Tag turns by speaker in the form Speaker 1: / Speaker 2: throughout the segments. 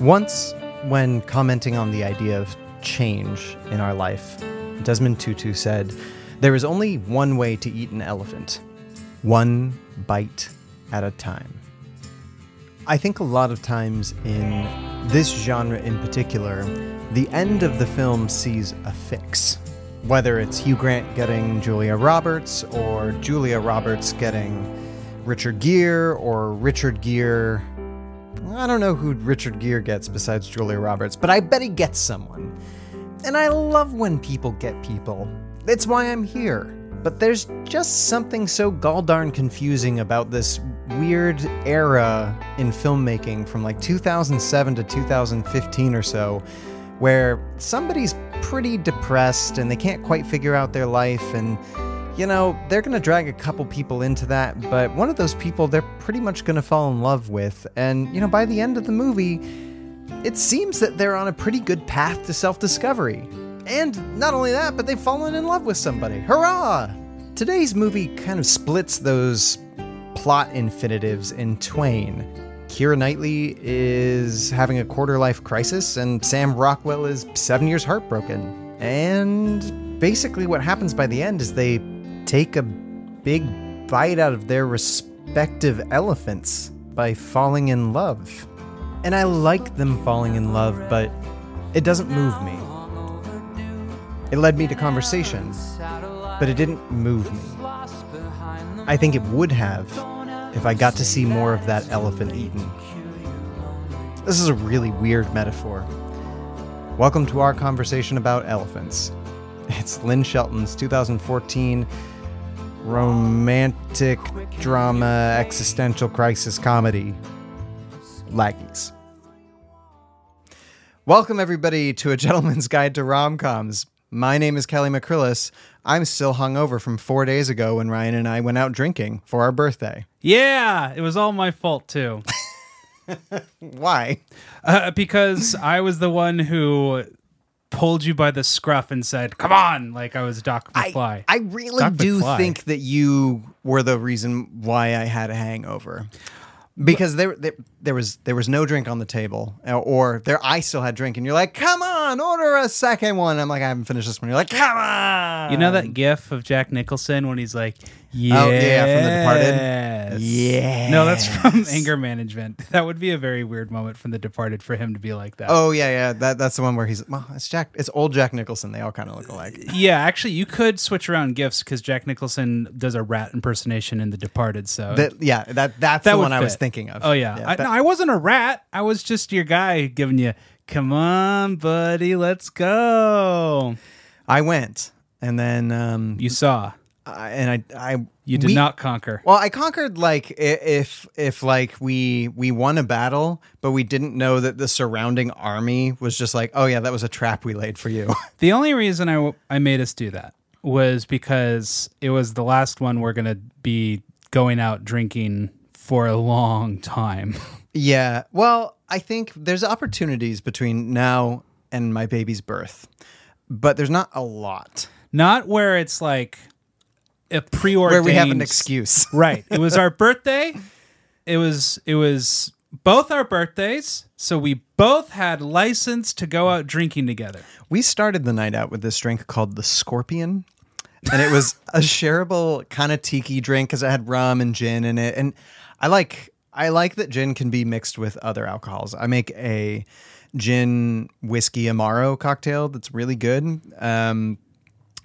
Speaker 1: Once, when commenting on the idea of change in our life, Desmond Tutu said, There is only one way to eat an elephant one bite at a time. I think a lot of times in this genre in particular, the end of the film sees a fix. Whether it's Hugh Grant getting Julia Roberts or Julia Roberts getting Richard Gere or Richard Gere I don't know who Richard Gere gets besides Julia Roberts, but I bet he gets someone. And I love when people get people. It's why I'm here. But there's just something so galldarn confusing about this weird era in filmmaking from like 2007 to 2015 or so, where somebody's pretty depressed and they can't quite figure out their life and you know, they're going to drag a couple people into that, but one of those people they're pretty much going to fall in love with. And, you know, by the end of the movie, it seems that they're on a pretty good path to self discovery. And not only that, but they've fallen in love with somebody. Hurrah! Today's movie kind of splits those plot infinitives in twain. Kira Knightley is having a quarter life crisis, and Sam Rockwell is seven years heartbroken. And basically, what happens by the end is they take a big bite out of their respective elephants by falling in love. And I like them falling in love, but it doesn't move me. It led me to conversation, but it didn't move me. I think it would have if I got to see more of that elephant eaten. This is a really weird metaphor. Welcome to our conversation about elephants. It's Lynn Shelton's 2014 romantic drama existential crisis comedy, Laggies. Welcome, everybody, to A Gentleman's Guide to Rom Coms. My name is Kelly McCrillis. I'm still hungover from four days ago when Ryan and I went out drinking for our birthday.
Speaker 2: Yeah, it was all my fault too,
Speaker 1: Why?
Speaker 2: uh, because I was the one who pulled you by the scruff and said, "Come on!" Like I was Doc McFly.
Speaker 1: I, I really
Speaker 2: Doc
Speaker 1: do
Speaker 2: McFly.
Speaker 1: think that you were the reason why I had a hangover. Because there, there, there was there was no drink on the table, uh, or there I still had drink, and you're like, "Come on, order a second one." I'm like, "I haven't finished this one." You're like, "Come on."
Speaker 2: you know that GIF of Jack Nicholson when he's like, "Yeah,
Speaker 1: um, Oh, yeah, from The Departed?
Speaker 2: Yeah. No, that's from
Speaker 1: Yes.
Speaker 2: anger management. That would be a very weird moment from The Departed for him to be like that.
Speaker 1: Oh yeah, yeah. That that's the one where he's well, it's Jack. It's old Jack Nicholson. They all kind of look alike.
Speaker 2: Yeah, actually, you could switch around gifs because Jack Nicholson does a rat impersonation in The Departed. So
Speaker 1: That yeah, that that's
Speaker 2: that
Speaker 1: the
Speaker 2: would
Speaker 1: one I was
Speaker 2: fit.
Speaker 1: thinking of.
Speaker 2: Oh yeah, I,
Speaker 1: that-
Speaker 2: no, I wasn't a rat. I was just your guy giving you, "Come on, buddy, let's go."
Speaker 1: I went, and then um,
Speaker 2: You saw.
Speaker 1: I, and I I
Speaker 2: You did
Speaker 1: we-
Speaker 2: not conquer.
Speaker 1: Well, I conquered like i- if if like we we won a battle, but we didn't know that the surrounding army was just like, oh yeah, that was a trap we laid for you.
Speaker 2: The only reason I, w- I made us do that was because it was the last one we're going to be going out drinking for a long time.
Speaker 1: yeah. Well, I think there's opportunities between now and my baby's birth, but there's not a lot
Speaker 2: Not where it's like a preordained
Speaker 1: where we have an excuse.
Speaker 2: Right. It was our birthday. It was it was both our birthdays, so we both had license to go out drinking together.
Speaker 1: We started the night out with this drink called the Scorpion. And it was a shareable kind of tiki drink because it had rum and gin in it. And I like I like that gin can be mixed with other alcohols. I make a gin whiskey amaro cocktail that's really good. Um,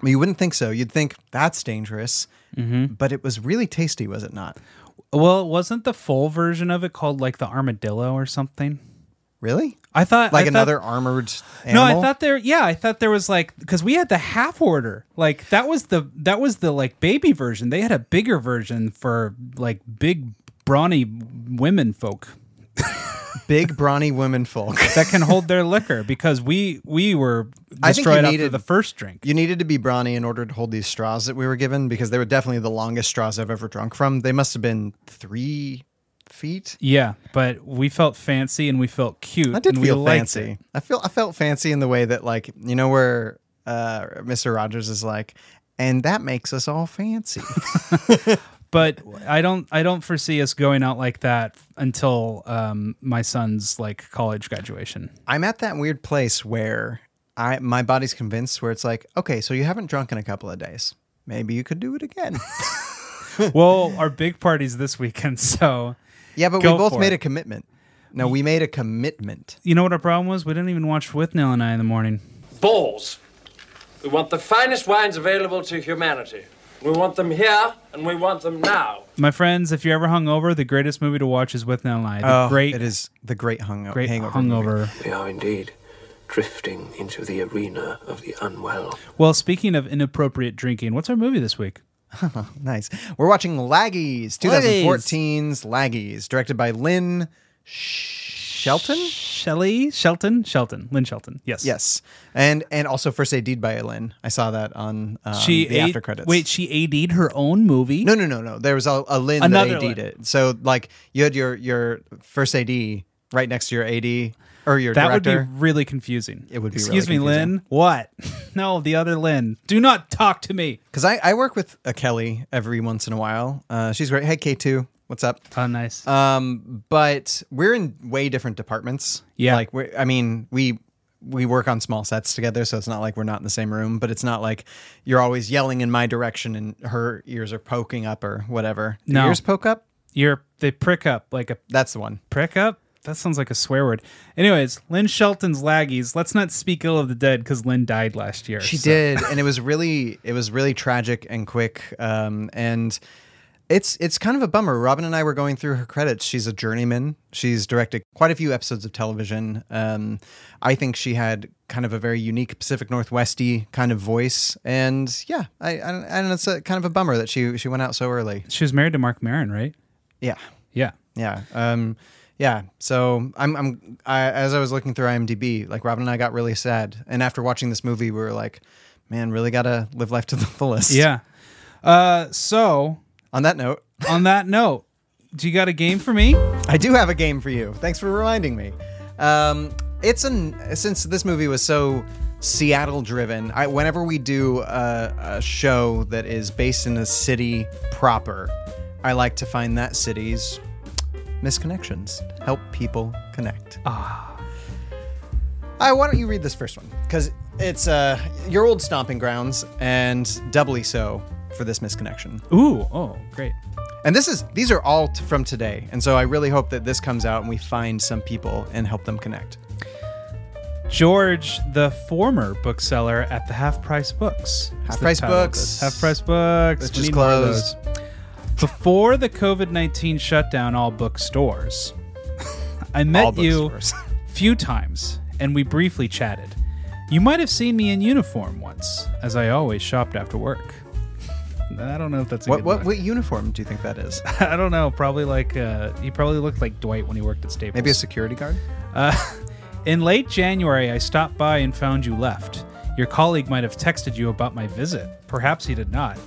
Speaker 1: you wouldn't think so. You'd think that's dangerous,
Speaker 2: Mm-hmm.
Speaker 1: but it was really tasty, was it not?
Speaker 2: Well, wasn't the full version of it called like the armadillo or something?
Speaker 1: Really?
Speaker 2: I thought
Speaker 1: Like
Speaker 2: I thought-
Speaker 1: another armored
Speaker 2: No,
Speaker 1: animal?
Speaker 2: I thought there. Yeah, I thought there was like because we had the half order. Like that was the that was the like baby version. They had a bigger version for like big brawny women folk
Speaker 1: big brawny women folk.
Speaker 2: that can hold their liquor because we we were
Speaker 1: I think you
Speaker 2: destroyed after
Speaker 1: needed-
Speaker 2: the first drink.
Speaker 1: You needed to be brawny in order to hold these straws that we were given because they were definitely the longest straws I've ever drunk from. They must have been three feet.
Speaker 2: Yeah, but we felt fancy and we felt cute.
Speaker 1: I did
Speaker 2: and we
Speaker 1: feel
Speaker 2: liked it.
Speaker 1: fancy. I feel I felt fancy in the way that like you know where uh, Mr. Rogers is like, and that makes us all fancy.
Speaker 2: but I don't I don't foresee us going out like that until um, my son's like college graduation.
Speaker 1: I'm at that weird place where I my body's convinced where it's like, okay, so you haven't drunk in a couple of days. Maybe you could do it again.
Speaker 2: well, our big party's this weekend, so
Speaker 1: yeah, but
Speaker 2: Go
Speaker 1: we both
Speaker 2: for
Speaker 1: made
Speaker 2: it.
Speaker 1: a commitment. No, we made a commitment.
Speaker 2: you know what our problem was? We didn't even watch with Nell and I in the morning.
Speaker 3: balls. We want the finest wines available to humanity. We want them here, and we want them now.
Speaker 2: My friends, if you're ever hungover, the greatest movie to watch is with Nell and I. The Oh, great,
Speaker 1: Oh, It is the great hungover.
Speaker 2: great
Speaker 1: hangover.
Speaker 2: hungover.
Speaker 4: We are indeed drifting into the arena of the unwell.
Speaker 2: Well, speaking of inappropriate drinking, what's our movie this week?
Speaker 1: Nice. We're watching Laggies, 2014's Laggies, directed by Lynn Shelton.
Speaker 2: Shelley Shelton, Shelton, Lynn Shelton. Yes.
Speaker 1: Yes, and and also first AD'd by Lynn. I saw that on um,
Speaker 2: She
Speaker 1: the
Speaker 2: A-
Speaker 1: after credits.
Speaker 2: Wait, she AD'd her own movie.
Speaker 1: no, no, no, no. There was a, a Lynn
Speaker 2: Another
Speaker 1: that AD'd
Speaker 2: Lynn.
Speaker 1: it. So like you had your your first AD right next to your AD or your
Speaker 2: That
Speaker 1: director.
Speaker 2: would be really confusing. It
Speaker 1: would be
Speaker 2: Excuse
Speaker 1: really
Speaker 2: me,
Speaker 1: confusing.
Speaker 2: Lynn. What? no, the other Lynn. Do not talk to me.
Speaker 1: Because I, I work with a Kelly every once in a while. Uh, she's great. Hey, K2, what's up?
Speaker 2: Oh, nice.
Speaker 1: Um, but we're in way different departments.
Speaker 2: Yeah.
Speaker 1: Like, we're, I mean, we we work on small sets together, so it's not like we're not in the same room, but it's not like you're always yelling in my direction and her ears are poking up or whatever. Do
Speaker 2: No.
Speaker 1: Ears poke up?
Speaker 2: You're they prick up like a
Speaker 1: That's the one.
Speaker 2: prick up. That sounds like a swear word. Anyways, Lynn Shelton's laggies. Let's not speak ill of the dead because Lynn died last year.
Speaker 1: She
Speaker 2: so-
Speaker 1: did, and it was really it was really tragic and quick. Um, and it's it's kind of a bummer. Robin and I were going through her credits. She's a journeyman. She's directed quite a few episodes of television. Um, I think she had kind of a very unique Pacific Northwesty kind of voice. And yeah, I I, don't- I don't know. It's a, kind of a bummer that she she went out so early.
Speaker 2: She was married to Mark Maron, right?
Speaker 1: Yeah,
Speaker 2: Yeah.
Speaker 1: yeah. Um, yeah, so I'm, I'm I, as I was looking through IMDb, like Robin and I got really sad, and after watching this movie, we were like, "Man, really gotta live life to the fullest."
Speaker 2: Yeah. Uh, so
Speaker 1: On that note,
Speaker 2: on that note, do you got a game for me?
Speaker 1: I do have a game for you. Thanks for reminding me. Um, it's an since this movie was so Seattle driven. I, whenever we do a, a show that is based in a city proper, I like to find that city's misconnections. Help people connect. Ah. I, why don't you read this first one? Because it's uh, your old stomping grounds, and doubly so for this misconnection.
Speaker 2: Ooh. Oh, great.
Speaker 1: And this is these are all t- from today. And so I really hope that this comes out and we find some people and help them connect.
Speaker 2: George, the former bookseller at the Half Price Books. is the
Speaker 1: Half Price
Speaker 2: title of
Speaker 1: Books.
Speaker 2: this. Half Price Books.
Speaker 1: It's
Speaker 2: We
Speaker 1: just
Speaker 2: need more of
Speaker 1: closed.
Speaker 2: those. Before the COVID 19 shut down all bookstores, I met
Speaker 1: All
Speaker 2: you
Speaker 1: bookstores.
Speaker 2: few times and we briefly chatted. You might have seen me in uniform once, as I always shopped after work. I don't know if that's a
Speaker 1: What
Speaker 2: good
Speaker 1: what
Speaker 2: look.
Speaker 1: what uniform do you think that is?
Speaker 2: I don't know. Probably like uh, he probably looked like Dwight when he worked at Staples.
Speaker 1: Maybe a security guard?
Speaker 2: In late January, I stopped by and found you left. Your colleague might have texted you about my visit. Perhaps he did not.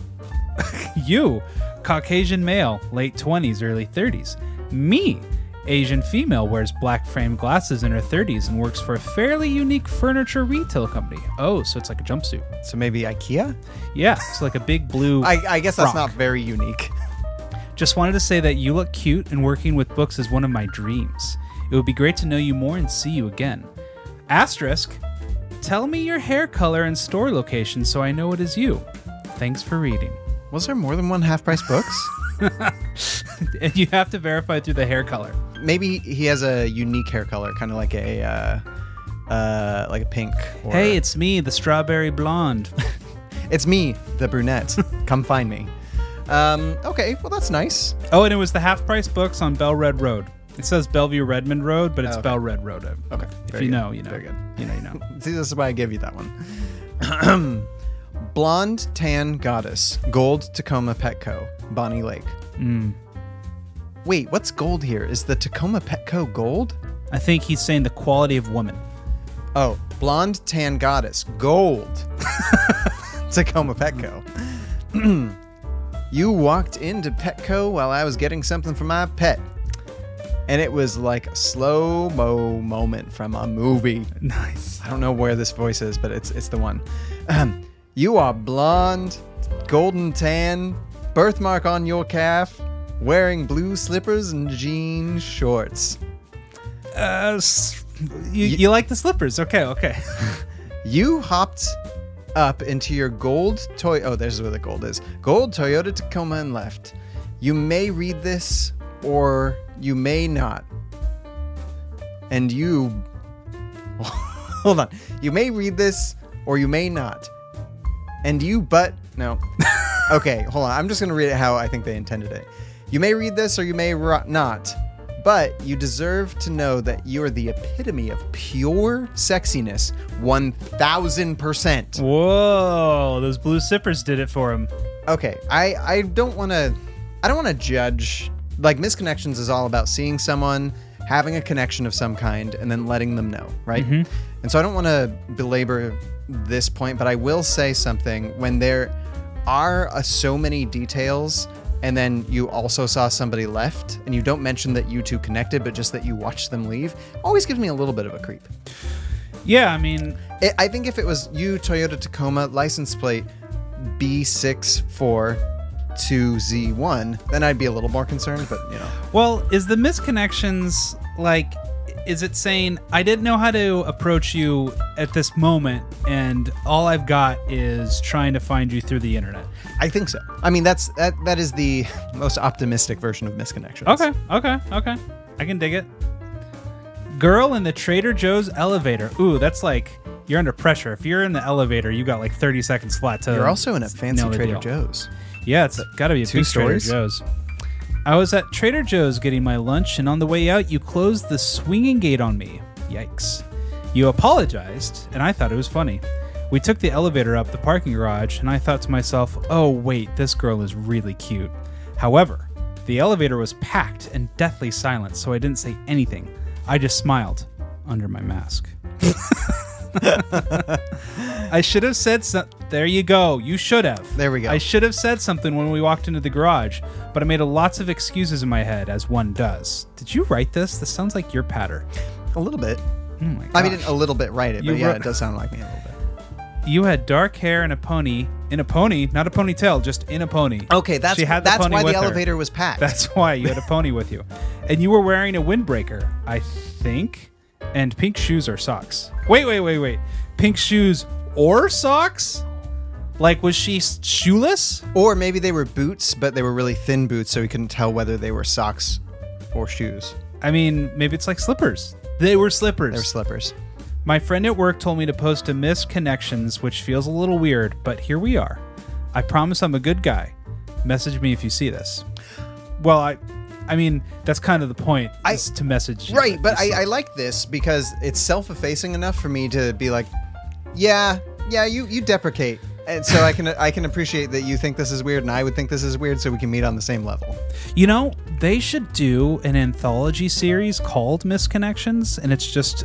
Speaker 2: you, Caucasian male, late 20s, early 30s. Me, Asian female, wears black framed glasses in her 30s and works for a fairly unique furniture retail company. Oh, so it's like a jumpsuit.
Speaker 1: So maybe IKEA?
Speaker 2: Yeah, it's like a big blue.
Speaker 1: I, I guess that's
Speaker 2: frock.
Speaker 1: not very unique.
Speaker 2: Just wanted to say that you look cute, and working with books is one of my dreams. It would be great to know you more and see you again. Asterisk, tell me your hair color and store location so I know it is you. Thanks for reading.
Speaker 1: Was there more than one half price books?
Speaker 2: And you have to verify through the hair color.
Speaker 1: maybe he has a unique hair color, kind of like a uh, uh, like a pink or
Speaker 2: Hey, it's me, the strawberry blonde.
Speaker 1: it's me, the brunette. Come find me. Um, okay, well that's nice.
Speaker 2: oh, and it was the half price books on Bell Red Road. It says Bellevue Redmond Road, but it's
Speaker 1: okay.
Speaker 2: Bell Red Road.
Speaker 1: Okay,
Speaker 2: If
Speaker 1: very
Speaker 2: you
Speaker 1: good,
Speaker 2: know, you know.
Speaker 1: very good.
Speaker 2: You know, you know.
Speaker 1: See, this is why I gave you that one. Blonde tan goddess, gold Tacoma Petco, Bonnie Lake. Wait, what's gold here? Is the Tacoma Petco gold?
Speaker 2: I think he's saying the quality of woman.
Speaker 1: Oh, blonde tan goddess, gold Tacoma Petco. you walked into Petco while I was getting something for my pet. And it was like a slow mo moment from a movie.
Speaker 2: Nice.
Speaker 1: I don't know where this voice is, but it's it's the one. Ahem. you are blonde, golden tan, birthmark on your calf, wearing blue slippers and jean shorts.
Speaker 2: Uh, s- you, you like the slippers? Okay, okay.
Speaker 1: You hopped up into your gold toy. Oh, there's where the gold is. Gold Toyota Tacoma and left. You may read this or you may not. And you. Hold on. You may read this or you may not. And you but. No. okay, hold on. I'm just going to read it how I think they intended it. You may read this or you may ro- not. But you deserve to know that you are the epitome of pure sexiness 1000%.
Speaker 2: Whoa, those blue slippers did it for him.
Speaker 1: okay i i don't want to i don't want to judge like misconnections is all about seeing someone having a connection of some kind and then letting them know right and so i don't want to belabor this point but i will say something when there are uh, so many details and then you also saw somebody left and you don't mention that you two connected but just that you watched them leave always gives me a little bit of a creep
Speaker 2: Yeah, I mean,
Speaker 1: it, I think if it was you, Toyota Tacoma, license plate B642Z1, then I'd be a little more concerned, but you know.
Speaker 2: well, is the misconnections like, is it saying, I didn't know how to approach you at this moment, and all I've got is trying to find you through the internet?
Speaker 1: I think so. I mean, that's that that is the most optimistic version of misconnections.
Speaker 2: Okay, okay, okay. I can dig it. Girl in the Trader Joe's elevator. Ooh, that's like you're under pressure. If you're in the elevator, you got like 30 seconds flat to.
Speaker 1: You're also in a fancy
Speaker 2: nail the
Speaker 1: Trader
Speaker 2: deal.
Speaker 1: Joe's.
Speaker 2: Yeah, it's got to be a
Speaker 1: Two
Speaker 2: big
Speaker 1: stories?
Speaker 2: Trader Joe's. I was at Trader Joe's getting my lunch, and on the way out, you closed the swinging gate on me. Yikes. You apologized, and I thought it was funny. We took the elevator up the parking garage, and I thought to myself, oh, wait, this girl is really cute. However, the elevator was packed and deathly silent, so I didn't say anything. I just smiled under my mask. I should have said something. There you go. You should have.
Speaker 1: There we go.
Speaker 2: I should have said something when we walked into the garage, but I made a lots of excuses in my head, as one does. Did you write this? This sounds like your patter.
Speaker 1: A little bit.
Speaker 2: Oh my gosh.
Speaker 1: I mean, a little bit right it, but
Speaker 2: You
Speaker 1: yeah,
Speaker 2: wrote-
Speaker 1: it does sound like me a little bit.
Speaker 2: you had dark hair and a pony. In a pony, not a ponytail, just in a pony.
Speaker 1: Okay, that's
Speaker 2: She had the
Speaker 1: that's
Speaker 2: pony
Speaker 1: why the
Speaker 2: with her.
Speaker 1: elevator was packed.
Speaker 2: That's why you had a pony with you. And you were wearing a windbreaker, I think, and pink shoes or socks. Wait, wait, wait, wait. Pink shoes or socks? Like, was she s- shoeless?
Speaker 1: or maybe they were boots, but they were really thin boots, so we couldn't tell whether they were socks or shoes.
Speaker 2: I mean, maybe it's like slippers. They were slippers.
Speaker 1: They were slippers.
Speaker 2: My friend at work told me to post a miss connections, which feels a little weird, but here we are. I promise I'm a good guy. Message me if you see this. Well, I, I mean, that's kind of the point
Speaker 1: I-
Speaker 2: is to message. you
Speaker 1: Right,
Speaker 2: that
Speaker 1: but
Speaker 2: you
Speaker 1: I, I like this because it's self-effacing enough for me to be like, yeah, yeah, you you deprecate, and so I can I can appreciate that you think this is weird, and I would think this is weird, so we can meet on the same level.
Speaker 2: You know, they should do an anthology series called Misconnections, and it's just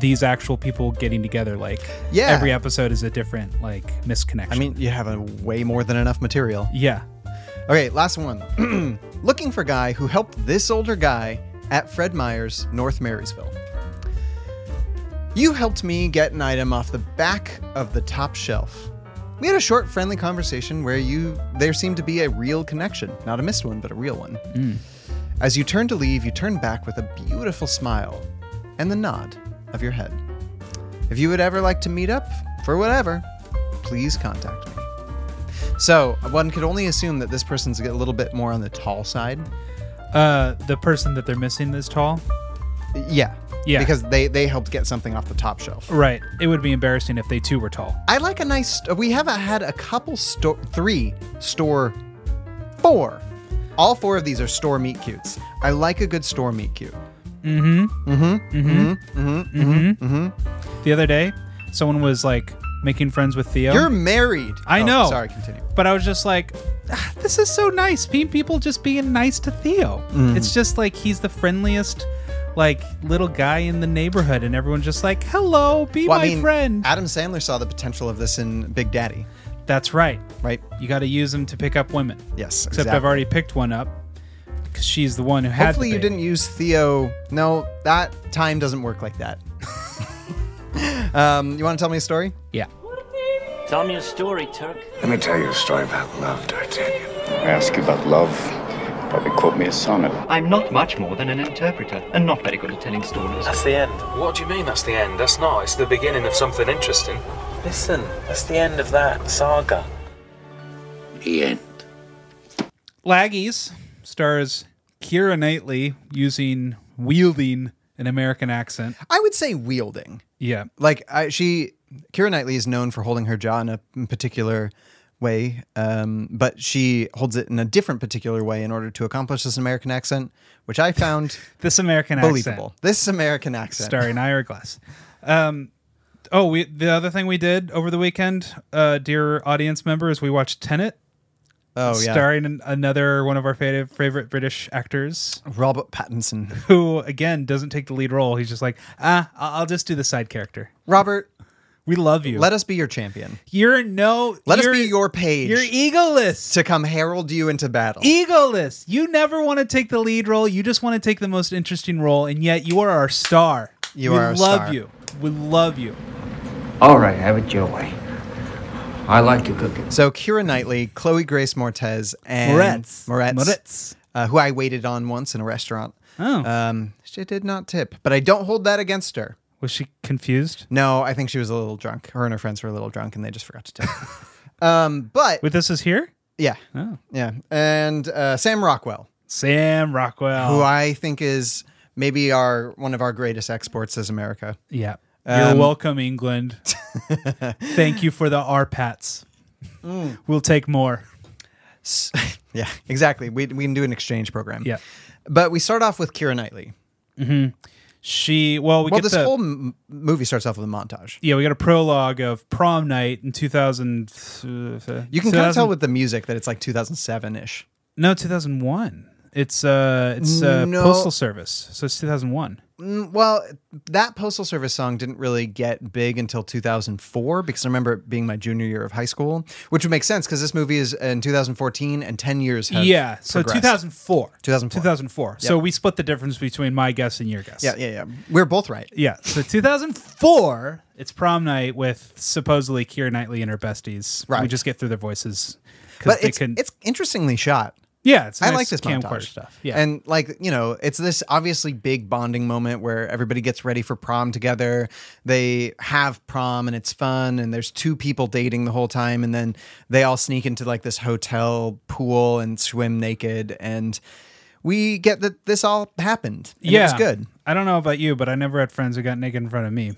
Speaker 2: these actual people getting together. Like,
Speaker 1: Yeah.
Speaker 2: every episode is a different like misconnection.
Speaker 1: I mean, you have a way more than enough material.
Speaker 2: yeah,
Speaker 1: Okay, last one. Looking for guy who helped this older guy at Fred Meyer's, North Marysville. You helped me get an item off the back of the top shelf. We had a short, friendly conversation where you there seemed to be a real connection, not a missed one, but a real one. As you turned to leave, you turned back with a beautiful smile and the nod of your head. If you would ever like to meet up for whatever, please contact me. So one could only assume that this person's a little bit more on the tall side.
Speaker 2: uh, the person that they're missing is tall.
Speaker 1: Yeah.
Speaker 2: Yeah.
Speaker 1: Because they they helped get something off the top shelf.
Speaker 2: Right. It would be embarrassing if they too were tall.
Speaker 1: I like a nice. We have a, had a couple store, three store, four. All four of these are store meet cutes. I like a good store meet cute.
Speaker 2: The other day, someone was like making friends with Theo.
Speaker 1: You're married.
Speaker 2: I
Speaker 1: Oh,
Speaker 2: know.
Speaker 1: sorry. Continue.
Speaker 2: But I was just like, "Ah, this is so nice. Being people just being nice to Theo.
Speaker 1: Mm-hmm.
Speaker 2: It's just like he's the friendliest, like little guy in the neighborhood, and everyone's just like, hello, be
Speaker 1: Well,
Speaker 2: my
Speaker 1: I mean,
Speaker 2: friend.
Speaker 1: Adam Sandler saw the potential of this in Big Daddy,
Speaker 2: That's right.
Speaker 1: right?
Speaker 2: You got to use them to pick up women.
Speaker 1: Yes.
Speaker 2: Except I've
Speaker 1: exactly.
Speaker 2: already picked one up because she's the one who had.
Speaker 1: Hopefully
Speaker 2: the
Speaker 1: you
Speaker 2: baby.
Speaker 1: didn't use Theo. No, that time doesn't work like that. um, you want to tell me a story?
Speaker 2: Yeah.
Speaker 5: Tell me a story, Turk.
Speaker 6: Let me tell you a story about love, D'Artagnan.
Speaker 5: I ask you about love, probably quote me a sonnet.
Speaker 6: I'm not much more than an interpreter, and not very good at telling stories.
Speaker 7: That's the end.
Speaker 8: What do you mean that's the end? That's not. It's the beginning of something interesting.
Speaker 7: Listen, that's the end of that saga.
Speaker 5: The end.
Speaker 2: Laggies stars Kira Knightley using wielding an American accent.
Speaker 1: I would say wielding.
Speaker 2: Yeah.
Speaker 1: Like I, she, Kira Knightley is known for holding her jaw in a particular way, um, but she holds it in a different particular way in order to accomplish this American accent, which I found
Speaker 2: This American
Speaker 1: believable.
Speaker 2: accent.
Speaker 1: This American accent.
Speaker 2: Starring Ira Glass. Um, oh, we, the other thing we did over the weekend, uh, dear audience member, is we watched Tenet,
Speaker 1: oh yeah,
Speaker 2: starring an, another one of our favorite, favorite British actors,
Speaker 1: Robert Pattinson.
Speaker 2: who, again, doesn't take the lead role. He's just like, ah, I- I'll just do the side character.
Speaker 1: Robert,
Speaker 2: We love you.
Speaker 1: let us be your champion.
Speaker 2: you're no.
Speaker 1: Let us
Speaker 2: you're-
Speaker 1: be your page
Speaker 2: You're e egoless.
Speaker 1: to come herald you into battle.
Speaker 2: egoless. You never want to take the lead role. You just want to take the most interesting role, and yet you are our star.
Speaker 1: You
Speaker 2: we
Speaker 1: are our
Speaker 2: love
Speaker 1: star.
Speaker 2: you. We love you.
Speaker 4: All right, have it your way. I like your cooking.
Speaker 1: So Kira Knightley, Chloe Grace Mortez, and
Speaker 2: Moretz.
Speaker 1: Moretz,
Speaker 2: Moretz.
Speaker 1: uh, who I waited on once in a restaurant.
Speaker 2: Oh.
Speaker 1: Um, she did not tip, but I don't hold that against her.
Speaker 2: Was she confused
Speaker 1: No, I think she was a little drunk. Her and her friends were a little drunk, and they just forgot to tip. um, but
Speaker 2: with Oh. this? Is here
Speaker 1: yeah, yeah, and uh, Sam Rockwell,
Speaker 2: Sam Rockwell?
Speaker 1: who I think is maybe our one of our greatest exports as America.
Speaker 2: yeah.
Speaker 1: Um,
Speaker 2: You're welcome, England. Thank you for the RPATs.
Speaker 1: Mm.
Speaker 2: We'll take more.
Speaker 1: Yeah, exactly. We we can do an exchange program.
Speaker 2: Yeah.
Speaker 1: but we start off with Kira Knightley.
Speaker 2: She well, we
Speaker 1: Well,
Speaker 2: get
Speaker 1: this
Speaker 2: the,
Speaker 1: whole m- movie starts off with a montage.
Speaker 2: yeah, we got a prologue of prom night in 2000. uh,
Speaker 1: You can kind of
Speaker 2: 2000
Speaker 1: tell with the music that it's like 2007 ish.
Speaker 2: No, 2001. It's uh it's uh,
Speaker 1: No.
Speaker 2: postal service. So it's 2001.
Speaker 1: Well, that Postal Service song didn't really get big until 2004 because I remember it being my junior year of high school, which would make sense because this movie is in 2014 and 10 years have
Speaker 2: yeah, so
Speaker 1: progressed.
Speaker 2: 2004.
Speaker 1: 2004.
Speaker 2: 2004. So we split the difference between my guess and your guess.
Speaker 1: Yeah, yeah, yeah. We're both right.
Speaker 2: Yeah, so 2004, it's prom night with supposedly Keira Knightley and her besties. We
Speaker 1: Right.
Speaker 2: just get through their voices. 'cause
Speaker 1: But it's, it's interestingly shot.
Speaker 2: yeah, it's
Speaker 1: I
Speaker 2: nice
Speaker 1: like this
Speaker 2: camcorder
Speaker 1: montage
Speaker 2: stuff. Yeah,
Speaker 1: and like you know, it's this obviously big bonding moment where everybody gets ready for prom together. They have prom and it's fun, and there's two people dating the whole time, and then they all sneak into like this hotel pool and swim naked, and we get that this all happened. And
Speaker 2: yeah,
Speaker 1: it was good.
Speaker 2: I don't know about you, but I never had friends who got naked in front of me.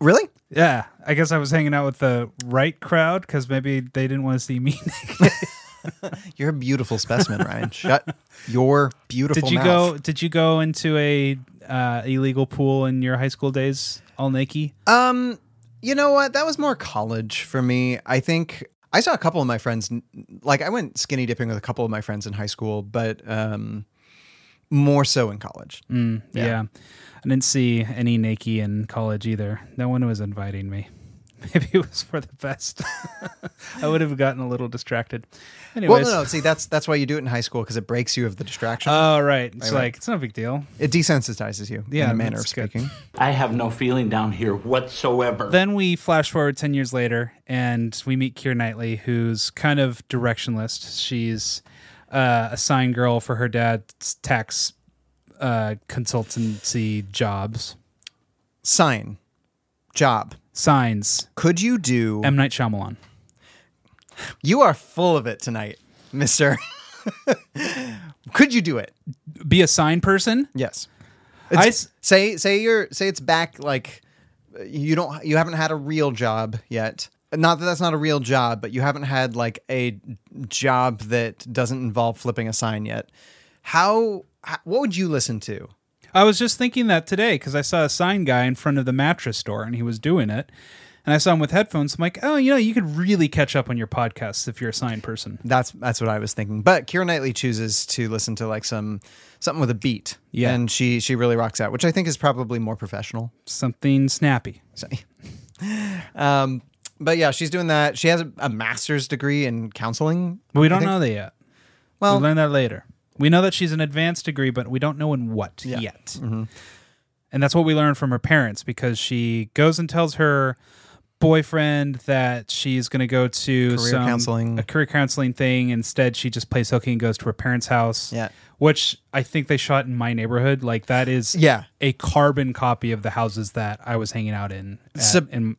Speaker 1: Really?
Speaker 2: Yeah, I guess I was hanging out with the right crowd because maybe they didn't want to see me naked.
Speaker 1: You're a beautiful specimen, Ryan. Shut your beautiful.
Speaker 2: Did you
Speaker 1: mouth.
Speaker 2: go? Did you go into a uh, illegal pool in your high school days, all naked?
Speaker 1: You know what? That was more college for me. I think I saw a couple of my friends, like I went skinny dipping with a couple of my friends in high school, but um, more so in college.
Speaker 2: Mm. yeah. I didn't see any naked in college either. No one was inviting me. Maybe it was for the best. I would have gotten a little distracted.
Speaker 1: Well,
Speaker 2: Anyways.
Speaker 1: no, no. See, that's that's why you do it in high school because it breaks you of the distraction.
Speaker 2: Oh, right. It's
Speaker 1: right.
Speaker 2: like, it's no big deal.
Speaker 1: it desensitizes you
Speaker 2: yeah,
Speaker 1: in a manner of
Speaker 2: that's good.
Speaker 1: speaking.
Speaker 9: I have no feeling down here whatsoever.
Speaker 2: Then we flash forward 10 years later and we meet Keira Knightley, who's kind of directionless. She's uh, a sign girl for her dad's tax uh, consultancy jobs.
Speaker 1: Sign, job.
Speaker 2: Signs.
Speaker 1: Could you do?
Speaker 2: M. Night Shyamalan.
Speaker 1: you are full of it tonight, Mister. Could you do it?
Speaker 2: Be a sign person.
Speaker 1: Yes.
Speaker 2: I s-
Speaker 1: Say say you're say it's back like you don't you haven't had a real job yet. Not that that's not a real job, but you haven't had like a job that doesn't involve flipping a sign yet. How, how what would you listen to?
Speaker 2: I was just thinking that today because I saw a sign guy in front of the mattress store and he was doing it. And I saw him with headphones. I'm like, oh, you know, you could really catch up on your podcasts if you're a sign person.
Speaker 1: That's that's what I was thinking. But Kira Knightley chooses to listen to like some something with a beat.
Speaker 2: Yeah.
Speaker 1: And she she really rocks out, which I think is probably more professional.
Speaker 2: Something snappy.
Speaker 1: Um but yeah, she's doing that. She has a, a master's degree in counseling.
Speaker 2: But we don't
Speaker 1: think-
Speaker 2: know that yet.
Speaker 1: Well-
Speaker 2: we'll learn that later. We know that she's an advanced degree, but we don't know in what yet.
Speaker 1: Mm-hmm.
Speaker 2: And that's what we learned from her parents because she goes and tells her boyfriend that she's going to go to
Speaker 1: Career
Speaker 2: some
Speaker 1: counseling.
Speaker 2: a career counseling thing. Instead, she just plays hooky and goes to her parents' house.
Speaker 1: Yeah.
Speaker 2: which I think they shot in my neighborhood. Like that is
Speaker 1: Yeah.
Speaker 2: a carbon copy of the houses that I was hanging out in. at-
Speaker 1: Sub-
Speaker 2: in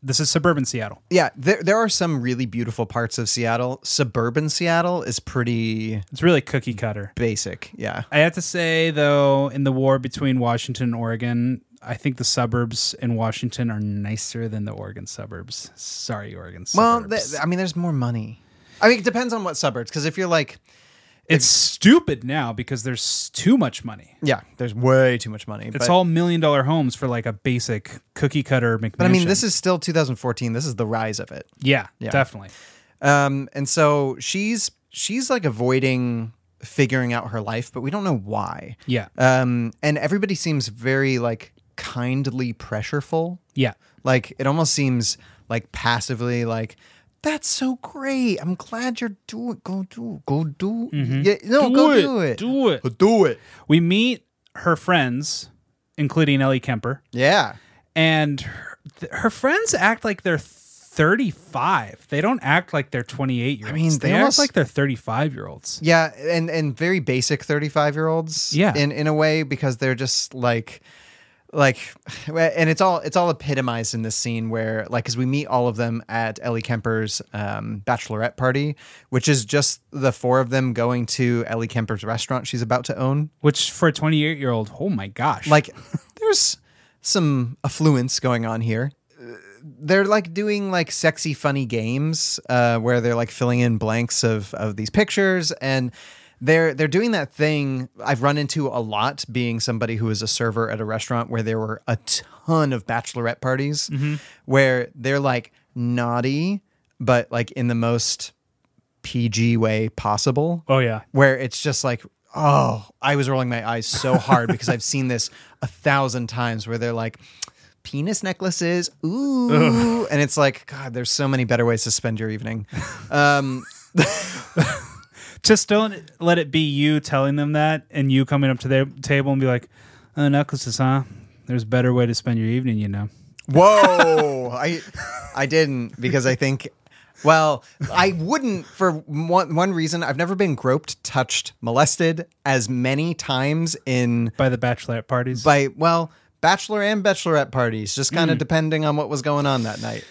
Speaker 2: this is suburban Seattle.
Speaker 1: Yeah, there there are some really beautiful parts of Seattle. Suburban Seattle is pretty
Speaker 2: It's really cookie cutter.
Speaker 1: basic. Yeah.
Speaker 2: I have to say though, in the war between Washington and Oregon, I think the suburbs in Washington are nicer than the Oregon suburbs. Sorry, Oregon
Speaker 1: Well,
Speaker 2: suburbs.
Speaker 1: th- I mean, there's more money. I mean, it depends on what suburbs. Because if you're like,
Speaker 2: it's stupid now because there's too much money.
Speaker 1: yeah, there's way too much money.
Speaker 2: It's
Speaker 1: but,
Speaker 2: all million dollar homes for like a basic cookie cutter McMansion.
Speaker 1: But I mean, this is still 2014. This is the rise of it.
Speaker 2: yeah,
Speaker 1: Yeah.
Speaker 2: definitely.
Speaker 1: Um, and so she's she's like avoiding figuring out her life, but we don't know why.
Speaker 2: Yeah,
Speaker 1: Um, and everybody seems very like kindly pressureful.
Speaker 2: yeah.
Speaker 1: Like it almost seems like passively like that's so great. I'm glad you're doing. Go do. Go do. Yeah, no, go Mm-hmm. do it.
Speaker 2: Do it.
Speaker 1: Do it.
Speaker 2: We meet her friends, including Ellie Kemper,
Speaker 1: Yeah.
Speaker 2: and her, th- her friends act like they're. 35. They don't act like they're 28 year olds. I
Speaker 1: mean,
Speaker 2: they,
Speaker 1: they almost-
Speaker 2: act like they're 35 year olds.
Speaker 1: Yeah, and and very basic 35 year olds.
Speaker 2: Yeah.
Speaker 1: In in a way because they're just like like and it's all it's all epitomized in this scene where like as we meet all of them at Ellie Kemper's um, bachelorette party, which is just the four of them going to Ellie Kemper's restaurant she's about to own.
Speaker 2: Which for a 28 year old, oh my gosh.
Speaker 1: Like there's some affluence going on here. Uh, They're like doing like sexy funny games uh, where they're like filling in blanks of of these pictures and they're they're doing that thing I've run into a lot being somebody who is a server at a restaurant where there were a ton of bachelorette parties
Speaker 2: Mm-hmm.
Speaker 1: where they're like naughty but like in the most PG way possible
Speaker 2: oh yeah.
Speaker 1: where it's just like, oh, I was rolling my eyes so hard because I've seen this a thousand times where they're like, penis necklaces, ooh. And it's like, God, there's so many better ways to spend your evening. Um,
Speaker 2: just don't let it be you telling them that and you coming up to their table and be like, oh, necklaces, huh? There's a better way to spend your evening, you know.
Speaker 1: whoa, I, I didn't because I think. Well, I wouldn't for one, one reason. I've never been groped, touched, molested as many times in
Speaker 2: By the bachelorette parties.
Speaker 1: by well, bachelor and bachelorette parties, just kind of depending on what was going on that night.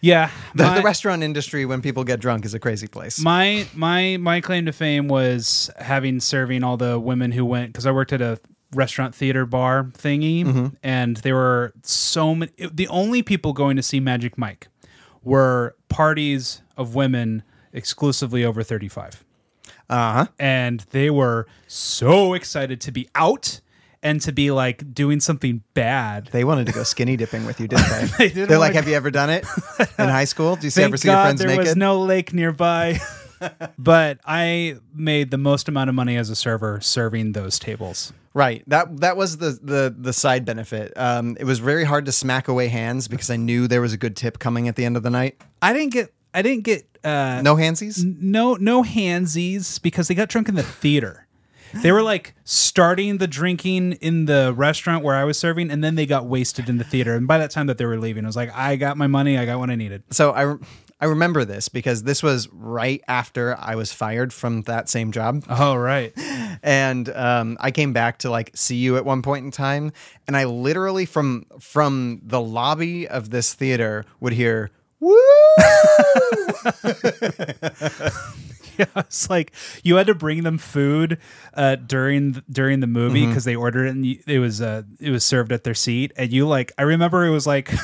Speaker 2: yeah.
Speaker 1: The,
Speaker 2: my-
Speaker 1: the restaurant industry, when people get drunk, is a crazy place.
Speaker 2: My my my claim to fame was having serving all the women who went because I worked at a restaurant theater bar thingy, and there were so many. it- the only people going to see Magic Mike were parties of women exclusively over thirty five. Uh huh. And they were so excited to be out and to be like doing something bad.
Speaker 1: they wanted to go skinny dipping with you, didn't they?
Speaker 2: They didn't
Speaker 1: They're like,
Speaker 2: wanna
Speaker 1: "Have you ever done it in high school? Do you see,
Speaker 2: Thank
Speaker 1: ever see
Speaker 2: God
Speaker 1: your friends
Speaker 2: there
Speaker 1: naked?"
Speaker 2: was no lake nearby. but I made the most amount of money as a server serving those tables.
Speaker 1: right. That that was the the the side benefit. Um, it was very hard to smack away hands because I knew there was a good tip coming at the end of the night.
Speaker 2: I didn't get I didn't get uh,
Speaker 1: No handsies.
Speaker 2: no no handsies because they got drunk in the theater. They were like starting the drinking in the restaurant where I was serving, and then they got wasted in the theater. And by that time that they were leaving, I was like, I got my money, I got what I needed.
Speaker 1: So I. rem- I remember this because this was right after I was fired from that same job.
Speaker 2: Oh right,
Speaker 1: and um, I came back to like see you at one point in time, and I literally from from the lobby of this theater would hear woo,
Speaker 2: it's like you had to bring them food uh, during th- during the movie
Speaker 1: Mm-hmm.
Speaker 2: because they ordered it and you, it was uh, it was served at their seat, and you like I remember it was like.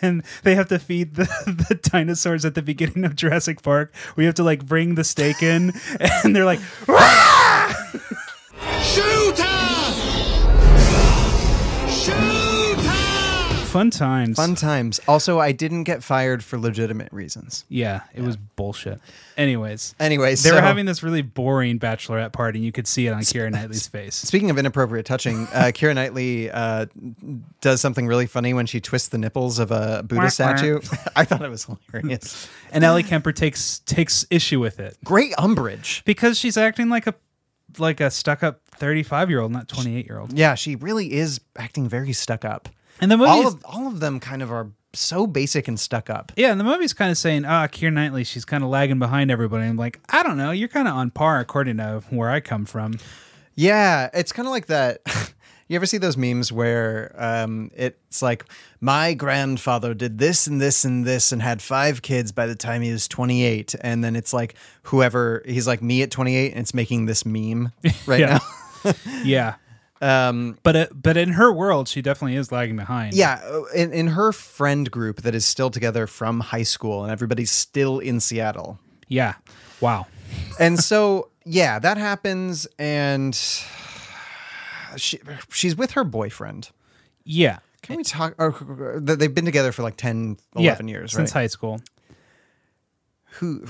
Speaker 2: when they have to feed the, the dinosaurs at the beginning of Jurassic Park, we have to like bring the steak in, and they're like, "Oh, fun times.
Speaker 1: fun times. Also, I didn't get fired for legitimate reasons.
Speaker 2: Yeah, it was bullshit. Anyways,
Speaker 1: Anyways,
Speaker 2: they
Speaker 1: so,
Speaker 2: were having this really boring bachelorette party, and you could see it on Keira Knightley's face.
Speaker 1: Speaking of inappropriate touching, uh, Kira Knightley uh, does something really funny when she twists the nipples of a Buddha statue. I thought it was hilarious.
Speaker 2: And Ellie Kemper takes takes issue with it
Speaker 1: Great umbrage.
Speaker 2: because she's acting like a like a stuck up thirty five year old, not twenty eight year old.
Speaker 1: Yeah, she really is acting very stuck up.
Speaker 2: And the movie
Speaker 1: all of all of them kind of are so basic and stuck up.
Speaker 2: Yeah, and the movie's kind of saying, ah, Keira Knightley, she's kind of lagging behind everybody. I'm like, I don't know, you're kind of on par according to where I come from.
Speaker 1: Yeah, it's kind of like that. you ever see those memes where um, it's like, my grandfather did this and this and this and had five kids by the time he was 28. And then it's like, whoever, he's like me at 28, and it's making this meme right
Speaker 2: Yeah.
Speaker 1: now.
Speaker 2: Yeah. Um, but uh, but in her world, she definitely is lagging behind.
Speaker 1: Yeah, uh, in, in her friend group that is still together from high school, and everybody's still in Seattle.
Speaker 2: Yeah. Wow.
Speaker 1: and so yeah that happens and she, she's with her boyfriend
Speaker 2: Yeah.
Speaker 1: can we talk or, that they've been together for like 10
Speaker 2: Yeah,
Speaker 1: 11 years
Speaker 2: since
Speaker 1: right
Speaker 2: high school.
Speaker 1: who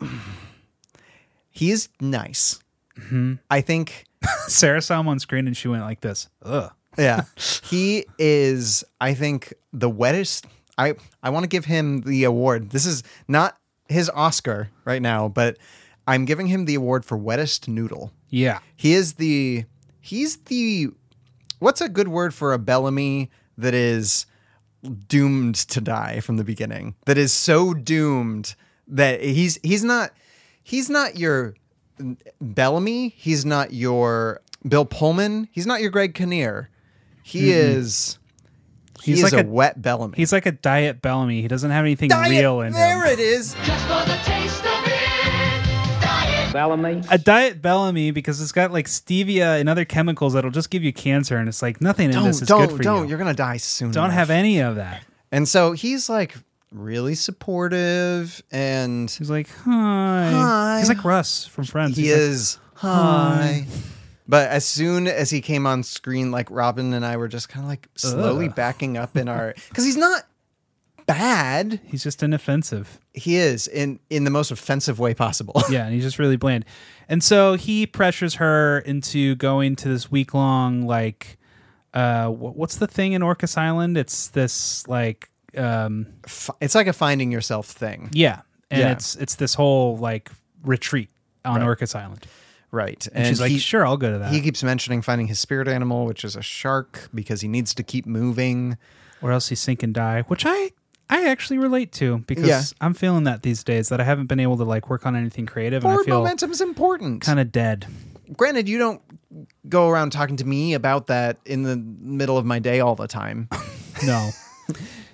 Speaker 1: he is nice
Speaker 2: Mm-hmm.
Speaker 1: i think
Speaker 2: Sarah saw him on screen and she went like this. Ugh.
Speaker 1: yeah he is i think the wettest i i want to give him the award this is not his oscar right now but i'm giving him the award for wettest noodle
Speaker 2: Yeah.
Speaker 1: He is the he's the what's a good word for a Bellamy that is doomed to die from the beginning. That is so doomed that he's he's not he's not your Bellamy, he's not your Bill Pullman, he's not your Greg Kinnear. He is he
Speaker 2: Mm-hmm. He's
Speaker 1: is
Speaker 2: like
Speaker 1: a
Speaker 2: a-
Speaker 1: wet Bellamy.
Speaker 2: He's like a diet Bellamy. He doesn't have anything
Speaker 1: Diet-
Speaker 2: real in
Speaker 1: There
Speaker 2: him.
Speaker 1: it is.
Speaker 2: A diet Bellamy because it's got like stevia and other chemicals that'll just give you cancer, and it's like nothing in
Speaker 1: Don't
Speaker 2: this is good
Speaker 1: don't
Speaker 2: for
Speaker 1: don't.
Speaker 2: you.
Speaker 1: You're gonna die soon.
Speaker 2: Don't
Speaker 1: enough.
Speaker 2: have any of that.
Speaker 1: And so he's like really supportive and
Speaker 2: He's like, hi.
Speaker 1: Hi.
Speaker 2: He's like Russ from Friends.
Speaker 1: He
Speaker 2: He's like,
Speaker 1: is hi. But as soon as he came on screen, like Robin and I were just kind of like slowly
Speaker 2: Ugh.
Speaker 1: backing up in our because he's not bad.
Speaker 2: he's just inoffensive.
Speaker 1: He is in in the most offensive way possible.
Speaker 2: Yeah, and he's just really bland. And so he pressures her into going to this week long like uh wh- what's the thing in Orcas Island? It's this like um
Speaker 1: F- It's like a finding yourself thing,
Speaker 2: yeah, and
Speaker 1: Yeah.
Speaker 2: it's it's this whole like retreat on Orcas Island.
Speaker 1: right? And,
Speaker 2: And, she's like,
Speaker 1: he-
Speaker 2: "Sure, I'll go to that."
Speaker 1: He keeps mentioning finding his spirit animal, which is a shark, because he needs to keep moving.
Speaker 2: or else you sink and die, which I I actually relate to because
Speaker 1: Yeah.
Speaker 2: I'm feeling that these days that I haven't been able to like work on anything creative and I
Speaker 1: Forward
Speaker 2: feel
Speaker 1: momentum is important.
Speaker 2: kind of dead.
Speaker 1: Granted, you don't go around talking to me about that in the middle of my day all the time,
Speaker 2: No.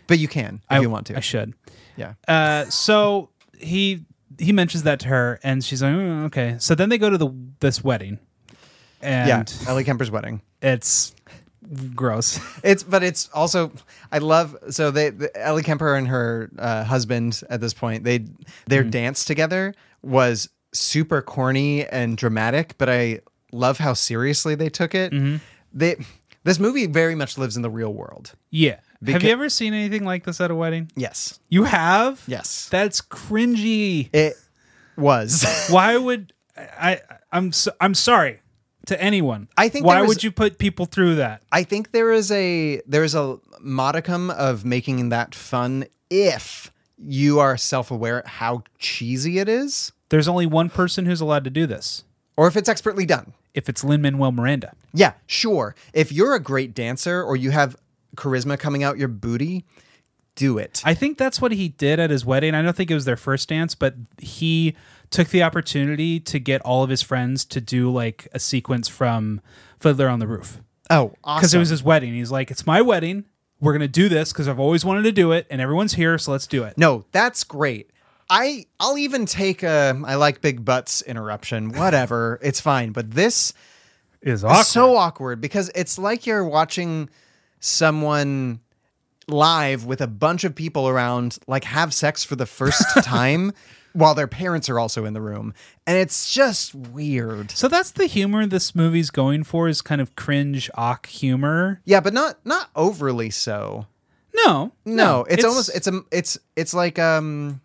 Speaker 1: but you can if
Speaker 2: I
Speaker 1: you want to.
Speaker 2: I should.
Speaker 1: Yeah.
Speaker 2: Uh, so he he mentions that to her, and she's like, "Mm, okay. So then they go to the this wedding, and
Speaker 1: yeah, Ellie Kemper's wedding.
Speaker 2: it's gross.
Speaker 1: It's but it's also I love so they the, Ellie Kemper and her uh, husband at this point they their dance together was super corny and dramatic, but I love how seriously they took it. They this movie very much lives in the real world.
Speaker 2: yeah. have
Speaker 1: Because-
Speaker 2: you ever seen anything like this at a wedding?
Speaker 1: Yes,
Speaker 2: You have.
Speaker 1: Yes.
Speaker 2: That's cringy.
Speaker 1: it was.
Speaker 2: Why would I? I'm so, I'm sorry to anyone.
Speaker 1: I think
Speaker 2: Why
Speaker 1: there was-
Speaker 2: would you put people through that?
Speaker 1: I think there is a there is a modicum of making that fun if you are self aware how cheesy it is,
Speaker 2: There's only one person who's allowed to do this.
Speaker 1: or if it's expertly done.
Speaker 2: If it's Lin Manuel Miranda.
Speaker 1: Yeah, sure. If you're a great dancer or you have charisma coming out your booty, do it.
Speaker 2: I think that's what he did at his wedding. I don't think it was their first dance, but he took the opportunity to get all of his friends to do like a sequence from Fiddler on the Roof
Speaker 1: oh,
Speaker 2: because
Speaker 1: awesome.
Speaker 2: it was his wedding. He's like, "It's my wedding. We're gonna do this because I've always wanted to do it, and everyone's here, so let's do it."
Speaker 1: no, that's great. I I'll even take a I like big butts interruption. Whatever, it's fine. But this
Speaker 2: is
Speaker 1: It's so awkward because it's like you're watching someone live with a bunch of people around, like have sex for the first time while their parents are also in the room. And it's just weird.
Speaker 2: So that's the humor this movie's going for is kind of cringe, awk humor.
Speaker 1: Yeah, but not not overly so.
Speaker 2: No,
Speaker 1: No, it's, almost it's a it's it's like um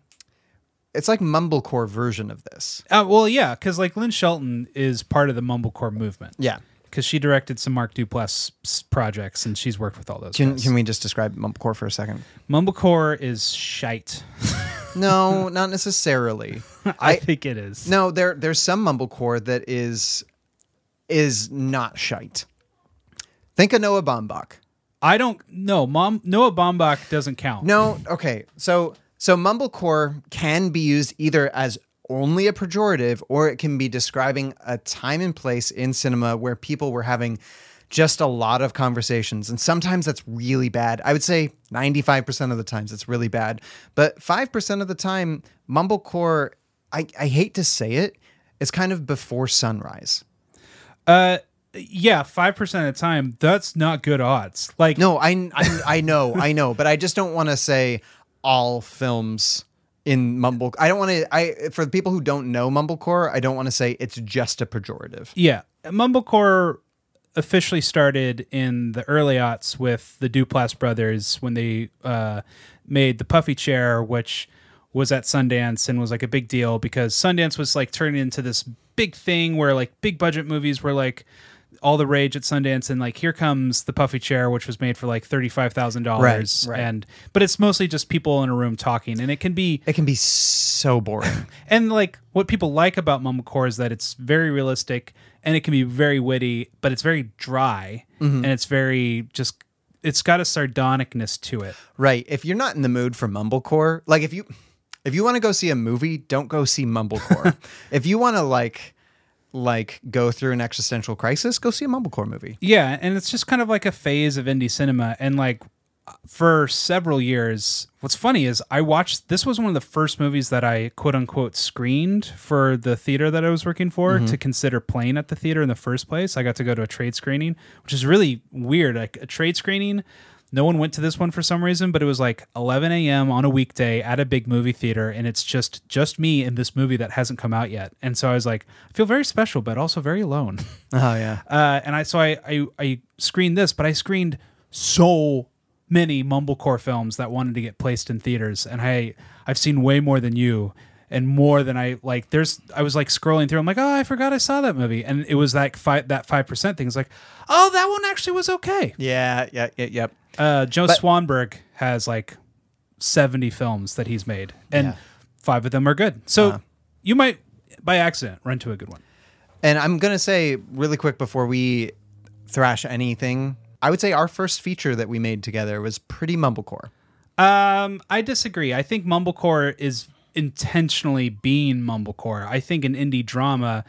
Speaker 1: it's like mumblecore version of this.
Speaker 2: uh, well, yeah, because like Lynn Shelton is part of the mumblecore movement.
Speaker 1: Yeah.
Speaker 2: because she directed some Mark Duplass s- projects and she's worked with all those.
Speaker 1: Can
Speaker 2: guys.
Speaker 1: can we just describe mumblecore for a second?
Speaker 2: Mumblecore is shite.
Speaker 1: No, not necessarily.
Speaker 2: I, think it is.
Speaker 1: No, there there's some mumblecore that is is not shite. Think of Noah Baumbach.
Speaker 2: I don't no mom Noah Baumbach doesn't count.
Speaker 1: No, okay. So so mumblecore can be used either as only a pejorative or it can be describing a time and place in cinema where people were having just a lot of conversations and sometimes that's really bad. I would say 95% of the times it's really bad. But 5% of the time mumblecore I I hate to say it, it's kind of before sunrise.
Speaker 2: Uh yeah, 5% of the time that's not good odds. Like
Speaker 1: No, I, I, I know, I know, but I just don't want to say all films in mumble. I don't want to. I for the people who don't know mumblecore, I don't want to say it's just a pejorative.
Speaker 2: Yeah, mumblecore officially started in the early aughts with the Duplass brothers when they uh, made the puffy chair, which was at Sundance and was like a big deal because Sundance was like turning into this big thing where like big budget movies were like all the rage at Sundance and like here comes the puffy chair which was made for like $35,000
Speaker 1: Right, right.
Speaker 2: and but it's mostly just people in a room talking and it can be
Speaker 1: It can be so boring.
Speaker 2: and like what people like about mumblecore is that it's very realistic and it can be very witty, but it's very dry and it's very just it's got a sardonicness to it.
Speaker 1: right. If you're not in the mood for mumblecore, like if you if you want to go see a movie, don't go see mumblecore. if you want to like like go through an existential crisis, go see a mumblecore movie.
Speaker 2: Yeah, and it's just kind of like a phase of indie cinema and like for several years what's funny is I watched this was one of the first movies that I quote unquote screened for the theater that I was working for to consider playing at the theater in the first place. I got to go to a trade screening, which is really weird. Like a trade screening No one went to this one for some reason, but it was like 11 a.m. on a weekday at a big movie theater, and it's just just me in this movie that hasn't come out yet. And so I was like, I feel very special, but also very alone.
Speaker 1: Oh yeah.
Speaker 2: Uh, and I so I, I I screened this, but I screened so many mumblecore films that wanted to get placed in theaters, and I I've seen way more than you, and more than I like. There's I was like scrolling through, I'm like, oh, I forgot I saw that movie, and it was like five that five percent thing. It's like, oh, that one actually was okay.
Speaker 1: Yeah, yeah, yeah, yep.
Speaker 2: Uh, Joe Swanberg has like 70 films that he's made, and five of them are good. So you might by accident run to a good one.
Speaker 1: And I'm going to say really quick before we thrash anything, I would say our first feature that we made together was pretty mumblecore.
Speaker 2: Um, I disagree. I think mumblecore is intentionally being mumblecore. I think an indie drama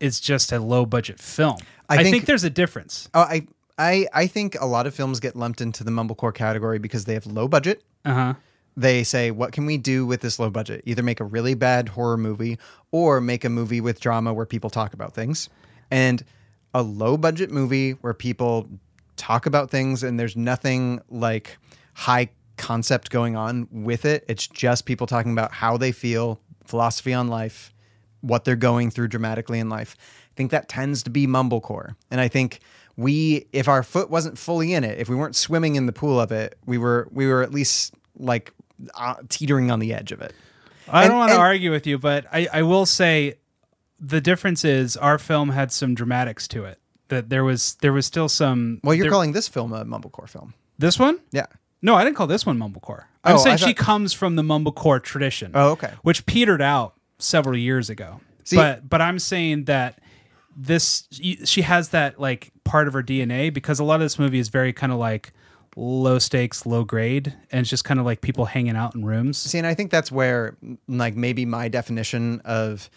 Speaker 2: is just a low budget film. I
Speaker 1: I
Speaker 2: think,
Speaker 1: think-
Speaker 2: there's a difference.
Speaker 1: Oh, I I I think a lot of films get lumped into the mumblecore category because they have low budget.
Speaker 2: Uh huh.
Speaker 1: They say, "What can we do with this low budget? Either make a really bad horror movie or make a movie with drama where people talk about things." And a low budget movie where people talk about things and there's nothing like high concept going on with it. It's just people talking about how they feel, philosophy on life, what they're going through dramatically in life. I think that tends to be mumblecore. And I think we if our foot wasn't fully in it, if we weren't swimming in the pool of it, we were we were at least like uh, teetering on the edge of it.
Speaker 2: I
Speaker 1: And-
Speaker 2: don't want to
Speaker 1: and-
Speaker 2: argue with you, but I, I will say the difference is our film had some dramatics to it. That there was there was still some.
Speaker 1: Well, you're
Speaker 2: there-
Speaker 1: calling this film a mumblecore film.
Speaker 2: this one?
Speaker 1: Yeah.
Speaker 2: No, I didn't call this one mumblecore. I'm
Speaker 1: Oh,
Speaker 2: saying
Speaker 1: I
Speaker 2: she
Speaker 1: thought-
Speaker 2: comes from the mumblecore tradition.
Speaker 1: Oh, okay.
Speaker 2: Which petered out several years ago.
Speaker 1: See-
Speaker 2: but but I'm saying that this she has that like part of her DNA because a lot of this movie is very kind of like low stakes, low grade, and it's just kind of like people hanging out in rooms.
Speaker 1: See, and I think that's where, m- like, maybe my definition of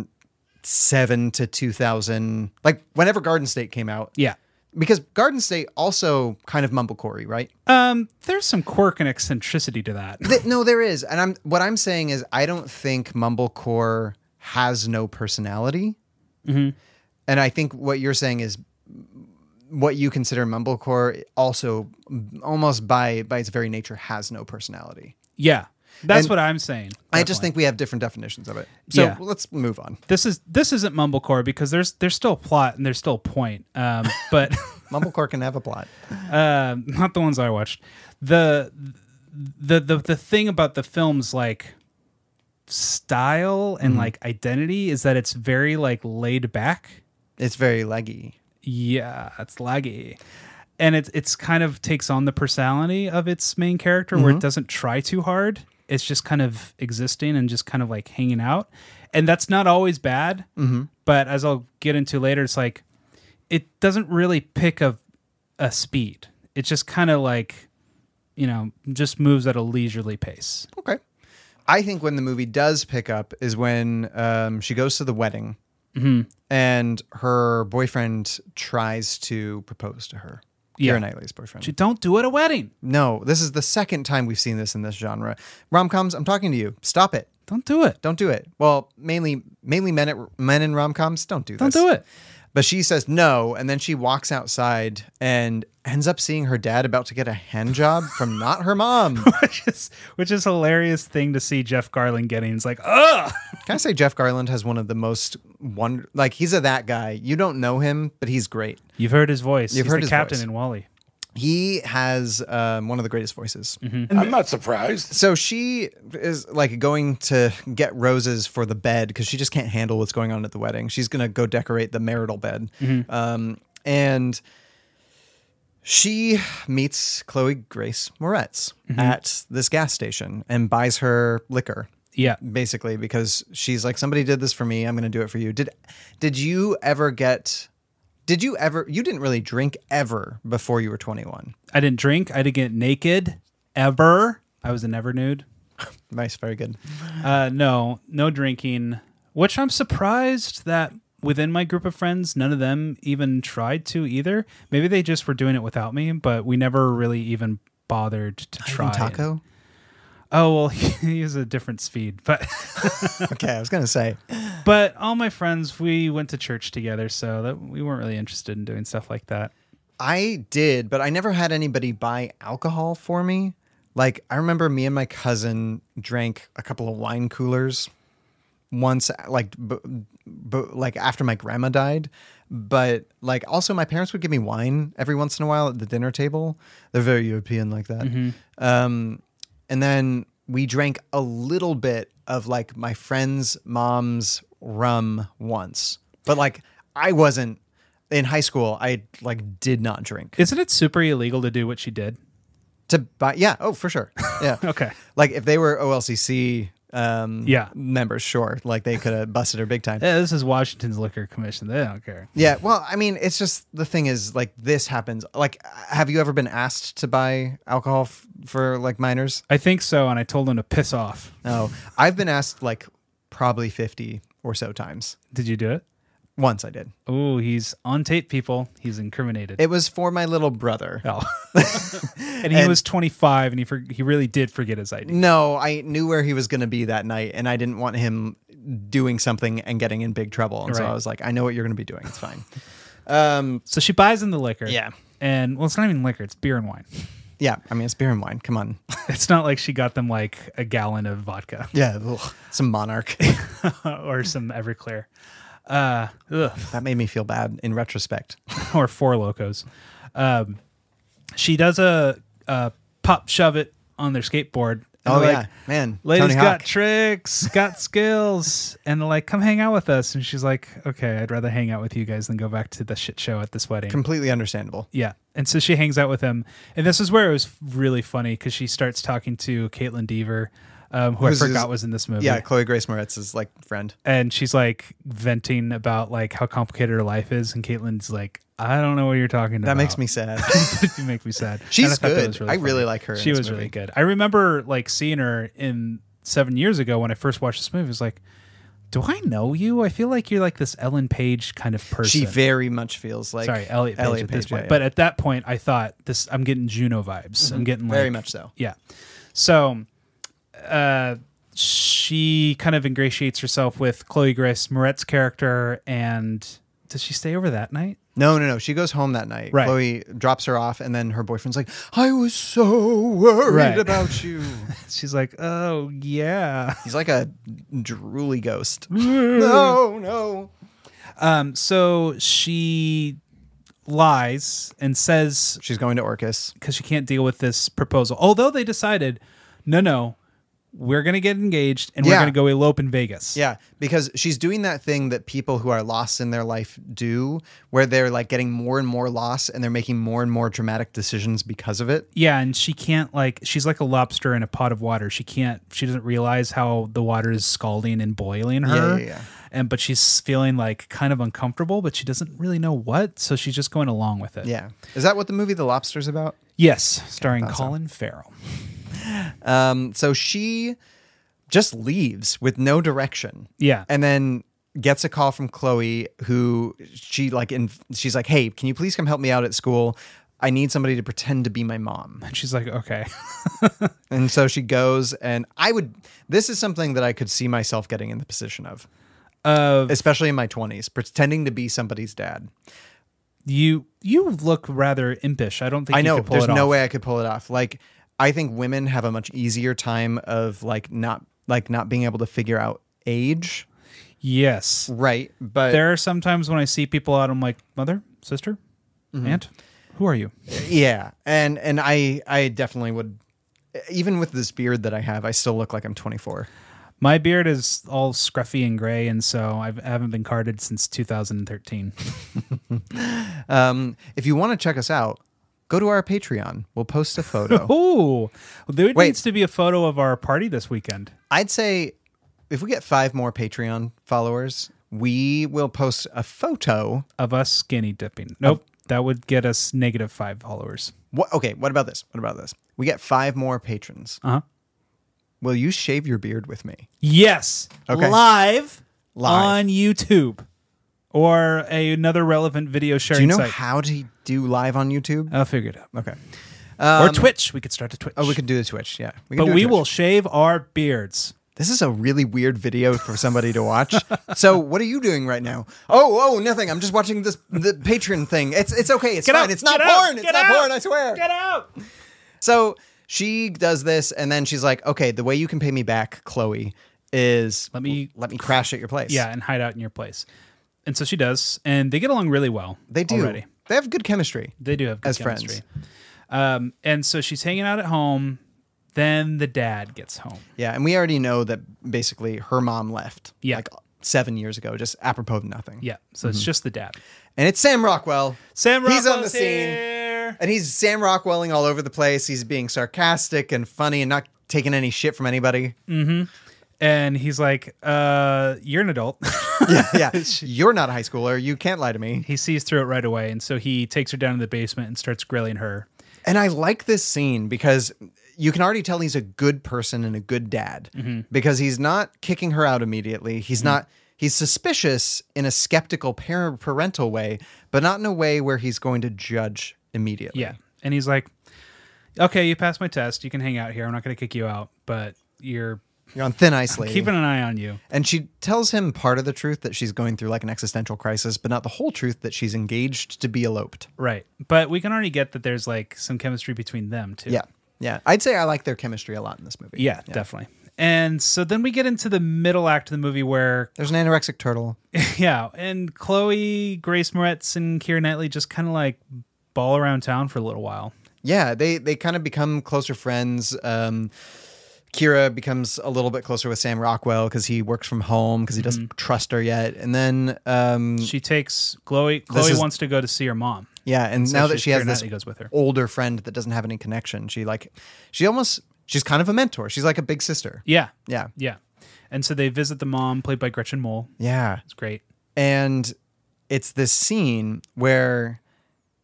Speaker 1: 2007 to 2000, like, whenever Garden State came out,
Speaker 2: Yeah.
Speaker 1: because Garden State also kind of mumblecore, right?
Speaker 2: Um, there's some quirk and eccentricity to that.
Speaker 1: Th- no, there is, and I'm what I'm saying is I don't think mumblecore has no personality,
Speaker 2: Mm-hmm.
Speaker 1: and I think what you're saying is what you consider mumblecore also almost by by its very nature has no personality.
Speaker 2: Yeah. That's
Speaker 1: And
Speaker 2: what I'm saying.
Speaker 1: I just
Speaker 2: definitely.
Speaker 1: think we have different definitions of it. So
Speaker 2: Yeah.
Speaker 1: let's move on.
Speaker 2: this is this isn't mumblecore because there's there's still plot and there's still point. Um, but
Speaker 1: Mumblecore can have a plot.
Speaker 2: um, not the ones I watched. The the the the thing about the film's like style and like identity is that it's very like laid back.
Speaker 1: It's very leggy.
Speaker 2: Yeah, it's laggy. And it's it's kind of takes on the personality of its main character where it doesn't try too hard. It's just kind of existing and just kind of like hanging out. And that's not always Mm-hmm. bad. But as I'll get into later, it's like it doesn't really pick a a speed. It just kind of like, you know, just moves at a leisurely pace.
Speaker 1: Okay. I think when the movie does pick up is when um, she goes to the wedding
Speaker 2: Mm-hmm.
Speaker 1: and her boyfriend tries to propose to her.
Speaker 2: Yeah.
Speaker 1: Keira Knightley's boyfriend.
Speaker 2: You don't do it at a wedding.
Speaker 1: no, this is the second time we've seen this in this genre. Rom coms, I'm talking to you. Stop it.
Speaker 2: Don't do it.
Speaker 1: Don't do it. Well, mainly mainly men at, men in rom coms don't do
Speaker 2: Don't
Speaker 1: this.
Speaker 2: do it.
Speaker 1: But she says no, and then she walks outside and ends up seeing her dad about to get a hand job from not her mom.
Speaker 2: Which is which is hilarious thing to see Jeff Garland getting. It's like, ugh.
Speaker 1: Can I say Jeff Garland has one of the most wonder like he's a that guy. You don't know him, but he's great.
Speaker 2: You've heard his voice.
Speaker 1: You've
Speaker 2: He's
Speaker 1: heard
Speaker 2: the
Speaker 1: his
Speaker 2: captain
Speaker 1: voice.
Speaker 2: in Wally.
Speaker 1: He has um, one of the greatest voices.
Speaker 10: I'm not surprised.
Speaker 1: So she is like going to get roses for the bed because she just can't handle what's going on at the wedding. She's gonna go decorate the marital bed, um, and she meets Chloe Grace Moretz at this gas station and buys her liquor.
Speaker 2: Yeah.
Speaker 1: basically because she's like somebody did this for me i'm going to do it for you did did you ever get did you ever you didn't really drink ever before you were 21
Speaker 2: I didn't drink. I didn't get naked ever. I was a never nude.
Speaker 1: nice very good
Speaker 2: Uh, no, no drinking, which I'm surprised that within my group of friends, none of them even tried to either. Maybe they just were doing it without me, but we never really even bothered to try.
Speaker 1: Even taco
Speaker 2: Oh, well, he is a different speed, but.
Speaker 1: okay i was going to say
Speaker 2: But all my friends, we went to church together, so that we weren't really interested in doing stuff like that.
Speaker 1: i did but i never had anybody buy alcohol for me like i remember me and my cousin drank a couple of wine coolers once like b- b- like after my grandma died but like also my parents would give me wine every once in a while at the dinner table they're very european like that um and then we drank a little bit of like my friend's mom's rum once but like i wasn't in high school i like did not drink
Speaker 2: Isn't it super illegal to do what she did?
Speaker 1: to buy yeah oh for sure yeah
Speaker 2: Okay.
Speaker 1: like if they were olcc um
Speaker 2: Yeah.
Speaker 1: members sure like they could have busted her big time
Speaker 2: Yeah, this is Washington's Liquor Commission. They don't care.
Speaker 1: Yeah, well, I mean, it's just the thing is like this happens. Like, have you ever been asked to buy alcohol f- for like minors?
Speaker 2: I think so, and I told them to piss off.
Speaker 1: No, I've been asked like probably fifty or so times.
Speaker 2: Did you do it?
Speaker 1: Once I did.
Speaker 2: Oh, he's on tape, people. He's incriminated.
Speaker 1: It was for my little brother.
Speaker 2: oh. and he
Speaker 1: And-
Speaker 2: was 25, and he for- he really did forget his ID.
Speaker 1: No, I knew where he was going to be that night, and I didn't want him doing something and getting in big trouble. And so
Speaker 2: Right.
Speaker 1: I was like, I know what you're going to be doing. It's fine.
Speaker 2: So she buys him the liquor.
Speaker 1: Yeah.
Speaker 2: And well, it's not even liquor; it's beer and wine.
Speaker 1: yeah, I mean, it's beer and wine. Come on.
Speaker 2: It's not like she got them like a gallon of vodka.
Speaker 1: yeah, ugh, some Monarch.
Speaker 2: or some Everclear, uh, ugh,
Speaker 1: that made me feel bad in retrospect.
Speaker 2: or Four Locos. Um, she does a, a pop shove it on their skateboard. And
Speaker 1: Oh
Speaker 2: they're
Speaker 1: yeah,
Speaker 2: like,
Speaker 1: man.
Speaker 2: Lady's
Speaker 1: Tony
Speaker 2: got
Speaker 1: Hawk.
Speaker 2: tricks, got skills, and they're like, "Come hang out with us." And she's like, "Okay, I'd rather hang out with you guys than go back to the shit show at this wedding."
Speaker 1: completely understandable.
Speaker 2: Yeah. And so she hangs out with him. And this is where it was really funny because she starts talking to Caitlin Deaver, um, who
Speaker 1: Who's
Speaker 2: I
Speaker 1: his-
Speaker 2: forgot was in this movie.
Speaker 1: Yeah, Chloe Grace Moretz's like friend.
Speaker 2: And she's like venting about like how complicated her life is. And Caitlin's like, I don't know what you're talking about.
Speaker 1: That makes me sad.
Speaker 2: you make me sad.
Speaker 1: She's
Speaker 2: And I thought that
Speaker 1: good.
Speaker 2: was
Speaker 1: I
Speaker 2: funny.
Speaker 1: really like her in
Speaker 2: She
Speaker 1: this
Speaker 2: was
Speaker 1: movie.
Speaker 2: really good. I remember like seeing her in seven years ago when I first watched this movie. It was like, do I know you? I feel like you're like this Ellen Page kind of person.
Speaker 1: she very much feels like
Speaker 2: Sorry, Elliot Page at this
Speaker 1: Page,
Speaker 2: point.
Speaker 1: yeah,
Speaker 2: But
Speaker 1: yeah.
Speaker 2: at that point, I thought this. I'm getting Juno vibes. I'm getting like,
Speaker 1: very much so.
Speaker 2: Yeah. So, uh, she kind of ingratiates herself with Chloe Grace Moretz's character, and does she stay over that night?
Speaker 1: No, no, no. She goes home that night.
Speaker 2: Right.
Speaker 1: Chloe drops her off, and then her boyfriend's like, "I was so worried
Speaker 2: Right.
Speaker 1: about you."
Speaker 2: She's like, oh yeah.
Speaker 1: He's like a drooly ghost. no, no.
Speaker 2: Um, so she lies and says
Speaker 1: She's going to Orcus.
Speaker 2: because she can't deal with this proposal. Although they decided, no, no, we're gonna get engaged and we're
Speaker 1: Yeah.
Speaker 2: gonna go elope in Vegas.
Speaker 1: Yeah, because she's doing that thing that people who are lost in their life do, where they're like getting more and more lost and they're making more and more dramatic decisions because of it.
Speaker 2: Yeah, and she can't like she's like a lobster in a pot of water. She can't she doesn't realize how the water is scalding and boiling her.
Speaker 1: yeah, yeah.
Speaker 2: And but she's feeling like kind of uncomfortable, but she doesn't really know what, so she's just going along with it.
Speaker 1: Yeah. Is that what the movie The Lobster's about?
Speaker 2: Yes, starring Colin Farrell.
Speaker 1: Um, so she just leaves with no direction.
Speaker 2: Yeah.
Speaker 1: And then gets a call from Chloe who she like in she's like, "Hey, can you please come help me out at school? I need somebody to pretend to be my mom."
Speaker 2: And she's like, "Okay."
Speaker 1: And so she goes and I would this is something that I could see myself getting in the position of.
Speaker 2: Uh
Speaker 1: especially in my 20s, pretending to be somebody's dad.
Speaker 2: you you look rather impish. I don't think
Speaker 1: I
Speaker 2: you
Speaker 1: know
Speaker 2: could pull
Speaker 1: there's
Speaker 2: it
Speaker 1: no
Speaker 2: off.
Speaker 1: way I could pull it off. Like I think women have a much easier time of like not like not being able to figure out age,
Speaker 2: Yes.
Speaker 1: right? But
Speaker 2: There are sometimes when I see people out I'm like, "Mother, sister,
Speaker 1: Mm-hmm.
Speaker 2: aunt, who are you?"
Speaker 1: yeah, and and I I definitely would even with this beard that I have, I still look like I'm 24.
Speaker 2: My beard is all scruffy and gray, and so I've, I haven't been carded since 2013.
Speaker 1: If you want to check us out, go to our Patreon. We'll post a photo.
Speaker 2: Ooh, there
Speaker 1: Wait.
Speaker 2: needs to be a photo of our party this weekend.
Speaker 1: I'd say if we get 5 more Patreon followers, we will post a photo
Speaker 2: of us skinny
Speaker 1: Oh.
Speaker 2: dipping. Nope, that would get us negative five followers.
Speaker 1: What, okay, what about this? What about this? We get five more patrons.
Speaker 2: Uh huh.
Speaker 1: Will you shave your beard with me?
Speaker 2: Yes,
Speaker 1: Okay.
Speaker 2: live,
Speaker 1: Live.
Speaker 2: on YouTube or a, another relevant video sharing
Speaker 1: Do you know
Speaker 2: site.
Speaker 1: how to do live on YouTube?
Speaker 2: I'll figure it out.
Speaker 1: okay.
Speaker 2: or Twitch. We could start to Twitch.
Speaker 1: Um, Oh, we could do the Twitch. Yeah. We could
Speaker 2: But
Speaker 1: do a
Speaker 2: we
Speaker 1: Twitch.
Speaker 2: will shave our beards.
Speaker 1: This is a really weird video for somebody to watch. so, what are you doing right now? Oh, oh, nothing. I'm just watching this the Patreon thing. It's it's okay. It's fine.
Speaker 2: out,
Speaker 1: It's not
Speaker 2: get out,
Speaker 1: porn. It's
Speaker 2: get
Speaker 1: not
Speaker 2: out,
Speaker 1: porn. I swear.
Speaker 2: Get out.
Speaker 1: So she does this, and then she's like, "Okay, the way you can pay me back, Chloe, is
Speaker 2: Let me-
Speaker 1: let me crash at your place."
Speaker 2: Yeah, and hide out in your place. And so she does, and they get along really well.
Speaker 1: they do.
Speaker 2: already.
Speaker 1: They have good chemistry.
Speaker 2: They do have good
Speaker 1: As friends.
Speaker 2: chemistry. Um, and so she's hanging out at home. Then the dad gets home.
Speaker 1: Yeah, and we already know that basically her mom left.
Speaker 2: Yeah.
Speaker 1: Like seven years ago, just apropos of nothing.
Speaker 2: Yeah, so it's just the dad.
Speaker 1: And it's Sam Rockwell.
Speaker 2: Sam
Speaker 1: He's on the
Speaker 2: Rockwell's
Speaker 1: scene.
Speaker 2: here.
Speaker 1: And he's Sam Rockwelling all over the place. He's being sarcastic and funny and not taking any shit from anybody.
Speaker 2: and he's like, uh, "You're an adult."
Speaker 1: Yeah. yeah. You're not a high schooler. You can't lie to me.
Speaker 2: he sees through it right away, and so he takes her down to the basement and starts grilling her.
Speaker 1: And I like this scene because you can already tell he's a good person and a good dad
Speaker 2: Mm-hmm.
Speaker 1: because he's not kicking her out immediately. He's not. He's suspicious in a skeptical par- parental way, but not in a way where he's going to judge immediately.
Speaker 2: Yeah, and he's like, "Okay, you passed my test. You can hang out here. I'm not going to kick you out, but you're
Speaker 1: You're on thin ice, lady.
Speaker 2: keeping an eye on you."
Speaker 1: and she tells him part of the truth that she's going through like an existential crisis, but not the whole truth that she's engaged to be eloped.
Speaker 2: Right. But we can already get that there's like some chemistry between them too.
Speaker 1: Yeah. Yeah. I'd say I like their chemistry a lot in this movie.
Speaker 2: Yeah, definitely. And so then we get into the middle act of the movie where,
Speaker 1: There's an anorexic turtle.
Speaker 2: yeah, and Chloe, Grace Moretz, and Keira Knightley just kind of like ball around town for a little while.
Speaker 1: Yeah, they they kind of become closer friends. Um, Kira becomes a little bit closer with Sam Rockwell because he works from home because he
Speaker 2: Mm-hmm.
Speaker 1: doesn't trust her yet. And then, um,
Speaker 2: She takes Chloe. Chloe
Speaker 1: is-
Speaker 2: wants to go to see her mom.
Speaker 1: yeah, and now that
Speaker 2: she-
Speaker 1: she has
Speaker 2: Keira
Speaker 1: this
Speaker 2: Knightley goes with her.
Speaker 1: older friend that doesn't have any connection, she like she almost she's kind of a mentor. She's like a big sister.
Speaker 2: Yeah.
Speaker 1: Yeah,
Speaker 2: Yeah. And so they visit the mom, played by Gretchen Mol.
Speaker 1: yeah.
Speaker 2: It's great.
Speaker 1: and it's this scene where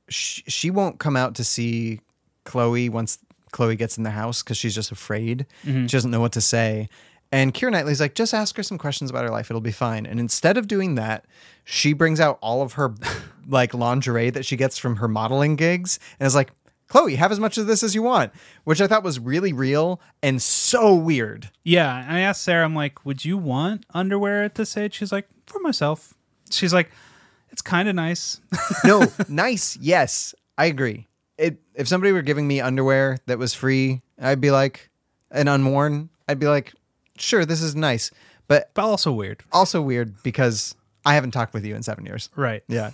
Speaker 1: she, she won't come out to see Chloe once Chloe gets in the house because she's just afraid. She doesn't know what to say. And Keira Knightley's like, just ask her some questions about her life. It'll be fine. And instead of doing that, she brings out all of her like lingerie that she gets from her modeling gigs and is like, Chloe, have as much of this as you want, which I thought was really real and so weird.
Speaker 2: Yeah. And I asked Sarah, I'm like, would you want underwear at this age? She's like, for myself. She's like, it's kind of nice.
Speaker 1: no, nice. Yes, I agree. It, if somebody were giving me underwear that was free, I'd be like, and unworn, I'd be like, sure, this is nice, but
Speaker 2: but also weird.
Speaker 1: also weird because I haven't talked with you in seven years.
Speaker 2: Right.
Speaker 1: Yeah.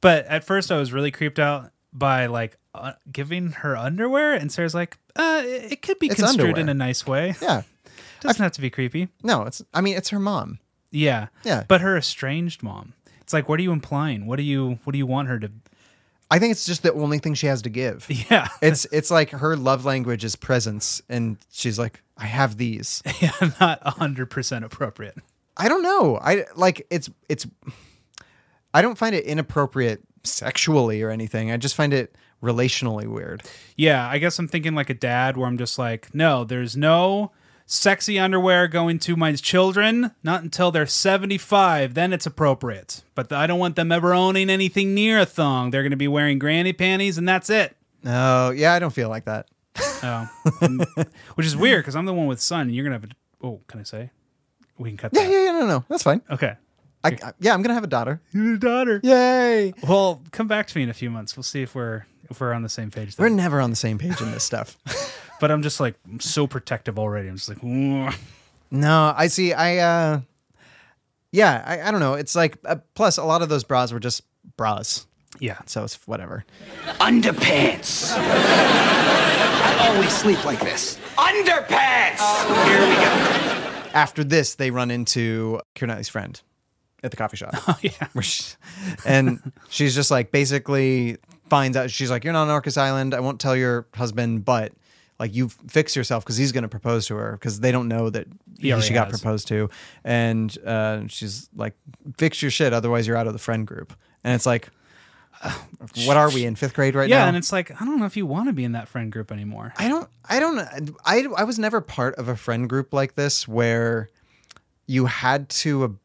Speaker 2: But at first, I was really creeped out by like uh, giving her underwear, and Sarah's like, uh, it it could be
Speaker 1: It's
Speaker 2: construed
Speaker 1: underwear.
Speaker 2: in a nice way.
Speaker 1: Yeah.
Speaker 2: Doesn't have to be creepy.
Speaker 1: No, it's. I mean, it's her mom.
Speaker 2: Yeah.
Speaker 1: Yeah.
Speaker 2: But her estranged mom. It's like, what are you implying? What do you what do you want her to
Speaker 1: I think it's just the only thing she has to give.
Speaker 2: Yeah.
Speaker 1: It's it's like her love language is presence, and she's like, I have these.
Speaker 2: yeah, not hundred percent appropriate.
Speaker 1: I don't know. I like it's it's. I don't find it inappropriate sexually or anything. I just find it relationally weird.
Speaker 2: Yeah, I guess I'm thinking like a dad where I'm just like, no, there's no sexy underwear going to my children, not until they're 75, then it's appropriate. But I don't want them ever owning anything near a thong. They're going to be wearing granny panties and that's it.
Speaker 1: No, yeah, I don't feel like that.
Speaker 2: Oh. And- which is weird because I'm the one with son and you're going to have a. Oh, can I say? We can cut
Speaker 1: Yeah,
Speaker 2: that.
Speaker 1: yeah, yeah, no, no, that's fine.
Speaker 2: Okay.
Speaker 1: I, I- yeah, I'm gonna have a daughter.
Speaker 2: Your daughter.
Speaker 1: Yay!
Speaker 2: Well, come back to me in a few months. We'll see if we're if we're on the same page.
Speaker 1: We're
Speaker 2: Then.
Speaker 1: never on the same page in this stuff.
Speaker 2: But I'm just like I'm so protective already. I'm just like, "Ugh."
Speaker 1: No, I see. I, uh, yeah, I, I don't know. It's like, uh, plus, a lot of those bras were just bras.
Speaker 2: yeah.
Speaker 1: So it's whatever.
Speaker 9: Underpants. I always sleep like this. Underpants. Here we go.
Speaker 1: After this, they run into Keira Knightley's friend at the coffee shop. Oh,
Speaker 2: yeah.
Speaker 1: and she's just like, basically finds out, she's like, You're not on Orcas Island. I won't tell your husband, but like, you fix yourself because he's going to propose to her because they don't know that
Speaker 2: He
Speaker 1: he,
Speaker 2: already
Speaker 1: she got
Speaker 2: has.
Speaker 1: proposed to. And uh, she's like, Fix your shit. Otherwise, you're out of the friend group. And it's like, what are we in fifth grade right
Speaker 2: yeah,
Speaker 1: now?
Speaker 2: and it's like I don't know if you want to be in that friend group anymore.
Speaker 1: I don't I don't I I was never part of a friend group like this where you had to ab-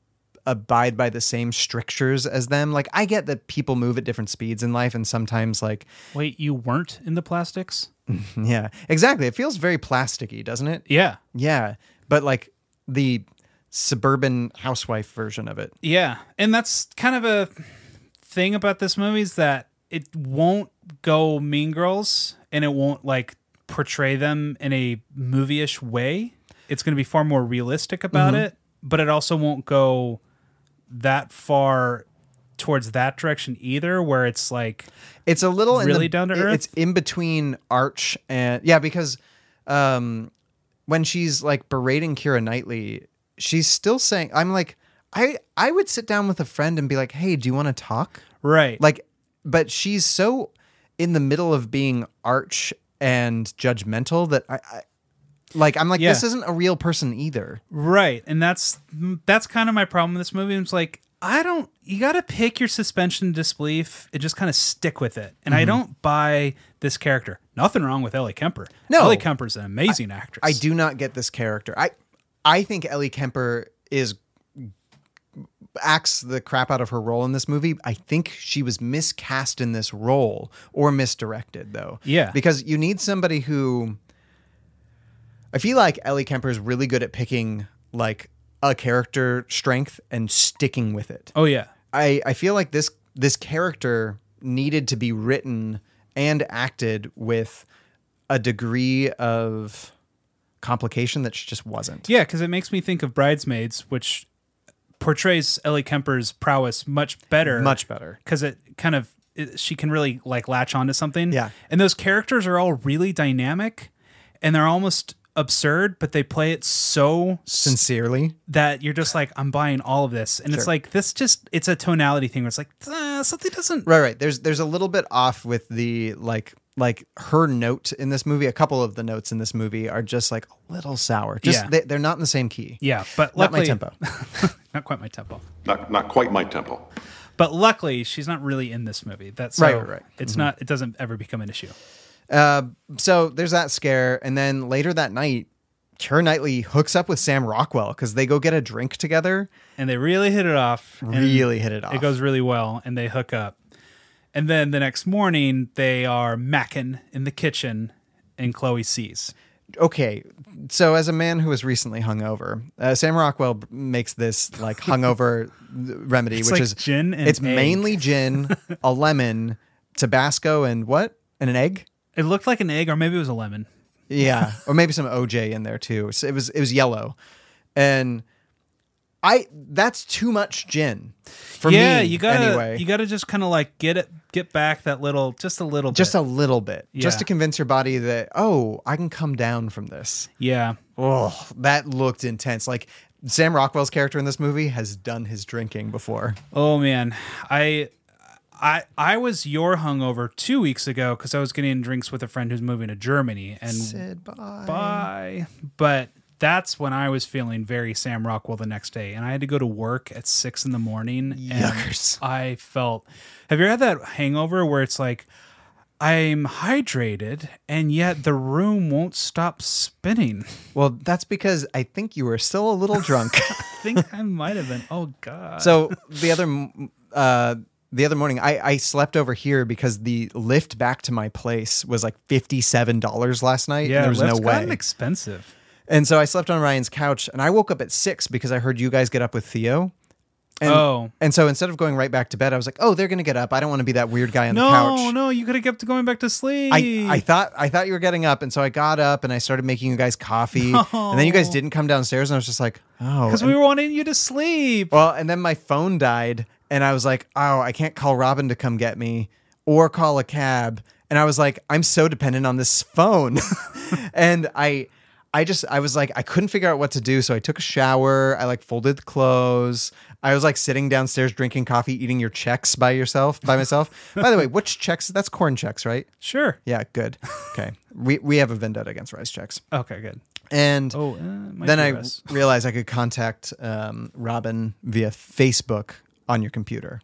Speaker 1: abide by the same strictures as them. Like I get that people move at different speeds in life and sometimes like
Speaker 2: Wait, you weren't in the plastics?
Speaker 1: yeah, exactly. It feels very plasticky, doesn't it?
Speaker 2: Yeah,
Speaker 1: Yeah. But like the suburban housewife version of it.
Speaker 2: yeah, and that's kind of a thing about this movie is that it won't go Mean Girls, and it won't like portray them in a movie-ish way. It's going to be far more realistic about it, but it also won't go that far towards that direction either, where it's like
Speaker 1: It's a little in the-
Speaker 2: Really down to
Speaker 1: it-
Speaker 2: earth?
Speaker 1: It's in between Arch and yeah, because um, when she's like berating Kira Knightley, she's still saying, "I'm like, I I would sit down with a friend and be like, hey, do you want to talk?"
Speaker 2: right,
Speaker 1: Like, but she's so in the middle of being Arch and judgmental that I. I like I'm like
Speaker 2: Yeah.
Speaker 1: this isn't a real person either.
Speaker 2: Right, and that's that's kind of my problem with this movie. It's like I don't. You got to pick your suspension of disbelief and just kind of stick with it.
Speaker 1: Mm-hmm.
Speaker 2: And I don't buy this character. Nothing wrong with Ellie Kemper.
Speaker 1: No.
Speaker 2: Ellie Kemper's an amazing actress.
Speaker 1: I do not get this character. I I think Ellie Kemper is acts the crap out of her role in this movie. I think she was miscast in this role or misdirected though.
Speaker 2: Yeah.
Speaker 1: Because you need somebody who I feel like Ellie Kemper is really good at picking like a character strength and sticking with it.
Speaker 2: Oh yeah,
Speaker 1: I, I feel like this this character needed to be written and acted with a degree of complication that she just wasn't.
Speaker 2: yeah, because it makes me think of Bridesmaids, which portrays Ellie Kemper's prowess much better.
Speaker 1: Much better.
Speaker 2: because it kind of it, she can really like latch onto something.
Speaker 1: Yeah.
Speaker 2: and those characters are all really dynamic, and they're almost absurd, but they play it so
Speaker 1: Sincerely.
Speaker 2: that you're just like, I'm buying all of this. And it's like, this just, it's a tonality thing where it's like, uh, something doesn't.
Speaker 1: Right, right. There's there's a little bit off with the like like her note in this movie. A couple of the notes in this movie are just like a little sour. Just
Speaker 2: Yeah.
Speaker 1: they, they're not in the same key.
Speaker 2: Yeah, but
Speaker 1: Not my
Speaker 2: luckily,
Speaker 1: tempo.
Speaker 2: not quite my tempo.
Speaker 10: Not, not quite my tempo.
Speaker 2: But luckily, she's not really in this movie. That's so
Speaker 1: Right, right, Mm-hmm. right.
Speaker 2: It's not. It doesn't ever become an issue.
Speaker 1: Uh, So there's that scare, and then later that night, Keira Knightley hooks up with Sam Rockwell because they go get a drink together.
Speaker 2: And they really hit it off. and
Speaker 1: Really hit it off.
Speaker 2: It goes really well, and they hook up. And then the next morning, they are macking in the kitchen, and Chloe sees.
Speaker 1: okay. So as a man who was recently hungover, uh, Sam Rockwell b- makes this like hungover remedy, which
Speaker 2: like
Speaker 1: is
Speaker 2: gin and
Speaker 1: it's
Speaker 2: egg.
Speaker 1: mainly gin, a lemon, Tabasco, and what? And an egg?
Speaker 2: It looked like an egg, or maybe it was a lemon.
Speaker 1: Yeah, or maybe some OJ in there too. So it was it was yellow, and I that's too much gin for
Speaker 2: yeah,
Speaker 1: me.
Speaker 2: you gotta
Speaker 1: anyway.
Speaker 2: you gotta just kind of like get it, get back that little, just a little,
Speaker 1: just
Speaker 2: bit.
Speaker 1: a little bit,
Speaker 2: Yeah.
Speaker 1: just to convince your body that oh, I can come down from this.
Speaker 2: yeah.
Speaker 1: oh, that looked intense. Like Sam Rockwell's character in this movie has done his drinking before.
Speaker 2: Oh man, I I I was your hungover two weeks ago because I was getting in drinks with a friend who's moving to Germany and
Speaker 1: Said bye.
Speaker 2: bye. But that's when I was feeling very Sam Rockwell the next day, and I had to go to work at six in the morning.
Speaker 1: Yuckers.
Speaker 2: And I felt. Have you ever had that hangover where it's like? I'm hydrated and yet the room won't stop spinning.
Speaker 1: Well, that's because I think you were still a little drunk.
Speaker 2: I think I might have been. Oh god.
Speaker 1: so the other m- uh, the other morning, I, I slept over here because the lift back to my place was like fifty seven dollars last night. and
Speaker 2: yeah,
Speaker 1: there was no
Speaker 2: lift's
Speaker 1: way.
Speaker 2: kind of expensive.
Speaker 1: and so I slept on Ryan's couch, and I woke up at six because I heard you guys get up with Theo. And,
Speaker 2: Oh.
Speaker 1: and so instead of going right back to bed, I was like, "Oh, they're gonna get up. I don't want to be that weird guy on the couch."
Speaker 2: No, no, you could have kept going back to sleep.
Speaker 1: I, I thought I thought you were getting up, and so I got up and I started making you guys coffee, and then you guys didn't come downstairs, and I was just like, oh,
Speaker 2: because
Speaker 1: And-
Speaker 2: we were wanting you to sleep.
Speaker 1: well, and then my phone died, and I was like, oh, I can't call Robin to come get me or call a cab, and I was like, I'm so dependent on this phone, and I. I just I was like I couldn't figure out what to do, so I took a shower. I like folded the clothes. I was like sitting downstairs drinking coffee, eating your checks by yourself by myself. by the way, which checks? That's corn checks, right?
Speaker 2: Sure.
Speaker 1: Yeah, good. Okay. we we have a vendetta against rice checks.
Speaker 2: Okay, good.
Speaker 1: And
Speaker 2: Oh, uh, it might
Speaker 1: then
Speaker 2: be
Speaker 1: I
Speaker 2: rice.
Speaker 1: realized I could contact um, Robin via Facebook on your computer.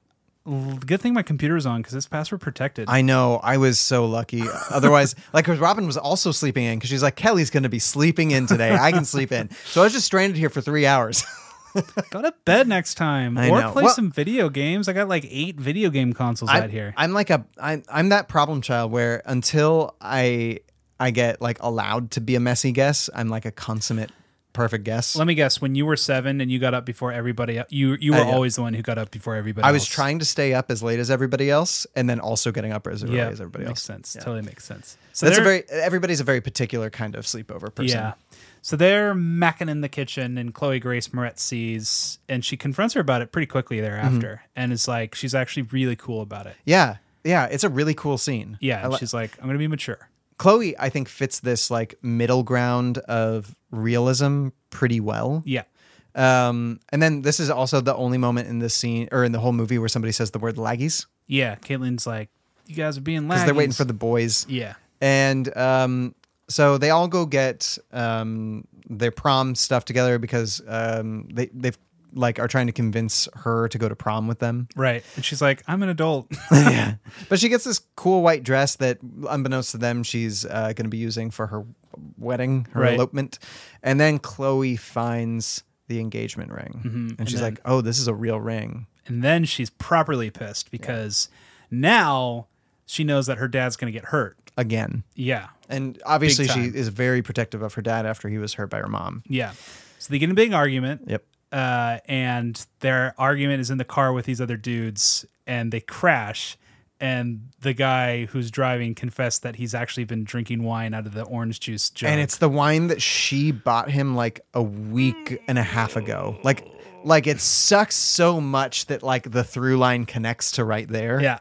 Speaker 2: L- Good thing my computer's on because it's password protected.
Speaker 1: I know I was so lucky. Otherwise, like 'cause Robin was also sleeping in because she's like Kelly's going to be sleeping in today. I can sleep in. So I was just stranded here for three hours.
Speaker 2: Go to bed next time,
Speaker 1: I
Speaker 2: or
Speaker 1: know.
Speaker 2: play
Speaker 1: Well-
Speaker 2: some video games. I got like eight video game consoles
Speaker 1: I,
Speaker 2: out here.
Speaker 1: I'm like a I'm I'm that problem child where until I I get like allowed to be a messy guess, I'm like a consummate perfect guess.
Speaker 2: Let me guess. When you were seven and you got up before everybody, el- you you were
Speaker 1: yeah.
Speaker 2: always the one who got up before everybody.
Speaker 1: I was
Speaker 2: else.
Speaker 1: trying to stay up as late as everybody else, and then also getting up as early
Speaker 2: Yeah,
Speaker 1: as everybody
Speaker 2: makes
Speaker 1: else.
Speaker 2: sense. Totally makes sense. So
Speaker 1: That's a
Speaker 2: there-
Speaker 1: very everybody's a very particular kind of sleepover person.
Speaker 2: Yeah. So they're macking in the kitchen, and Chloe Grace Moretz sees, and she confronts her about it pretty quickly thereafter,
Speaker 1: Mm-hmm.
Speaker 2: and is like, she's actually really cool about it.
Speaker 1: yeah, yeah. It's a really cool scene.
Speaker 2: Yeah,
Speaker 1: I
Speaker 2: and
Speaker 1: li-
Speaker 2: she's like, I'm gonna be mature.
Speaker 1: Chloe, I think fits this like middle ground of realism pretty well.
Speaker 2: Yeah,
Speaker 1: Um, and then this is also the only moment in this scene or in the whole movie where somebody says the word laggies
Speaker 2: yeah. Caitlin's like, you guys are being
Speaker 1: because
Speaker 2: lazy.
Speaker 1: they're waiting for the boys.
Speaker 2: yeah.
Speaker 1: and um, so they all go get um, their prom stuff together because um, they they've like are trying to convince her to go to prom with them.
Speaker 2: Right, and she's like, "I'm an adult."
Speaker 1: But she gets this cool white dress that, unbeknownst to them, she's uh, going to be using for her wedding, her
Speaker 2: Right.
Speaker 1: elopement, and then Chloe finds the engagement ring, and, she's like, "Oh, this is a real ring."
Speaker 2: and then she's properly pissed because now she knows that her dad's gonna get hurt.
Speaker 1: Again,
Speaker 2: Yeah,
Speaker 1: and obviously she
Speaker 2: time.
Speaker 1: is very protective of her dad after he was hurt by her mom.
Speaker 2: yeah. So they get in a big argument.
Speaker 1: Yep.
Speaker 2: uh, and their argument is in the car with these other dudes, and they crash. And the guy who's driving confessed that he's actually been drinking wine out of the orange juice jug.
Speaker 1: and it's the wine that she bought him like a week and a half ago. Like, like it sucks so much that like the through line connects to right there.
Speaker 2: yeah.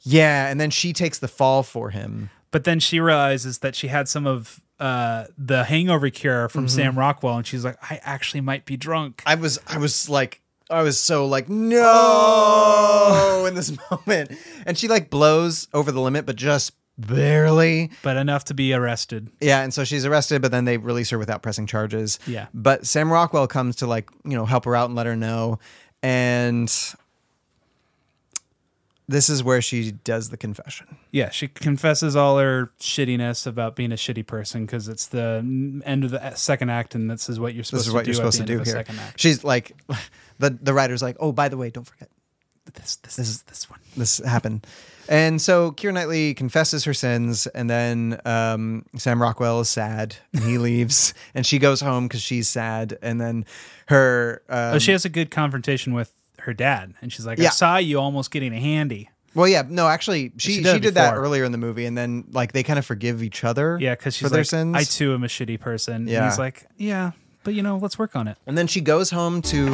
Speaker 1: yeah, and then she takes the fall for him.
Speaker 2: But then she realizes that she had some of uh, the hangover cure from
Speaker 1: Mm-hmm.
Speaker 2: Sam Rockwell, and she's like, "I actually might be drunk."
Speaker 1: I was, I was like, I was so like, no, in this moment, and she like blows over the limit, but just barely.
Speaker 2: but enough to be arrested.
Speaker 1: Yeah, and so she's arrested, but then they release her without pressing charges.
Speaker 2: Yeah.
Speaker 1: But Sam Rockwell comes to like, you know, help her out and let her know. And this is where she does the confession.
Speaker 2: Yeah, she confesses all her shittiness about being a shitty person because it's the end of the uh, second act, and this is what you're supposed
Speaker 1: This is
Speaker 2: to
Speaker 1: what
Speaker 2: do.
Speaker 1: you're
Speaker 2: at
Speaker 1: supposed
Speaker 2: the
Speaker 1: to
Speaker 2: end
Speaker 1: do
Speaker 2: of a
Speaker 1: here.
Speaker 2: Second act.
Speaker 1: She's like the the writer's like, "Oh, by the way, don't forget
Speaker 2: This, this, this is this one.
Speaker 1: this happened." And so Keira Knightley confesses her sins, and then um, Sam Rockwell is sad. And he leaves, and she goes home because she's sad. And then her um,
Speaker 2: Oh, she has a good confrontation with her dad, and she's like,
Speaker 1: Yeah.
Speaker 2: "I saw you almost getting a handy."
Speaker 1: Well, yeah, no, actually, she
Speaker 2: she
Speaker 1: she
Speaker 2: did
Speaker 1: did,
Speaker 2: it
Speaker 1: that
Speaker 2: before.
Speaker 1: earlier in the movie, and then like they kind of forgive each other.
Speaker 2: Yeah, because
Speaker 1: for
Speaker 2: she's
Speaker 1: their
Speaker 2: like,
Speaker 1: sins.
Speaker 2: "I too am a shitty person."
Speaker 1: Yeah.
Speaker 2: And he's like, "Yeah, but you know, let's work on it."
Speaker 1: and then she goes home to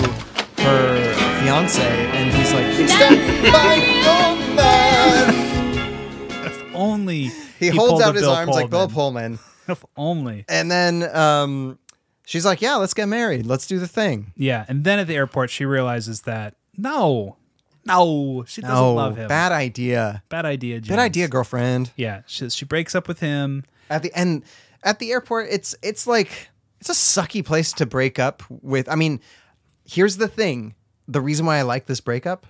Speaker 1: her fiance, and he's like, "Stand by your man."
Speaker 2: If only
Speaker 1: He
Speaker 2: pulled
Speaker 1: holds
Speaker 2: a
Speaker 1: out his
Speaker 2: Bill
Speaker 1: arms like Bill
Speaker 2: Pullman.
Speaker 1: Pullman,
Speaker 2: If only
Speaker 1: and then um, She's like, yeah, let's get married. Let's do the thing.
Speaker 2: Yeah, and then at the airport, she realizes that no, no, she doesn't
Speaker 1: No,
Speaker 2: love him.
Speaker 1: bad idea.
Speaker 2: Bad idea. James.
Speaker 1: Good idea, girlfriend.
Speaker 2: Yeah, she, she breaks up with him.
Speaker 1: At the and at the airport, it's it's like it's a sucky place to break up with. I mean, here's the thing: the reason why I like this breakup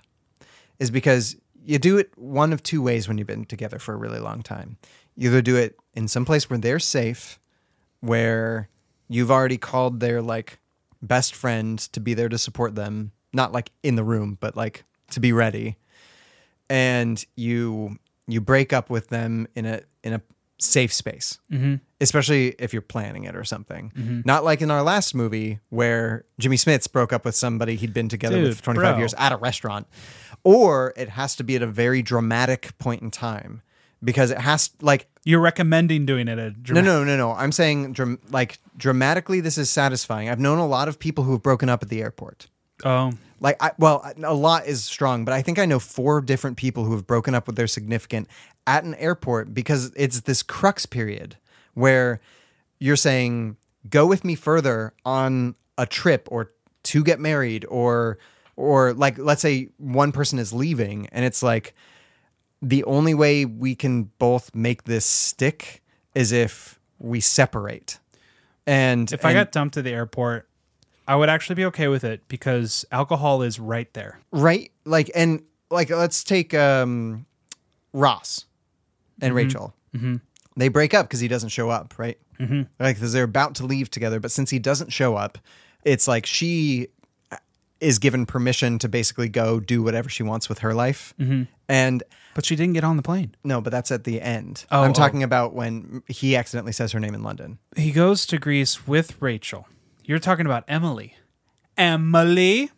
Speaker 1: is because you do it one of two ways when you've been together for a really long time. You either do it in some place where they're safe, where you've already called their like best friend to be there to support them, not like in the room, but like to be ready. And you you break up with them in a in a safe space, mm-hmm. especially if you're planning it or something.
Speaker 2: Mm-hmm.
Speaker 1: Not like in our last movie where Jimmy Smits broke up with somebody he'd been together with
Speaker 2: Dude,
Speaker 1: for 25
Speaker 2: bro.
Speaker 1: years at a restaurant or it has to be at a very dramatic point in time because it has like
Speaker 2: You're recommending doing it at
Speaker 1: no no no no i'm saying dram- like dramatically this is satisfying i've known a lot of people who have broken up at the airport
Speaker 2: Oh,
Speaker 1: like I, well I- a lot is strong but i think i know four different people who have broken up with their significant at an airport because it's this crux period where you're saying go with me further on a trip or to get married or or like let's say one person is leaving and it's like the only way we can both make this stick is if we separate and
Speaker 2: if I
Speaker 1: and-
Speaker 2: got dumped at the airport, I would actually be okay with it because alcohol is right there.
Speaker 1: right like and like let's take um ross and
Speaker 2: Mm-hmm.
Speaker 1: rachel they break up because he doesn't show up right mm-hmm. like 'cause they're about to leave together but since he doesn't show up it's like she uh, is given permission to basically go do whatever she wants with her life
Speaker 2: Mm-hmm.
Speaker 1: and
Speaker 2: But she didn't get on the plane.
Speaker 1: no but that's at the end
Speaker 2: Oh,
Speaker 1: i'm
Speaker 2: oh.
Speaker 1: talking about when he accidentally says her name in london
Speaker 2: He goes to Greece with Rachel. You're talking about Emily. Emily.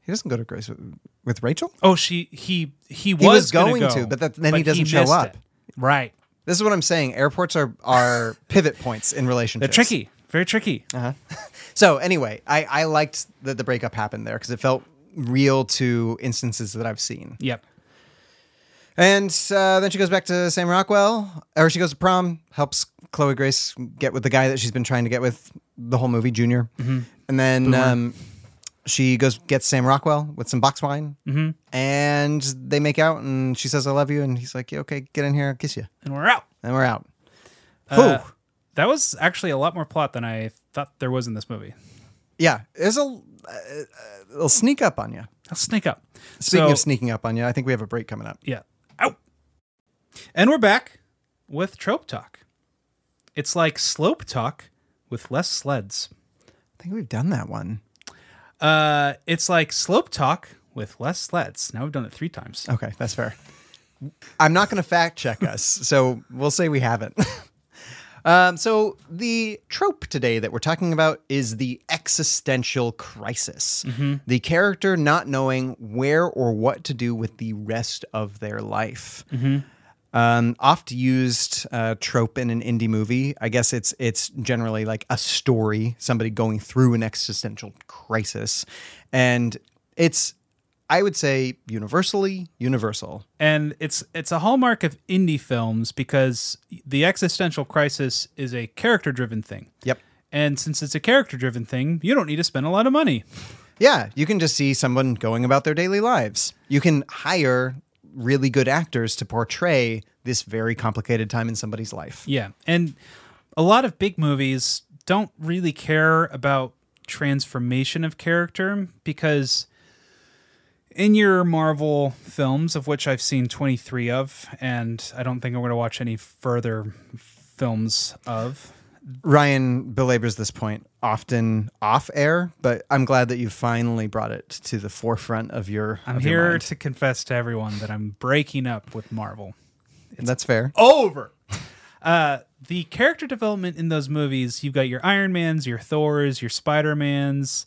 Speaker 1: he doesn't go to grace with, with rachel
Speaker 2: Oh, she he he was,
Speaker 1: He was
Speaker 2: gonna
Speaker 1: going
Speaker 2: go,
Speaker 1: to, but that- then he doesn't show
Speaker 2: missed
Speaker 1: up.
Speaker 2: it. Right.
Speaker 1: this is what i'm saying airports are are pivot points in
Speaker 2: They're
Speaker 1: relationships
Speaker 2: tricky. Very tricky.
Speaker 1: So anyway, I, I liked that the breakup happened there because it felt real to instances that I've seen.
Speaker 2: Yep.
Speaker 1: And uh, then she goes back to Sam Rockwell, or she goes to prom, helps Chloe Grace get with the guy that she's been trying to get with the whole movie, Junior. And then um, she goes gets Sam Rockwell with some box wine, mm-hmm. and they make out, and she says, "I love you," and he's like, "Yeah, "Okay, get in here, I'll kiss you,"
Speaker 2: And we're out.
Speaker 1: and we're out.
Speaker 2: Uh,
Speaker 1: Whew.
Speaker 2: That was actually a lot more plot than I thought there was in this movie.
Speaker 1: Yeah, there's a uh, it'll sneak up on you.
Speaker 2: I'll sneak up.
Speaker 1: Speaking
Speaker 2: So-
Speaker 1: of sneaking up on you, I think we have a break coming up.
Speaker 2: Yeah. Ow. And we're back with trope talk. It's like slope talk with less sleds.
Speaker 1: I think we've done that one.
Speaker 2: Uh, it's like slope talk with less sleds. Now we've done it three times.
Speaker 1: Okay, that's fair. I'm not going to fact check us, so we'll say we haven't. um, so the trope today that we're talking about is the existential crisis. The character not knowing where or what to do with the rest of their life. Um, oft used uh, trope in an indie movie. I guess it's it's generally like a story, somebody going through an existential crisis, and it's I would say universally universal.
Speaker 2: and it's it's a hallmark of indie films because the existential crisis is a character driven thing.
Speaker 1: Yep.
Speaker 2: And since it's a character driven thing, you don't need to spend a lot of money.
Speaker 1: Yeah, you can just see someone going about their daily lives. You can hire really good actors to portray this very complicated time in somebody's life.
Speaker 2: Yeah. And a lot of big movies don't really care about transformation of character because in your Marvel films, of which I've seen 23 of, and I don't think I'm going to watch any further films of.
Speaker 1: Ryan belabors this point often off air, but I'm glad that you finally brought it to the forefront of your.
Speaker 2: I'm
Speaker 1: of your
Speaker 2: here
Speaker 1: mind.
Speaker 2: to confess to everyone that I'm breaking up with Marvel.
Speaker 1: That's fair.
Speaker 2: Oh. over. Uh, the character development in those movies, you've got your Iron Mans, your Thors, your Spider Mans,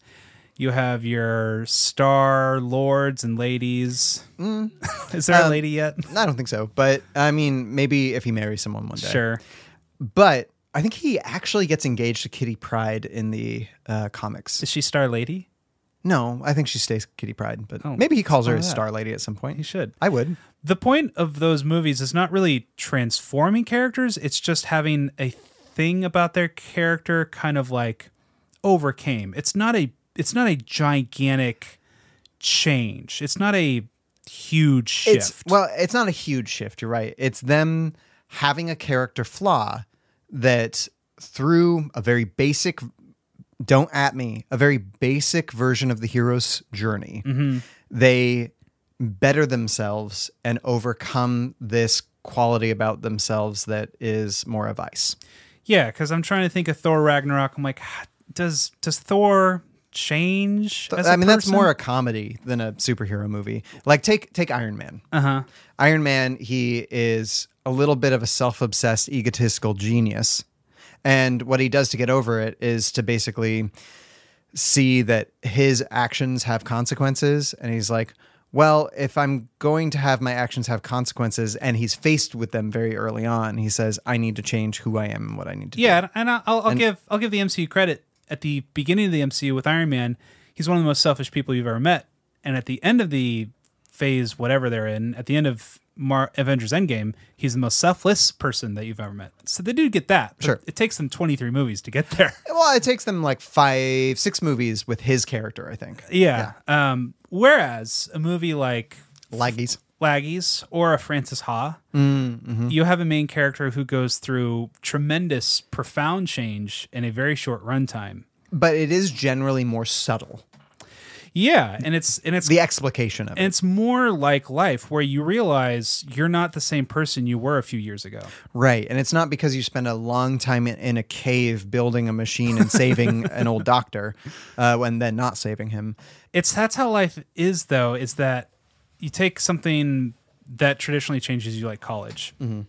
Speaker 2: you have your Star Lords and ladies. Is there a lady yet?
Speaker 1: I don't think so, but I mean, maybe if he marries someone one day.
Speaker 2: Sure.
Speaker 1: But I think he actually gets engaged to Kitty Pride in the uh, comics.
Speaker 2: Is she Star Lady?
Speaker 1: No, I think she stays Kitty Pride, but
Speaker 2: Oh,
Speaker 1: maybe he calls her his Star Lady at some point.
Speaker 2: He should.
Speaker 1: I would.
Speaker 2: The point of those movies is not really transforming characters, it's just having a thing about their character kind of like overcame. It's not a it's not a gigantic change. It's not a huge shift.
Speaker 1: It's well, it's not a huge shift, you're right. It's them having a character flaw that through a very basic don't at me, a very basic version of the hero's journey, they better themselves and overcome this quality about themselves that is more a vice.
Speaker 2: Yeah, because I'm trying to think of Thor Ragnarok. I'm like, "Ah, does does Thor change?
Speaker 1: Th-
Speaker 2: as a
Speaker 1: I mean, that's
Speaker 2: person?"
Speaker 1: more a comedy than a superhero movie. Like take take Iron Man. Uh
Speaker 2: Uh-huh.
Speaker 1: huh. Iron Man, he is a little bit of a self obsessed, egotistical genius, and what he does to get over it is to basically see that his actions have consequences, and he's like. Well, if I'm going to have my actions have consequences, and he's faced with them very early on, he says, "I need to change who I am and what I need to do."
Speaker 2: Yeah, and- and I'll, I'll give I'll give the MCU credit. At the beginning of the MCU with Iron Man, he's one of the most selfish people you've ever met. And at the end of the phase, whatever they're in, at the end of Mar- Avengers Endgame, he's the most selfless person that you've ever met. So they do get that. but
Speaker 1: Sure.
Speaker 2: It takes them 23 movies to get there.
Speaker 1: Well, it takes them like five, six movies with his character, I think.
Speaker 2: yeah. Um, whereas a movie like
Speaker 1: Laggies.
Speaker 2: Laggies or a Francis Ha, you have a main character who goes through tremendous, profound change in a very short runtime.
Speaker 1: But it is generally more subtle,
Speaker 2: Yeah, and it's and it's
Speaker 1: the explication of
Speaker 2: and
Speaker 1: it.
Speaker 2: it's more like life where you realize you're not the same person you were a few years ago.
Speaker 1: Right. And it's not because you spend a long time in, in a cave building a machine and saving an old doctor uh, and then not saving him.
Speaker 2: It's that's how life is though, is that you take something that traditionally changes you like college.
Speaker 1: Mm-hmm.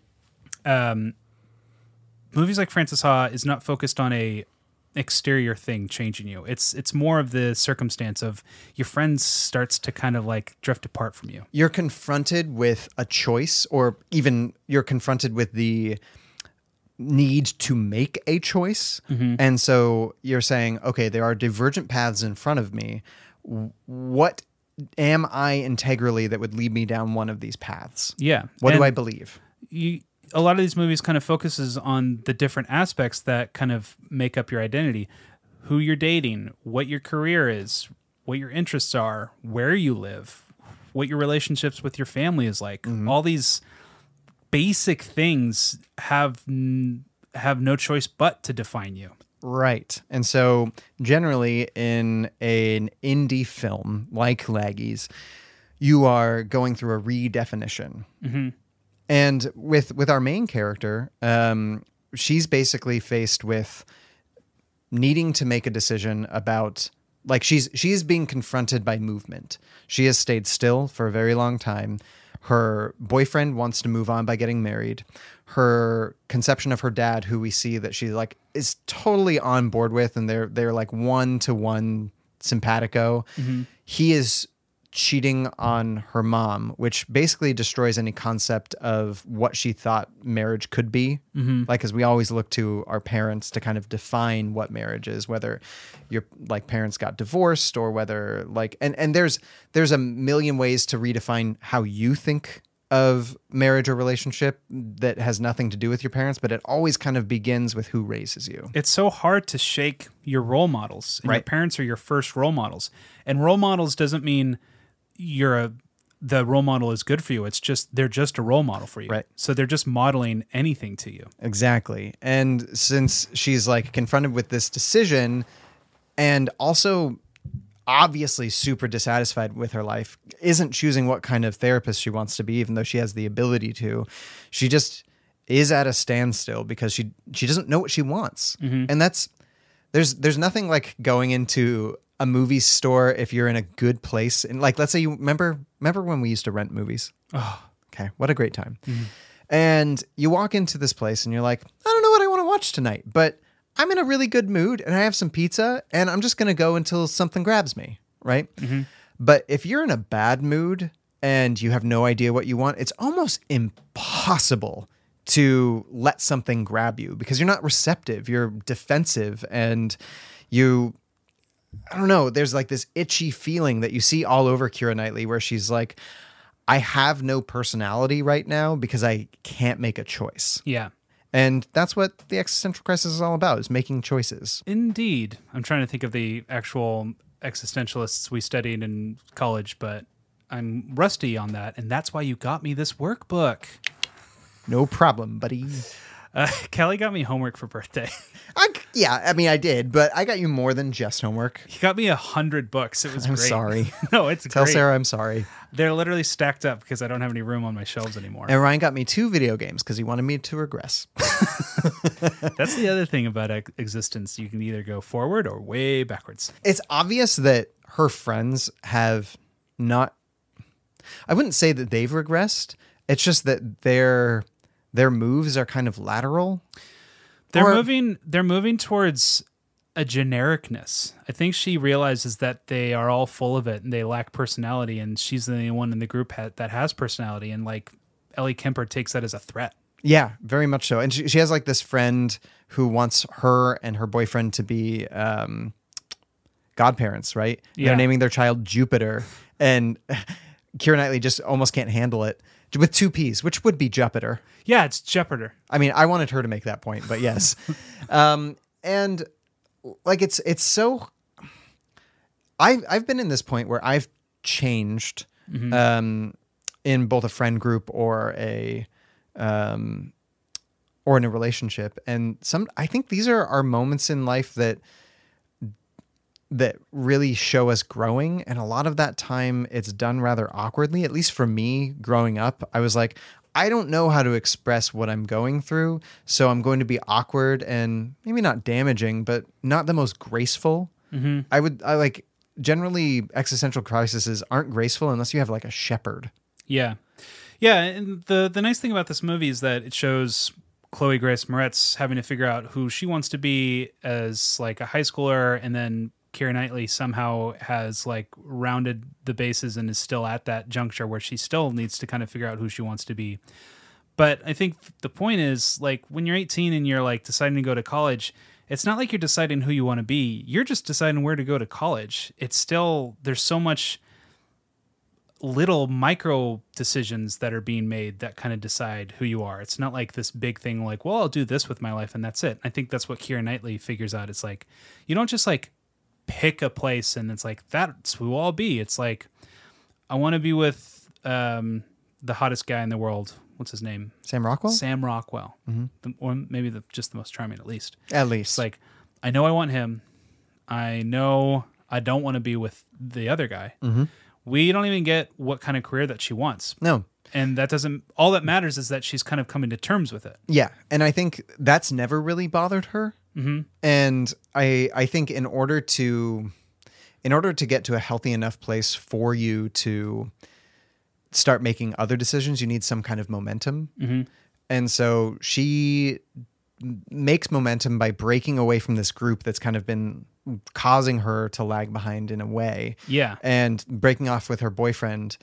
Speaker 2: Um movies like Francis Ha is not focused on a exterior thing changing you. It's it's more of the circumstance of your friends starts to kind of like drift apart from you.
Speaker 1: You're confronted with a choice, or even you're confronted with the need to make a choice.
Speaker 2: Mm-hmm.
Speaker 1: And so you're saying, okay, there are divergent paths in front of me. W- What am I integrally that would lead me down one of these paths?
Speaker 2: Yeah.
Speaker 1: What do
Speaker 2: And-
Speaker 1: I believe?
Speaker 2: you a lot of these movies kind of focuses on the different aspects that kind of make up your identity who you're dating what your career is what your interests are where you live what your relationships with your family is like all these basic things have n- have no choice but to define you
Speaker 1: Right. And so generally in an indie film like Laggies, you are going through a redefinition. And with with our main character, um, she's basically faced with needing to make a decision about like she's she's being confronted by movement. She has stayed still for a very long time. Her boyfriend wants to move on by getting married. Her conception of her dad, who we see that she like is totally on board with, and they're they're like one to one simpatico. He is cheating on her mom, which basically destroys any concept of what she thought marriage could be. Like, because we always look to our parents to kind of define what marriage is, whether your like parents got divorced or whether like, and and there's there's a million ways to redefine how you think of marriage or relationship that has nothing to do with your parents, but it always kind of begins with who raises you.
Speaker 2: it's so hard to shake your role models. And Your
Speaker 1: Right.
Speaker 2: parents are your first role models. And role models doesn't mean you're a the role model is good for you. It's just they're just a role model for you.
Speaker 1: Right.
Speaker 2: So they're just modeling anything to you.
Speaker 1: Exactly. And since she's like confronted with this decision and also obviously super dissatisfied with her life, isn't choosing what kind of therapist she wants to be even though she has the ability to, she just is at a standstill because she she doesn't know what she wants. And that's there's there's nothing like going into a movie store if you're in a good place and like let's say you remember remember when we used to rent movies? Okay, what a great time. And you walk into this place and you're like, I don't know what I want to watch tonight, but I'm in a really good mood and I have some pizza and I'm just going to go until something grabs me, right? But if you're in a bad mood and you have no idea what you want, it's almost impossible to let something grab you because you're not receptive, you're defensive and you I don't know, there's like this itchy feeling that you see all over Kira Knightley where she's like I have no personality right now because I can't make a choice.
Speaker 2: Yeah.
Speaker 1: And that's what the existential crisis is all about, is making choices.
Speaker 2: Indeed. I'm trying to think of the actual existentialists we studied in college, but I'm rusty on that. And that's why you got me this workbook.
Speaker 1: No problem, buddy.
Speaker 2: Uh, Kelly got me homework for birthday.
Speaker 1: I, yeah, I mean, I did, but I got you more than just homework.
Speaker 2: he got me a hundred books. It was
Speaker 1: I'm
Speaker 2: great.
Speaker 1: sorry.
Speaker 2: no, it's
Speaker 1: Tell
Speaker 2: great.
Speaker 1: Sarah I'm sorry.
Speaker 2: They're literally stacked up because I don't have any room on my shelves anymore.
Speaker 1: And Ryan got me two video games because he wanted me to regress.
Speaker 2: That's the other thing about ex- existence. You can either go forward or way backwards.
Speaker 1: it's obvious that her friends have not I wouldn't say that they've regressed. It's just that their their moves are kind of lateral.
Speaker 2: They're
Speaker 1: Or-
Speaker 2: moving. They're moving towards a genericness. I think she realizes that they are all full of it and they lack personality, and she's the only one in the group ha- that has personality. And like Ellie Kemper takes that as a threat.
Speaker 1: Yeah, very much so. And she, she has like this friend who wants her and her boyfriend to be um, godparents, right? And
Speaker 2: Yeah.
Speaker 1: They're naming their child Jupiter. And Kira Knightley just almost can't handle it with two P's, which would be Jupiter.
Speaker 2: Yeah, it's Jeoparder.
Speaker 1: I mean, I wanted her to make that point, but yes. um, and like it's it's so I've I've been in this point where I've changed um in both a friend group or a um or in a relationship. And some I think these are our moments in life that that really show us growing. And a lot of that time it's done rather awkwardly. At least for me growing up, I was like, I don't know how to express what I'm going through. So I'm going to be awkward and maybe not damaging, but not the most graceful.
Speaker 2: Mm-hmm.
Speaker 1: I would, I like, generally existential crises aren't graceful unless you have like a shepherd.
Speaker 2: Yeah, yeah. And the the nice thing about this movie is that it shows Chloe Grace Moretz having to figure out who she wants to be as like a high schooler, and then Keira Knightley somehow has like rounded the bases and is still at that juncture where she still needs to kind of figure out who she wants to be. But I think the point is like when you're 18 and you're like deciding to go to college, it's not like you're deciding who you want to be. You're just deciding where to go to college. It's still there's so much little micro decisions that are being made that kind of decide who you are. It's not like this big thing like, well, I'll do this with my life and that's it. I think that's what Keira Knightley figures out. It's like you don't just like pick a place and it's like that's who I'll be. It's like I want to be with um, the hottest guy in the world. What's his name?
Speaker 1: Sam Rockwell?
Speaker 2: Sam Rockwell, the, or maybe the, just the most charming, at least.
Speaker 1: At least.
Speaker 2: It's like I know I want him. I know I don't want to be with the other guy. We don't even get what kind of career that she wants,
Speaker 1: no.
Speaker 2: and that doesn't. All that matters is that she's kind of coming to terms with it.
Speaker 1: Yeah, and I think that's never really bothered her. Mm-hmm. And I I think in order to in order to get to a healthy enough place for you to start making other decisions, you need some kind of momentum. And so she m- makes momentum by breaking away from this group that's kind of been causing her to lag behind in a way
Speaker 2: Yeah.
Speaker 1: and breaking off with her boyfriend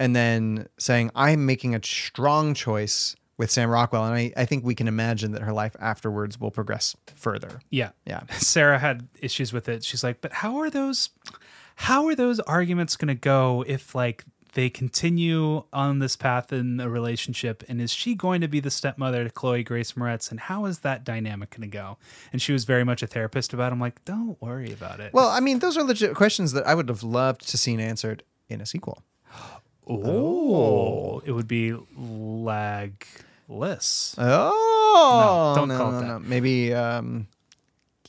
Speaker 1: and then saying i'm making a strong choice with sam rockwell and i, I think we can imagine that her life afterwards will progress further
Speaker 2: Yeah.
Speaker 1: Yeah.
Speaker 2: Sarah had issues with it. She's like, but how are those how are those arguments gonna go if like they continue on this path in a relationship and is she going to be the stepmother to Chloe Grace Moretz and how is that dynamic going to go? And she was very much a therapist about it. I'm like, don't worry about it.
Speaker 1: well i mean those are legit questions that i would have loved to seen answered in a sequel
Speaker 2: oh, it would be lagless.
Speaker 1: Uh, oh
Speaker 2: No, don't call it that.
Speaker 1: maybe um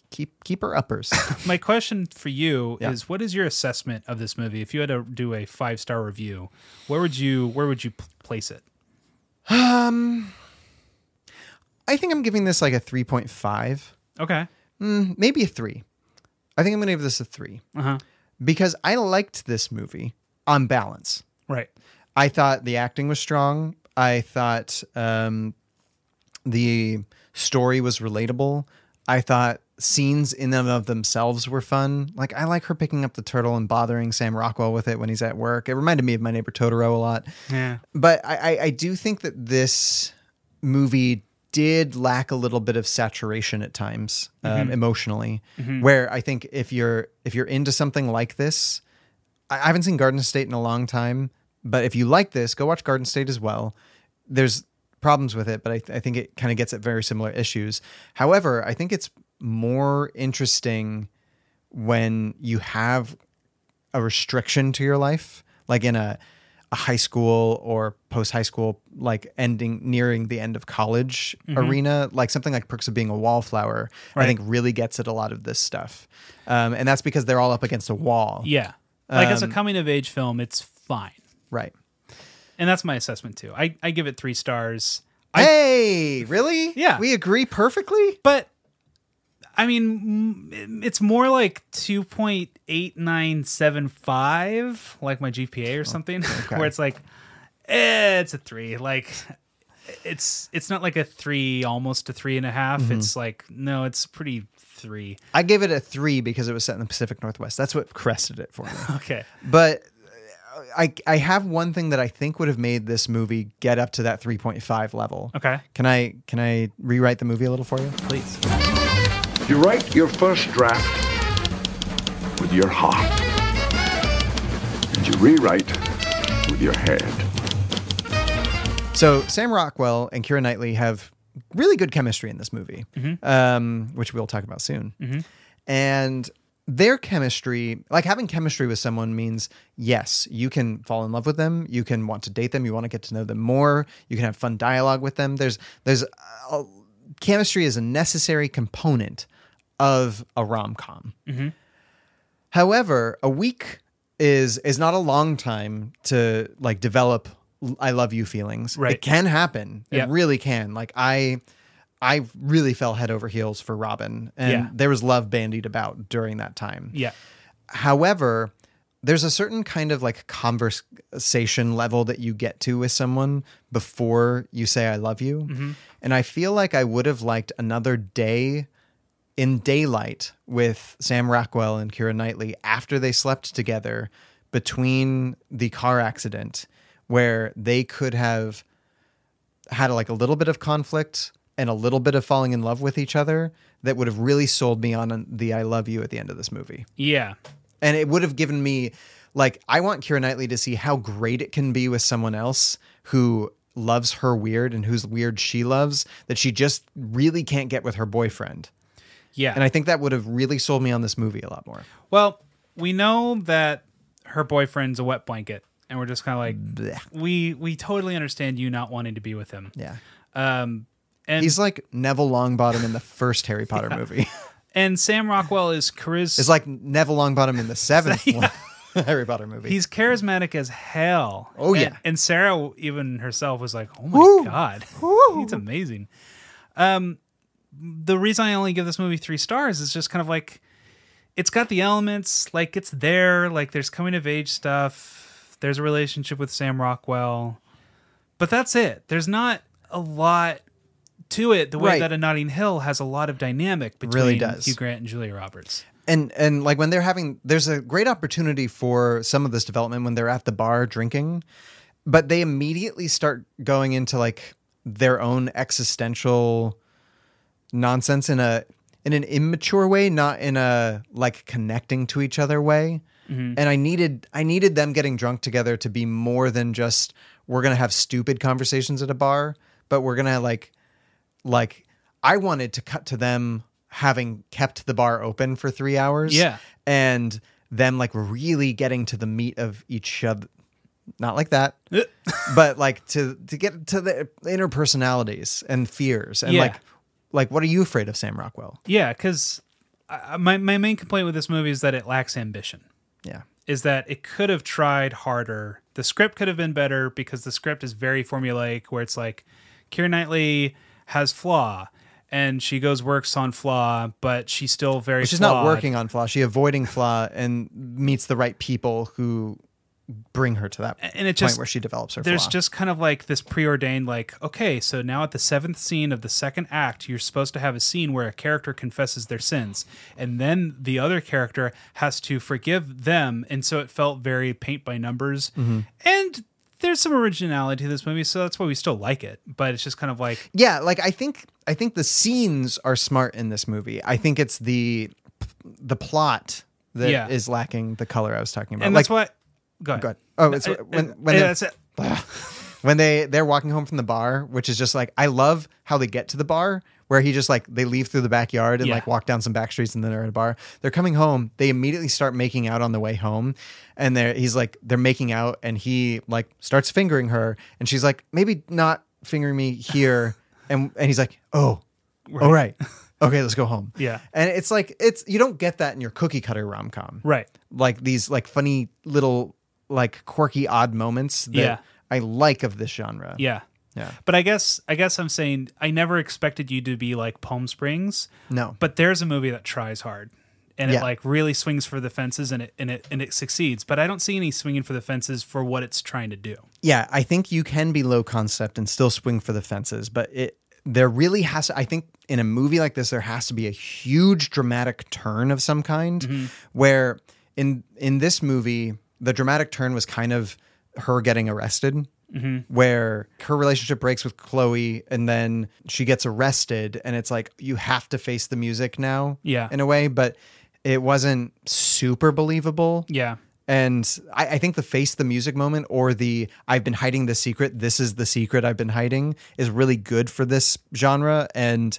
Speaker 1: keep keeper uppers
Speaker 2: My question for you
Speaker 1: Yeah.
Speaker 2: is what is your assessment of this movie? If you had to do a five-star review, where would you where would you p- place it?
Speaker 1: i think i'm giving this like a 3.5
Speaker 2: Okay.
Speaker 1: maybe a three. I think I'm gonna give this a 3
Speaker 2: Uh-huh.
Speaker 1: because I liked this movie on balance.
Speaker 2: Right.
Speaker 1: I thought the acting was strong. I thought um, the story was relatable. I thought scenes in and of themselves were fun. Like I like her picking up the turtle and bothering Sam Rockwell with it when he's at work. It reminded me of my neighbor Totoro a lot.
Speaker 2: Yeah.
Speaker 1: But I, I, I do think that this movie did lack a little bit of saturation at times um, emotionally, where I think if you're if you're into something like this, I I haven't seen Garden State in a long time, but if you like this, go watch Garden State as well. There's problems with it, but I, th- I think it kind of gets at very similar issues. However, I think it's more interesting when you have a restriction to your life, like in a, a high school or post high school, like ending nearing the end of college arena, like something like Perks of Being a Wallflower, I think really gets at a lot of this stuff. Um, and that's because they're all up against a wall.
Speaker 2: Yeah. Like as a coming of age film, it's fine.
Speaker 1: Right.
Speaker 2: And that's my assessment too. I, I give it three stars.
Speaker 1: hey, really?
Speaker 2: Yeah.
Speaker 1: We agree perfectly?
Speaker 2: But I mean, m- it's more like 2.8975, like my GPA or something, where it's like, eh, it's a three. Like, it's it's not like a three, almost a three and a half. It's like, no, it's pretty three.
Speaker 1: I gave it a three because it was set in the Pacific Northwest. That's what crested it for me.
Speaker 2: Okay.
Speaker 1: but uh, I I have one thing that I think would have made this movie get up to that 3.5 level.
Speaker 2: Okay.
Speaker 1: Can I can I rewrite the movie a little for you?
Speaker 2: Please.
Speaker 10: You write your first draft with your heart, and you rewrite with your head.
Speaker 1: So Sam Rockwell and Kira Knightley have really good chemistry in this movie,
Speaker 2: Mm-hmm.
Speaker 1: um, which we'll talk about soon. And their chemistry, like having chemistry with someone, means yes, you can fall in love with them, you can want to date them, you want to get to know them more, you can have fun dialogue with them. There's there's uh, chemistry is a necessary component of a rom com.
Speaker 2: Mm-hmm.
Speaker 1: However, a week is is not a long time to like develop l- I love you feelings.
Speaker 2: Right.
Speaker 1: It can happen.
Speaker 2: Yep.
Speaker 1: It really can. Like I I really fell head over heels for Robin and
Speaker 2: Yeah.
Speaker 1: there was love bandied about during that time.
Speaker 2: Yeah.
Speaker 1: However, there's a certain kind of like conversation level that you get to with someone before you say I love you. And I feel like I would have liked another day in daylight with Sam Rockwell and Kira Knightley after they slept together between the car accident where they could have had like a little bit of conflict and a little bit of falling in love with each other that would have really sold me on uh, the I love you at the end of this movie
Speaker 2: Yeah.
Speaker 1: and it would have given me like I want Kira Knightley to see how great it can be with someone else who loves her weird and who's weird she loves that she just really can't get with her boyfriend.
Speaker 2: Yeah.
Speaker 1: And I think that would have really sold me on this movie a lot more.
Speaker 2: Well, we know that her boyfriend's a wet blanket, and we're just kind of like, we we totally understand you not wanting to be with him.
Speaker 1: Yeah.
Speaker 2: Um, and
Speaker 1: He's like Neville Longbottom in the first Harry Potter movie.
Speaker 2: and Sam Rockwell is charismatic.
Speaker 1: It's like Neville Longbottom in the seventh one- Harry Potter movie.
Speaker 2: he's charismatic as hell.
Speaker 1: Oh,
Speaker 2: And-
Speaker 1: yeah.
Speaker 2: And Sarah even herself was like, oh my
Speaker 1: Woo.
Speaker 2: god,
Speaker 1: Woo.
Speaker 2: he's amazing. Um, the reason I only give this movie three stars is just kind of like, it's got the elements, like it's there, like there's coming of age stuff. There's a relationship with Sam Rockwell, but that's it. There's not a lot to it. The way
Speaker 1: Right.
Speaker 2: that a Notting Hill has a lot of dynamic between
Speaker 1: Really does.
Speaker 2: Hugh Grant and Julia Roberts.
Speaker 1: and and like when they're having there's a great opportunity for some of this development when they're at the bar drinking but they immediately start going into like their own existential nonsense in a in an immature way not in a like connecting to each other way and i needed i needed them getting drunk together to be more than just we're going to have stupid conversations at a bar but we're going to like like I wanted to cut to them having kept the bar open for three hours.
Speaker 2: Yeah.
Speaker 1: And them like really getting to the meat of each other. Not like that, but like to to get to the inner personalities and fears and
Speaker 2: Yeah.
Speaker 1: like like what are you afraid of, Sam Rockwell?
Speaker 2: Yeah, because my my main complaint with this movie is that it lacks ambition.
Speaker 1: Yeah,
Speaker 2: Is that it could have tried harder. The script could have been better because the script is very formulaic, where it's like Keira Knightley has flaw, and she goes works on flaw, but she's still very.
Speaker 1: she's not
Speaker 2: flawed.
Speaker 1: working on flaw. She avoiding flaw and meets the right people who bring her to that
Speaker 2: And it
Speaker 1: point
Speaker 2: just-
Speaker 1: where she develops her.
Speaker 2: There's
Speaker 1: flaw.
Speaker 2: just kind of like this preordained, like, okay, so now at the seventh scene of the second act, you're supposed to have a scene where a character confesses their sins, and then the other character has to forgive them. And so it felt very paint by numbers.
Speaker 1: Mm-hmm.
Speaker 2: And there's some originality to this movie, so that's why we still like it. But it's just kind of like,
Speaker 1: yeah like i think i think the scenes are smart in this movie i think it's the the plot that is
Speaker 2: Yeah.
Speaker 1: lacking the color i was talking about
Speaker 2: and
Speaker 1: like
Speaker 2: that's why. Go ahead.
Speaker 1: God. oh it's
Speaker 2: Uh,
Speaker 1: when
Speaker 2: uh,
Speaker 1: when
Speaker 2: yeah,
Speaker 1: they're-
Speaker 2: that's it.
Speaker 1: when they they're walking home from the bar, which is just like I love how they get to the bar where he just like they leave through the backyard and
Speaker 2: Yeah.
Speaker 1: like walk down some back streets and then they're at a bar. They're coming home. They immediately start making out on the way home, and they're he's like they're making out and he like starts fingering her and she's like maybe not fingering me here, and and he's like oh, all right, okay let's go home.
Speaker 2: Yeah.
Speaker 1: and it's like it's you don't get that in your cookie cutter rom com
Speaker 2: Right.
Speaker 1: like these like funny little like quirky odd moments that
Speaker 2: Yeah.
Speaker 1: I like of this genre.
Speaker 2: Yeah.
Speaker 1: Yeah.
Speaker 2: But I guess I guess I'm saying I never expected you to be like Palm Springs.
Speaker 1: No.
Speaker 2: But there's a movie that tries hard. And
Speaker 1: Yeah.
Speaker 2: it like really swings for the fences and it and it and it succeeds. But I don't see any swinging for the fences for what it's trying to do.
Speaker 1: Yeah, I think you can be low concept and still swing for the fences, but it there really has to I think in a movie like this there has to be a huge dramatic turn of some kind where in in this movie the dramatic turn was kind of her getting arrested. Where her relationship breaks with Chloe and then she gets arrested, and it's like you have to face the music now,
Speaker 2: Yeah.
Speaker 1: in a way, but it wasn't super believable,
Speaker 2: Yeah.
Speaker 1: and I, I think the face the music moment or the I've been hiding the secret, this is the secret I've been hiding is really good for this genre. And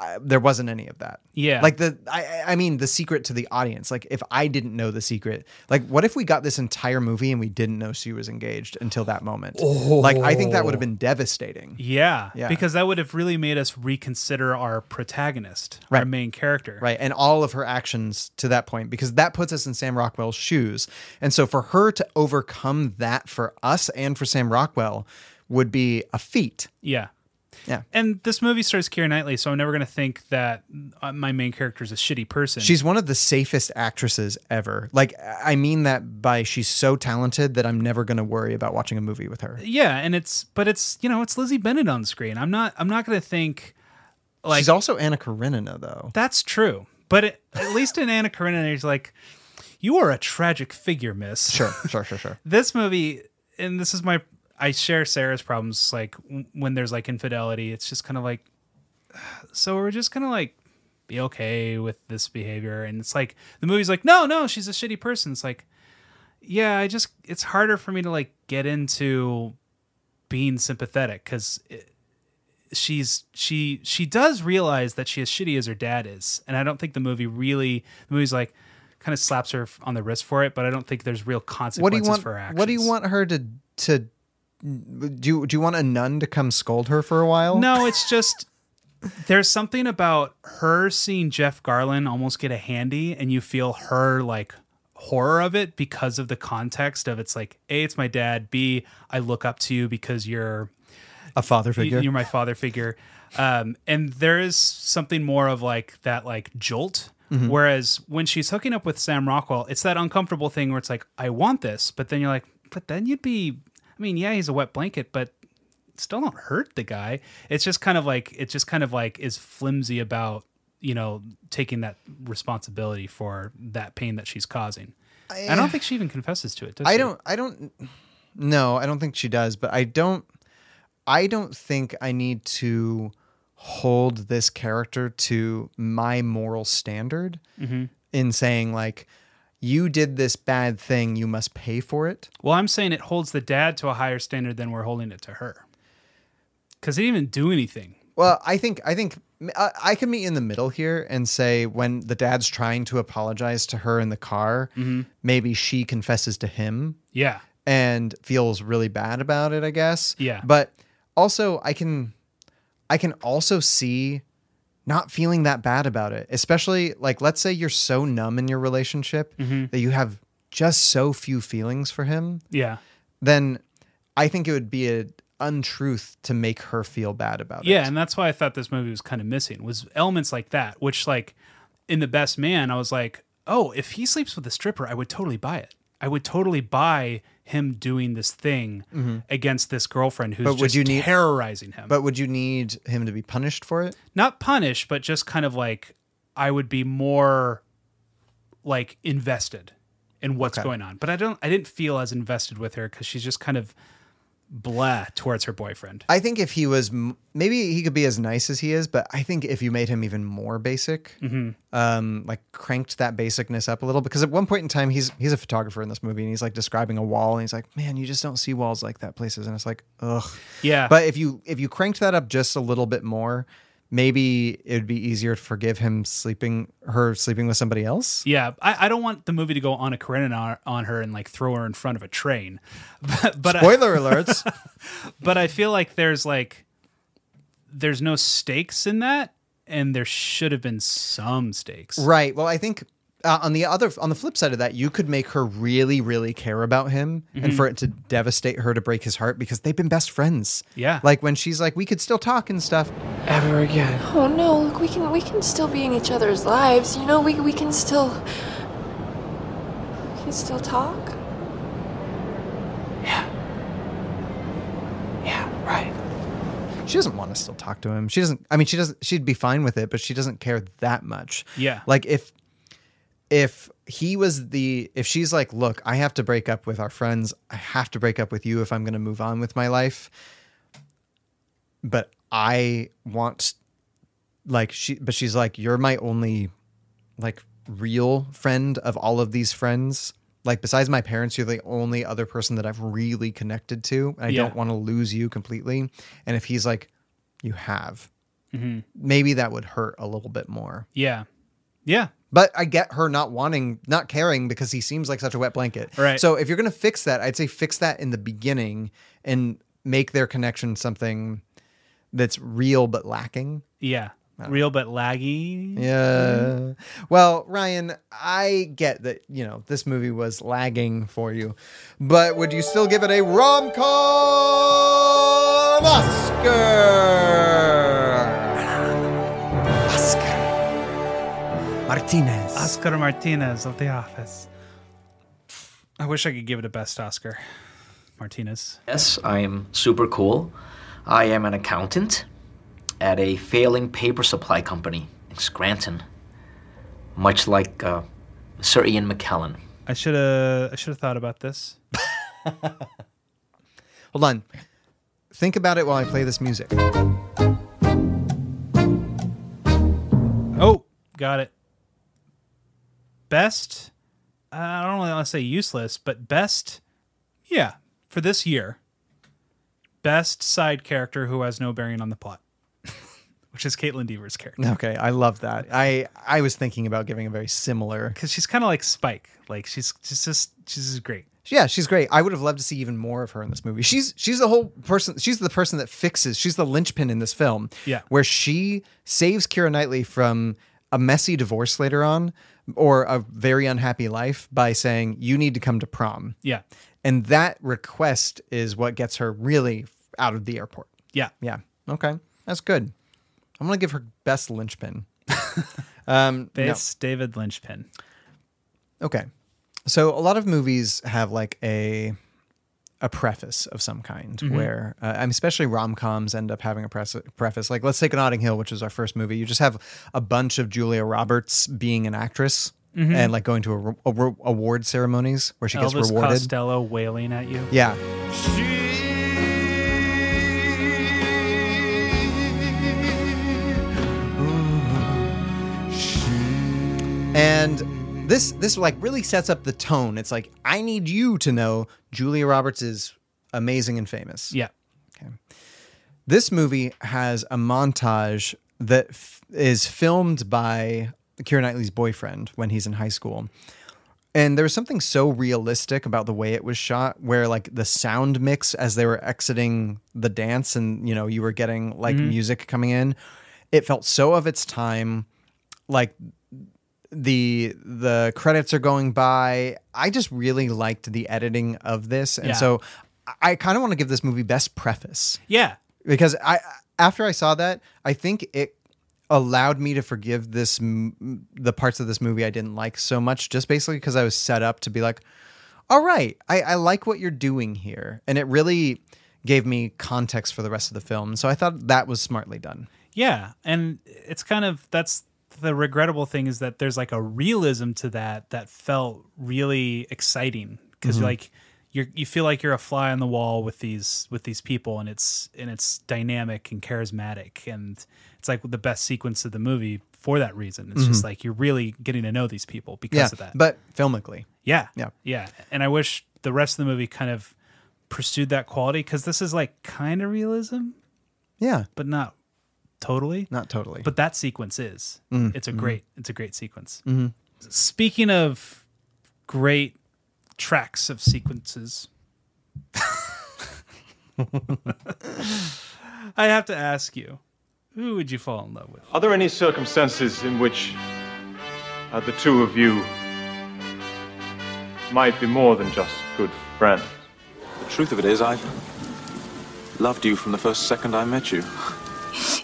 Speaker 1: I, there wasn't any of that.
Speaker 2: Yeah.
Speaker 1: Like the, I- I, I mean, the secret to the audience. Like if I didn't know the secret, like what if we got this entire movie and we didn't know she was engaged until that moment? Like I think that would have been devastating.
Speaker 2: Yeah.
Speaker 1: Yeah.
Speaker 2: Because that would have really made us reconsider our protagonist, our
Speaker 1: Right.
Speaker 2: main character.
Speaker 1: Right. And all of her actions to that point, because that puts us in Sam Rockwell's shoes. And so for her to overcome that for us and for Sam Rockwell would be a feat.
Speaker 2: Yeah.
Speaker 1: Yeah.
Speaker 2: And this movie stars Keira Knightley, so I'm never going to think that uh, my main character is a shitty person.
Speaker 1: She's one of the safest actresses ever. Like, I mean that by she's so talented that I'm never going to worry about watching a movie with her.
Speaker 2: yeah, and it's but it's you know it's Lizzie Bennett on screen. I'm not I'm not going to think like
Speaker 1: she's also Anna Karenina, though.
Speaker 2: that's true. But it, at least in Anna Karenina, he's like, you are a tragic figure, Miss.
Speaker 1: Sure, sure, sure, sure.
Speaker 2: this movie and this is my i share sarah's problems like w- when there's like infidelity it's just kind of like so we're just gonna like be okay with this behavior and it's like the movie's like no no she's a shitty person it's like yeah i just it's harder for me to like get into being sympathetic because she's she she does realize that she is shitty as her dad is and i don't think the movie really the movie's like kind of slaps her on the wrist for it but i don't think there's real consequences
Speaker 1: What do you want?
Speaker 2: for her actions
Speaker 1: What do you want her to to do? Do you want a nun to come scold her for a while?
Speaker 2: No, it's just there's something about her seeing Jeff Garland almost get a handy, and you feel her like horror of it because of the context of it's like a it's my dad b i look up to you because you're
Speaker 1: a father
Speaker 2: you-
Speaker 1: figure.
Speaker 2: you're my father figure um and there is something more of like that like jolt
Speaker 1: Mm-hmm.
Speaker 2: whereas when she's hooking up with sam rockwell it's that uncomfortable thing where it's like i want this but then you're like but then you'd be i mean yeah he's a wet blanket but still don't hurt the guy it's just kind of like it just kind of like is flimsy about you know taking that responsibility for that pain that she's causing i, don't think she even confesses to it does
Speaker 1: I
Speaker 2: she?
Speaker 1: don't. I don't. No, I don't think she does. But I don't. I don't think I need to hold this character to my moral standard in saying like, you did this bad thing, you must pay for it.
Speaker 2: Well, I'm saying it holds the dad to a higher standard than we're holding it to her. Because he didn't even do anything.
Speaker 1: Well, I think I think I, I can meet in the middle here and say when the dad's trying to apologize to her in the car, maybe she confesses to him
Speaker 2: Yeah.
Speaker 1: and feels really bad about it, I guess.
Speaker 2: Yeah.
Speaker 1: But also I can I can also see not feeling that bad about it. Especially like let's say you're so numb in your relationship
Speaker 2: Mm-hmm.
Speaker 1: that you have just so few feelings for him,
Speaker 2: Yeah.
Speaker 1: then I think it would be an untruth to make her feel bad about it.
Speaker 2: Yeah. And that's why I thought this movie was kind of missing was elements like that, which like in The Best Man, I was like, oh, if he sleeps with a stripper, I would totally buy it. I would totally buy him doing this thing against this girlfriend who's
Speaker 1: Mm-hmm. But would
Speaker 2: just
Speaker 1: you need-
Speaker 2: terrorizing him.
Speaker 1: But would you need him to be punished for it?
Speaker 2: not punish, but just kind of like I would be more like invested in what's going on. But I don't I didn't feel as invested with her because she's just kind of blah towards her boyfriend.
Speaker 1: I think if he was, m- maybe he could be as nice as he is, but I think if you made him even more basic,
Speaker 2: Mhm.
Speaker 1: um, like cranked that basicness up a little, because at one point in time, he's he's a photographer in this movie, and he's like describing a wall, and he's like, "Man, you just don't see walls like that places," and it's like, ugh.
Speaker 2: Yeah.
Speaker 1: But if you if you cranked that up just a little bit more, maybe it would be easier to forgive him sleeping her sleeping with somebody else.
Speaker 2: Yeah, I, I don't want the movie to go on a Karenina on, on her and like throw her in front of a train. But, but I-
Speaker 1: Spoiler alerts.
Speaker 2: but I feel like there's like there's no stakes in that, and there should have been some stakes.
Speaker 1: Right. Well, I think uh, on the other on the flip side of that, you could make her really, really care about him, and
Speaker 2: Mhm.
Speaker 1: for it to devastate her to break his heart because they've been best friends.
Speaker 2: Yeah.
Speaker 1: Like when she's like, we could still talk and stuff.
Speaker 11: Ever again.
Speaker 12: Oh no, look, we can we can still be in each other's lives. You know, we we can still we can still talk.
Speaker 1: She doesn't want to still talk to him. She doesn't. I mean, she doesn't. She'd be fine with it, but she doesn't care that much.
Speaker 2: Yeah.
Speaker 1: Like if if he was the if she's like, look, I have to break up with our friends. I have to break up with you if I'm going to move on with my life. But I want like she but she's like you're my only like real friend of all of these friends like besides my parents you're the only other person that i've really connected to and i
Speaker 2: Yeah.
Speaker 1: don't want to lose you completely and if he's like you have
Speaker 2: Mhm.
Speaker 1: maybe that would hurt a little bit more
Speaker 2: Yeah. Yeah.
Speaker 1: but i get her not wanting not caring because he seems like such a wet blanket
Speaker 2: Right.
Speaker 1: so if you're gonna fix that i'd say fix that in the beginning and make their connection something that's real but lacking
Speaker 2: Yeah. Real but laggy.
Speaker 1: yeah. Well, Ryan, I get that, you know, this movie was lagging for you, but would you still give it a rom com Oscar? Oscar. Martinez.
Speaker 2: Oscar Martinez of The Office. I wish I could give it a best Oscar. Martinez.
Speaker 13: Yes, I am super cool. I am an accountant at a failing paper supply company in Scranton, much like uh, Sir Ian McKellen.
Speaker 2: I should have I should have thought about this.
Speaker 1: Hold on. Think about it while I play this music.
Speaker 2: Oh, got it. Best, uh, I don't really want to say useless, but best, yeah, for this year, best side character who has no bearing on the plot, which is Caitlin Deaver's character.
Speaker 1: Okay, I love that. I I was thinking about giving a very similar
Speaker 2: because she's kind of like Spike. Like she's she's just she's great.
Speaker 1: Yeah, she's great. I would have loved to see even more of her in this movie. She's she's the whole person. She's the person that fixes. She's the linchpin in this film.
Speaker 2: Yeah.
Speaker 1: where she saves Kira Knightley from a messy divorce later on, or a very unhappy life by saying you need to come to prom.
Speaker 2: Yeah.
Speaker 1: and that request is what gets her really out of the airport.
Speaker 2: Yeah.
Speaker 1: Yeah. Okay, that's good. I'm gonna give her best linchpin. um, no.
Speaker 2: Best David Lynchpin.
Speaker 1: Okay. So a lot of movies have like a a preface of some kind
Speaker 2: Mhm.
Speaker 1: where uh, I mean, especially rom-coms end up having a pres- preface like let's take Notting Hill which is our first movie you just have a bunch of Julia Roberts being an actress
Speaker 2: Mhm.
Speaker 1: and like going to a, re- a re- award ceremonies where she gets
Speaker 2: Elvis
Speaker 1: rewarded
Speaker 2: Costello wailing at you.
Speaker 1: yeah And this this like really sets up the tone. It's like I need you to know Julia Roberts is amazing and famous.
Speaker 2: Yeah.
Speaker 1: Okay. This movie has a montage that f- is filmed by Keira Knightley's boyfriend when he's in high school. And there was something so realistic about the way it was shot, where like the sound mix as they were exiting the dance, and you know, you were getting like
Speaker 2: Mhm.
Speaker 1: music coming in. It felt so of its time, like the the credits are going by. I just really liked the editing of this, and
Speaker 2: Yeah.
Speaker 1: so I kind of want to give this movie best preface
Speaker 2: Yeah.
Speaker 1: because I after I saw that, I think it allowed me to forgive this m- the parts of this movie I didn't like so much, just basically because I was set up to be like, all right, I, I like what you're doing here, and it really gave me context for the rest of the film. So I thought that was smartly done.
Speaker 2: Yeah, and it's kind of that's the regrettable thing is that there's like a realism to that that felt really exciting because
Speaker 1: Mhm.
Speaker 2: like you you feel like you're a fly on the wall with these with these people, and it's and it's dynamic and charismatic, and it's like the best sequence of the movie for that reason. It's just
Speaker 1: Mhm.
Speaker 2: like you're really getting to know these people because
Speaker 1: yeah,
Speaker 2: of that.
Speaker 1: but filmically,
Speaker 2: Yeah.
Speaker 1: Yeah.
Speaker 2: Yeah. And I wish the rest of the movie kind of pursued that quality because this is like kind of realism.
Speaker 1: Yeah.
Speaker 2: But not totally.
Speaker 1: Not totally.
Speaker 2: But that sequence is.
Speaker 1: Mm,
Speaker 2: It's a
Speaker 1: mhm.
Speaker 2: great, it's a great sequence.
Speaker 1: Mhm.
Speaker 2: Speaking of great tracks of sequences, I have to ask you, who would you fall in love with?
Speaker 14: Are there any circumstances in which uh, the two of you might be more than just good friends?
Speaker 15: The truth of it is, I loved you from the first second I met you.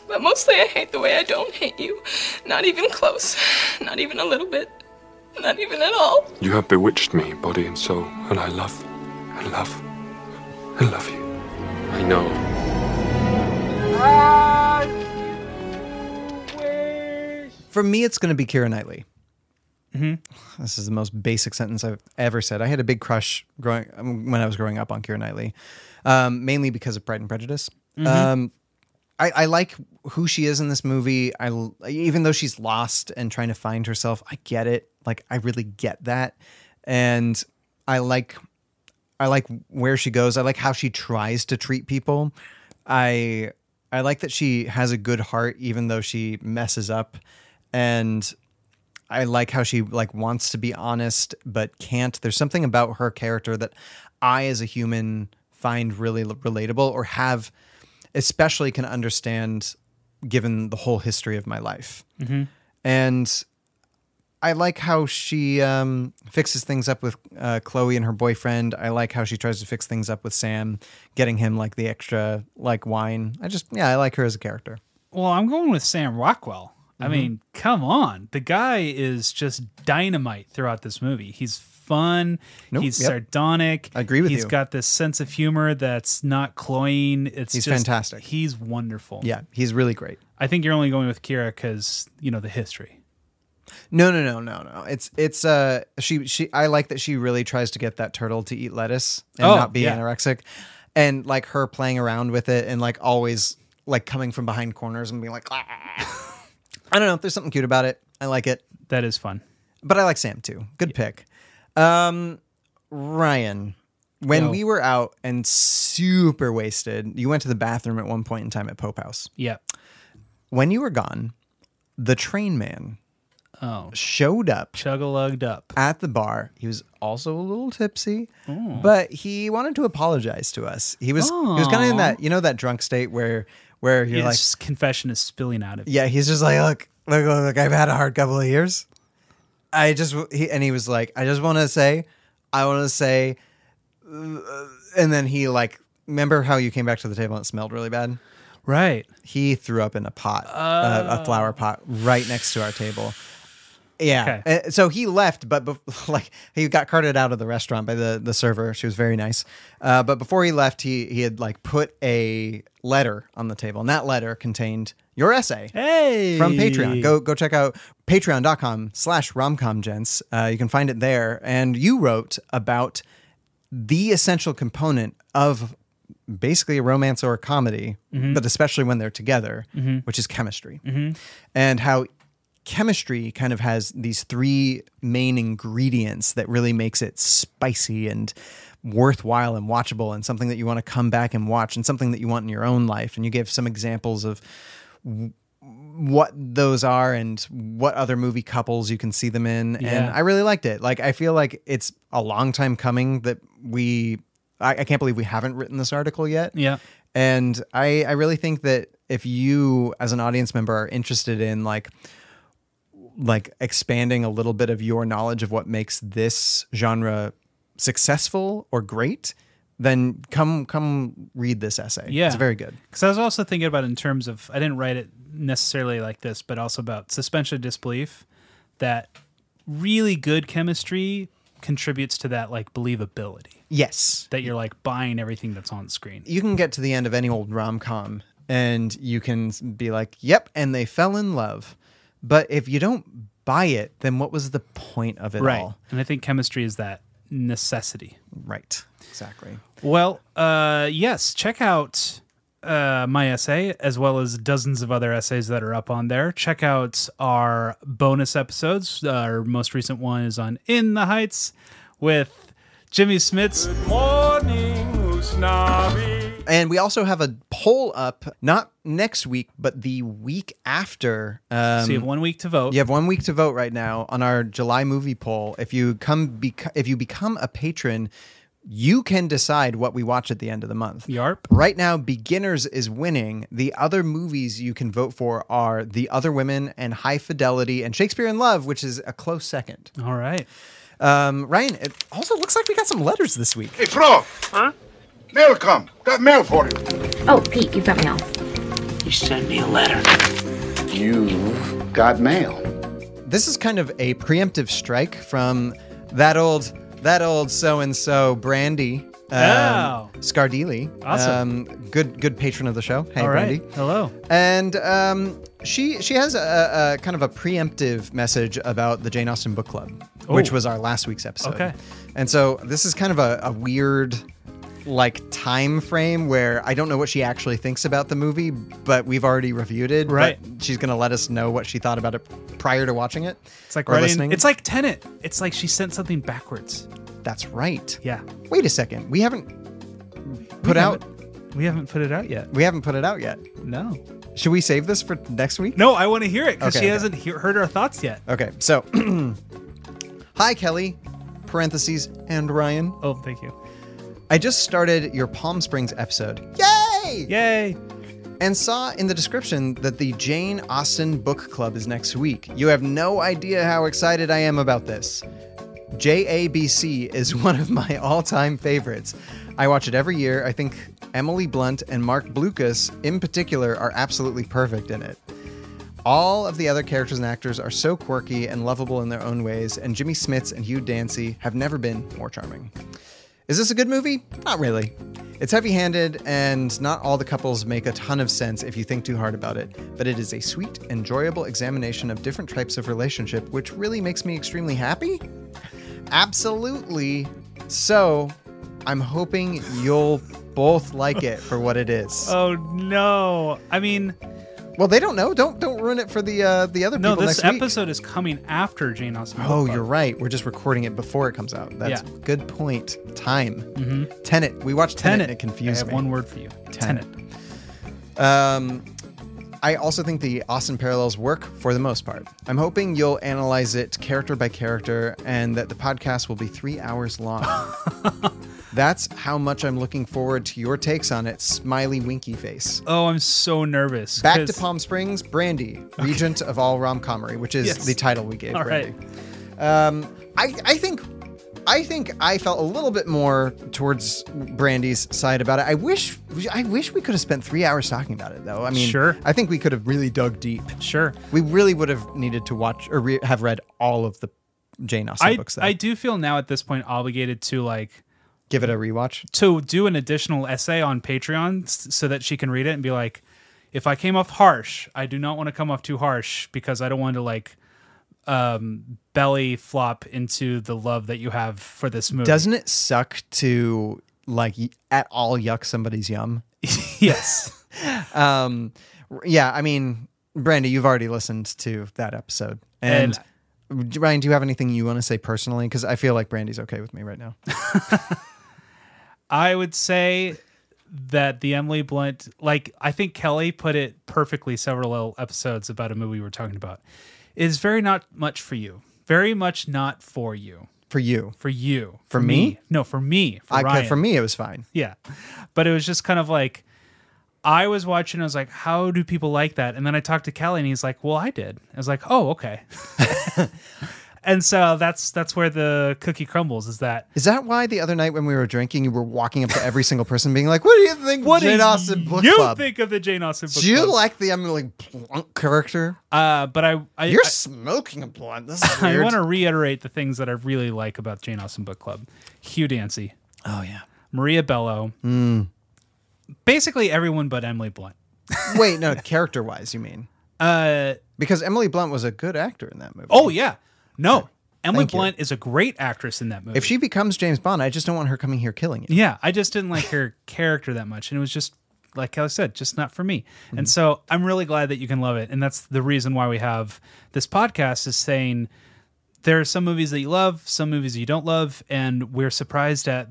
Speaker 16: But mostly I hate the way I don't hate you. Not even close. Not even a little bit. Not even at all.
Speaker 13: You have bewitched me, body and soul, and I love, I love, I love you. I know.
Speaker 1: For me, it's going to be Kira Knightley.
Speaker 2: Mm-hmm.
Speaker 1: This is the most basic sentence I've ever said. I had a big crush growing um, when I was growing up on Kira Knightley, um, mainly because of Pride and Prejudice.
Speaker 2: Mhm.
Speaker 1: Um, I, I like who she is in this movie. I l- even though she's lost and trying to find herself, I get it. Like I really get that, and I like I like where she goes. I like how she tries to treat people. I I like that she has a good heart even though she messes up and I like how she like wants to be honest but can't. There's something about her character that I as a human find really l- relatable or have especially can understand given the whole history of my life.
Speaker 2: Mhm.
Speaker 1: And I like how she um, fixes things up with uh, Chloe and her boyfriend. I like how she tries to fix things up with Sam, getting him like the extra like wine. I just yeah, I like her as a character.
Speaker 2: Well, I'm going with Sam Rockwell. I
Speaker 1: Mhm.
Speaker 2: mean, come on. The guy is just dynamite throughout this movie. He's fun.
Speaker 1: Nope,
Speaker 2: he's
Speaker 1: yep.
Speaker 2: sardonic. I agree
Speaker 1: with
Speaker 2: He's
Speaker 1: you.
Speaker 2: got this sense of humor that's not cloying. It's
Speaker 1: He's
Speaker 2: just-
Speaker 1: fantastic.
Speaker 2: He's wonderful.
Speaker 1: Yeah, he's really great.
Speaker 2: I think you're only going with Kira because you know the history.
Speaker 1: No, no, no, no, no. It's it's uh she she I like that she really tries to get that turtle to eat lettuce and
Speaker 2: Oh,
Speaker 1: not be
Speaker 2: yeah.
Speaker 1: anorexic. And like her playing around with it and like always like coming from behind corners and being like "Ah." I don't know, there's something cute about it. I like it.
Speaker 2: That is fun.
Speaker 1: But I like Sam too. Good pick. Um Ryan, when
Speaker 2: Yo.
Speaker 1: we were out and super wasted, you went to the bathroom at one point in time at Pope House.
Speaker 2: Yeah.
Speaker 1: When you were gone, the train man
Speaker 2: Oh.
Speaker 1: showed up,
Speaker 2: chuggalugged up
Speaker 1: at the bar. He was also a little tipsy,
Speaker 2: Oh.
Speaker 1: but he wanted to apologize to us. He was he was kind of in
Speaker 2: Aw.
Speaker 1: that you know that drunk state where where you're like
Speaker 2: His confession is spilling out of
Speaker 1: yeah, he's just like, look, look, look, look, I've had a hard couple of years. I just, he, and he was like, I just want to say, I want to say, uh, and then he like, remember how you came back to the table and it smelled really bad?
Speaker 2: Right.
Speaker 1: He threw up in a pot, uh, a flower pot right next to our table. Yeah. Uh, So he left, but bef- like he got carted out of the restaurant by the, the server. She was very nice. Uh, but before he left, he he had like put a letter on the table, and that letter contained your essay.
Speaker 2: Hey,
Speaker 1: from Patreon. Go go check out Patreon.com/slash RomComGents. Uh, you can find it there. And you wrote about the essential component of basically a romance or a comedy,
Speaker 2: Mhm.
Speaker 1: but especially when they're together,
Speaker 2: Mhm.
Speaker 1: which is chemistry
Speaker 2: Mhm.
Speaker 1: and how chemistry kind of has these three main ingredients that really makes it spicy and worthwhile and watchable and something that you want to come back and watch and something that you want in your own life and you give some examples of w- what those are and what other movie couples you can see them in and
Speaker 2: Yeah.
Speaker 1: I really liked it like I feel like it's a long time coming that we I, I can't believe we haven't written this article yet
Speaker 2: Yeah.
Speaker 1: and I, I really think that if you as an audience member are interested in like like expanding a little bit of your knowledge of what makes this genre successful or great, then come come read this essay.
Speaker 2: Yeah.
Speaker 1: It's very good.
Speaker 2: Because I was also thinking about it in terms of I didn't write it necessarily like this, but also about suspension of disbelief. That really good chemistry contributes to that like believability.
Speaker 1: Yes.
Speaker 2: That you're like buying everything that's on screen.
Speaker 1: You can get to the end of any old rom com and you can be like, Yep, and they fell in love. But if you don't buy it, then what was the point of it
Speaker 2: right.
Speaker 1: all?
Speaker 2: And I think chemistry is that necessity.
Speaker 1: Right. Exactly.
Speaker 2: Well, uh, yes, check out uh, my essay as well as dozens of other essays that are up on there. Check out our bonus episodes. Our most recent one is on In the Heights with Jimmy Smits.
Speaker 17: Good morning, Usnavi.
Speaker 1: And we also have a poll up, not next week, but the week after. Um,
Speaker 2: so you have one week to vote.
Speaker 1: You have one week to vote right now on our July movie poll. If you come, bec- if you become a patron, you can decide what we watch at the end of the month.
Speaker 2: Yarp.
Speaker 1: Right now, Beginners is winning. The other movies you can vote for are The Other Women and High Fidelity and Shakespeare in Love, which is a close second.
Speaker 2: All right.
Speaker 1: Um, Ryan, it also looks like we got some letters this week.
Speaker 18: Hey, Flo. Huh? Mail come. Got mail for you.
Speaker 12: Oh, Pete, you've got mail.
Speaker 5: You sent me a letter.
Speaker 10: You've got mail.
Speaker 1: This is kind of a preemptive strike from that old that old so and so Brandy. Um,
Speaker 2: oh.
Speaker 1: Scardili.
Speaker 2: Awesome.
Speaker 1: Um, good good patron of the show. Hey,
Speaker 2: All
Speaker 1: Brandy.
Speaker 2: Right. Hello.
Speaker 1: And um, she she has a, a kind of a preemptive message about the Jane Austen Book Club, Ooh. which was our last week's episode.
Speaker 2: Oh. Okay.
Speaker 1: And so this is kind of a, a weird like time frame where I don't know what she actually thinks about the movie, but we've already reviewed it.
Speaker 2: Right.
Speaker 1: she's gonna let us know what she thought about it prior to watching it.
Speaker 2: It's like writing, listening. It's like Tenet. It's like she sent something backwards.
Speaker 1: That's right.
Speaker 2: Yeah.
Speaker 1: Wait a second. We haven't put
Speaker 2: we
Speaker 1: out.
Speaker 2: Haven't, we haven't put it out yet.
Speaker 1: We haven't put it out yet.
Speaker 2: No.
Speaker 1: Should we save this for next week?
Speaker 2: No, I want to hear it because okay, she okay. hasn't he- heard our thoughts yet.
Speaker 1: Okay. So, hi Kelly, parentheses and Ryan.
Speaker 2: Oh, thank you.
Speaker 1: I just started your Palm Springs episode.
Speaker 2: Yay! Yay!
Speaker 1: And saw in the description that the Jane Austen Book Club is next week. You have no idea how excited I am about this. JABC is one of my all time favorites. I watch it every year. I think Emily Blunt and Mark Blucas, in particular, are absolutely perfect in it. All of the other characters and actors are so quirky and lovable in their own ways, and Jimmy Smits and Hugh Dancy have never been more charming. Is this a good movie? Not really. It's heavy handed, and not all the couples make a ton of sense if you think too hard about it, but it is a sweet, enjoyable examination of different types of relationship, which really makes me extremely happy? Absolutely. So, I'm hoping you'll both like it for what it is.
Speaker 2: oh, no. I mean,.
Speaker 1: Well, they don't know. Don't don't ruin it for the uh, the other
Speaker 2: no,
Speaker 1: people.
Speaker 2: this
Speaker 1: next
Speaker 2: episode
Speaker 1: week.
Speaker 2: is coming after Jane Austen.
Speaker 1: Oh, you're right. We're just recording it before it comes out. That's yeah. good point. Time.
Speaker 2: Mm-hmm.
Speaker 1: Tenet. We watched Tenet. Tenet. it confused
Speaker 2: I have
Speaker 1: me.
Speaker 2: One word for you. Tenet.
Speaker 1: Tenet. Um, I also think the Austen parallels work for the most part. I'm hoping you'll analyze it character by character, and that the podcast will be three hours long. That's how much I'm looking forward to your takes on it, smiley winky face.
Speaker 2: Oh, I'm so nervous.
Speaker 1: Back cause... to Palm Springs, Brandy, okay. regent of all romcomery, which is yes. the title we gave.
Speaker 2: All Brandy.
Speaker 1: right. Um, I, I think. I think I felt a little bit more towards Brandy's side about it. I wish, I wish we could have spent three hours talking about it, though. I mean,
Speaker 2: sure.
Speaker 1: I think we could have really dug deep.
Speaker 2: Sure.
Speaker 1: We really would have needed to watch or re- have read all of the Jane Austen
Speaker 2: I,
Speaker 1: books. Though.
Speaker 2: I do feel now at this point obligated to like
Speaker 1: give it a rewatch
Speaker 2: to do an additional essay on patreon so that she can read it and be like if i came off harsh i do not want to come off too harsh because i don't want to like um, belly flop into the love that you have for this movie
Speaker 1: doesn't it suck to like at all yuck somebody's yum
Speaker 2: yes
Speaker 1: um, yeah i mean brandy you've already listened to that episode and, and ryan do you have anything you want to say personally because i feel like brandy's okay with me right now
Speaker 2: I would say that the Emily Blunt, like I think Kelly put it perfectly several episodes about a movie we were talking about, is very not much for you. Very much not for you.
Speaker 1: For you.
Speaker 2: For you.
Speaker 1: For, for me? me?
Speaker 2: No, for me. For I, Ryan.
Speaker 1: For me, it was fine.
Speaker 2: Yeah. But it was just kind of like, I was watching, I was like, how do people like that? And then I talked to Kelly and he's like, well, I did. I was like, oh, okay. and so that's that's where the cookie crumbles. Is that
Speaker 1: is that why the other night when we were drinking, you were walking up to every single person, being like, "What do you think? What Jane Austen book
Speaker 2: you
Speaker 1: club?
Speaker 2: think of the Jane Austen book?
Speaker 1: Do you
Speaker 2: club?
Speaker 1: like the Emily Blunt character?
Speaker 2: Uh, but I, I
Speaker 1: you're
Speaker 2: I,
Speaker 1: smoking a blunt.
Speaker 2: I want to reiterate the things that I really like about Jane Austen book club: Hugh Dancy,
Speaker 1: oh yeah,
Speaker 2: Maria Bello,
Speaker 1: mm.
Speaker 2: basically everyone but Emily Blunt.
Speaker 1: Wait, no, character wise, you mean?
Speaker 2: Uh,
Speaker 1: because Emily Blunt was a good actor in that movie.
Speaker 2: Oh yeah. No, Emily
Speaker 1: Thank you.
Speaker 2: Blunt is a great actress in that movie.
Speaker 1: If she becomes James Bond, I just don't want her coming here killing you.
Speaker 2: Yeah, I just didn't like her character that much, and it was just like I said, just not for me.
Speaker 1: Mhm.
Speaker 2: And so I'm really glad that you can love it, and that's the reason why we have this podcast is saying there are some movies that you love, some movies you don't love, and we're surprised at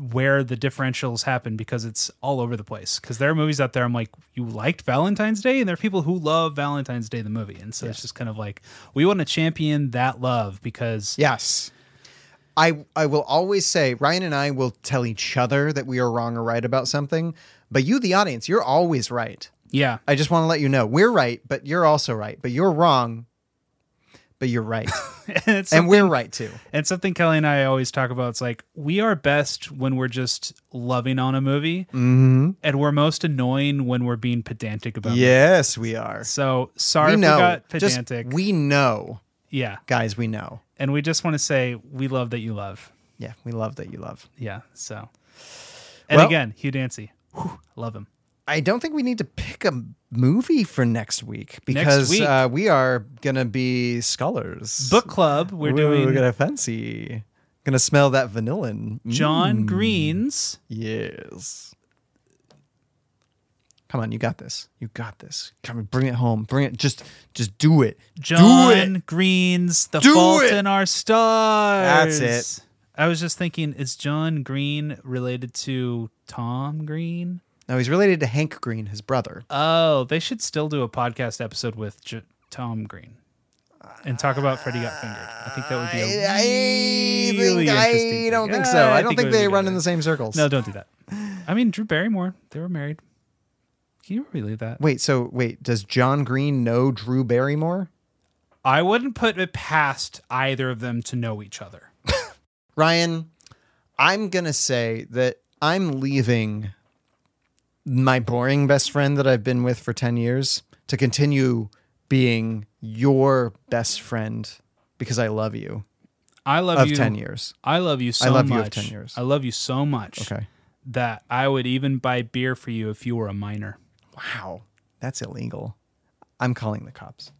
Speaker 2: where the differentials happen because it's all over the place. Because there are movies out there I'm like, you liked Valentine's Day, and there are people who love Valentine's Day the movie, and so it's just kind of like we want to champion that love because
Speaker 1: yes. I I will always say Ryan and I will tell each other that we are wrong or right about something, but you, the audience, you're always right.
Speaker 2: Yeah.
Speaker 1: I just want to let you know we're right, but you're also right, but you're wrong, but you're right, and we're right too.
Speaker 2: And something Kelly and I always talk about, it's like we are best when we're just loving on a movie,
Speaker 1: Mm-hmm.
Speaker 2: and we're most annoying when we're being pedantic about
Speaker 1: Yes, we are.
Speaker 2: So sorry
Speaker 1: we
Speaker 2: if we
Speaker 1: know.
Speaker 2: got
Speaker 1: Just-
Speaker 2: pedantic.
Speaker 1: we know,
Speaker 2: it. Yeah.
Speaker 1: guys. We know.
Speaker 2: And we just want to say we love that you love.
Speaker 1: Yeah, we love that you love.
Speaker 2: Yeah. So, and
Speaker 1: Well-
Speaker 2: again, Hugh Dancy, Whew, love him.
Speaker 1: I don't think we need to pick a movie for next week because
Speaker 2: week.
Speaker 1: Uh, we are gonna be scholars.
Speaker 2: Book club, we're doing-
Speaker 1: We're gonna fancy. Gonna smell that vanillin.
Speaker 2: John
Speaker 1: Mm.
Speaker 2: Green's
Speaker 1: Yes. Come on, you got this. You got this. Come on, bring it home. Bring it. Just, just do it. do it.
Speaker 2: John Green's The
Speaker 1: Do
Speaker 2: Fault
Speaker 1: it.
Speaker 2: in Our Stars.
Speaker 1: That's it.
Speaker 2: I was just thinking, is John Green related to Tom Green?
Speaker 1: No, he's related to Hank Green, his brother.
Speaker 2: Oh, they should still do a podcast episode with J- Tom Green and talk about Freddie Got Fingered. I think that would be a
Speaker 1: I
Speaker 2: really
Speaker 1: think,
Speaker 2: interesting.
Speaker 1: I
Speaker 2: thing.
Speaker 1: don't think
Speaker 2: Yeah,
Speaker 1: so. I
Speaker 2: I
Speaker 1: don't
Speaker 2: think
Speaker 1: think
Speaker 2: it would
Speaker 1: they
Speaker 2: be
Speaker 1: run in the same circles.
Speaker 2: No, don't do that. I mean, Drew Barrymore, they were married. Can you believe that?
Speaker 1: Wait, so wait, does John Green know Drew Barrymore?
Speaker 2: I wouldn't put it past either of them to know each other.
Speaker 1: Ryan, I'm going to say that I'm leaving my boring best friend that I've been with for 10 years to continue being your best friend because I love you.
Speaker 2: I love
Speaker 1: of
Speaker 2: you
Speaker 1: 10 years.
Speaker 2: I love you so
Speaker 1: I
Speaker 2: much.
Speaker 1: love you of 10 years.
Speaker 2: I love you so much.
Speaker 1: Okay.
Speaker 2: That I would even buy beer for you if you were a minor.
Speaker 1: Wow. That's illegal. I'm calling the cops.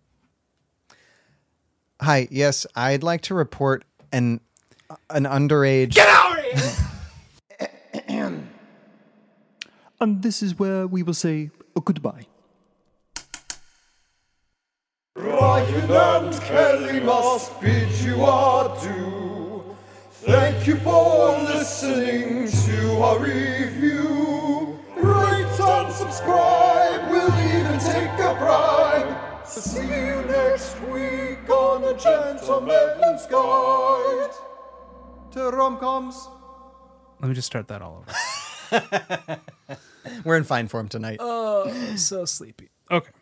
Speaker 1: Hi, yes, I'd like to report an an underage Get out!
Speaker 19: And this is where we will say goodbye.
Speaker 13: Ryan and Kelly must bid you adieu. Thank you for listening to our review. Rate and subscribe, we'll even take a bribe. See you next week on The Gentleman's Guide to Rom-Coms.
Speaker 2: Let me just start that all over.
Speaker 1: We're in fine form tonight.
Speaker 2: oh, so sleepy. Okay.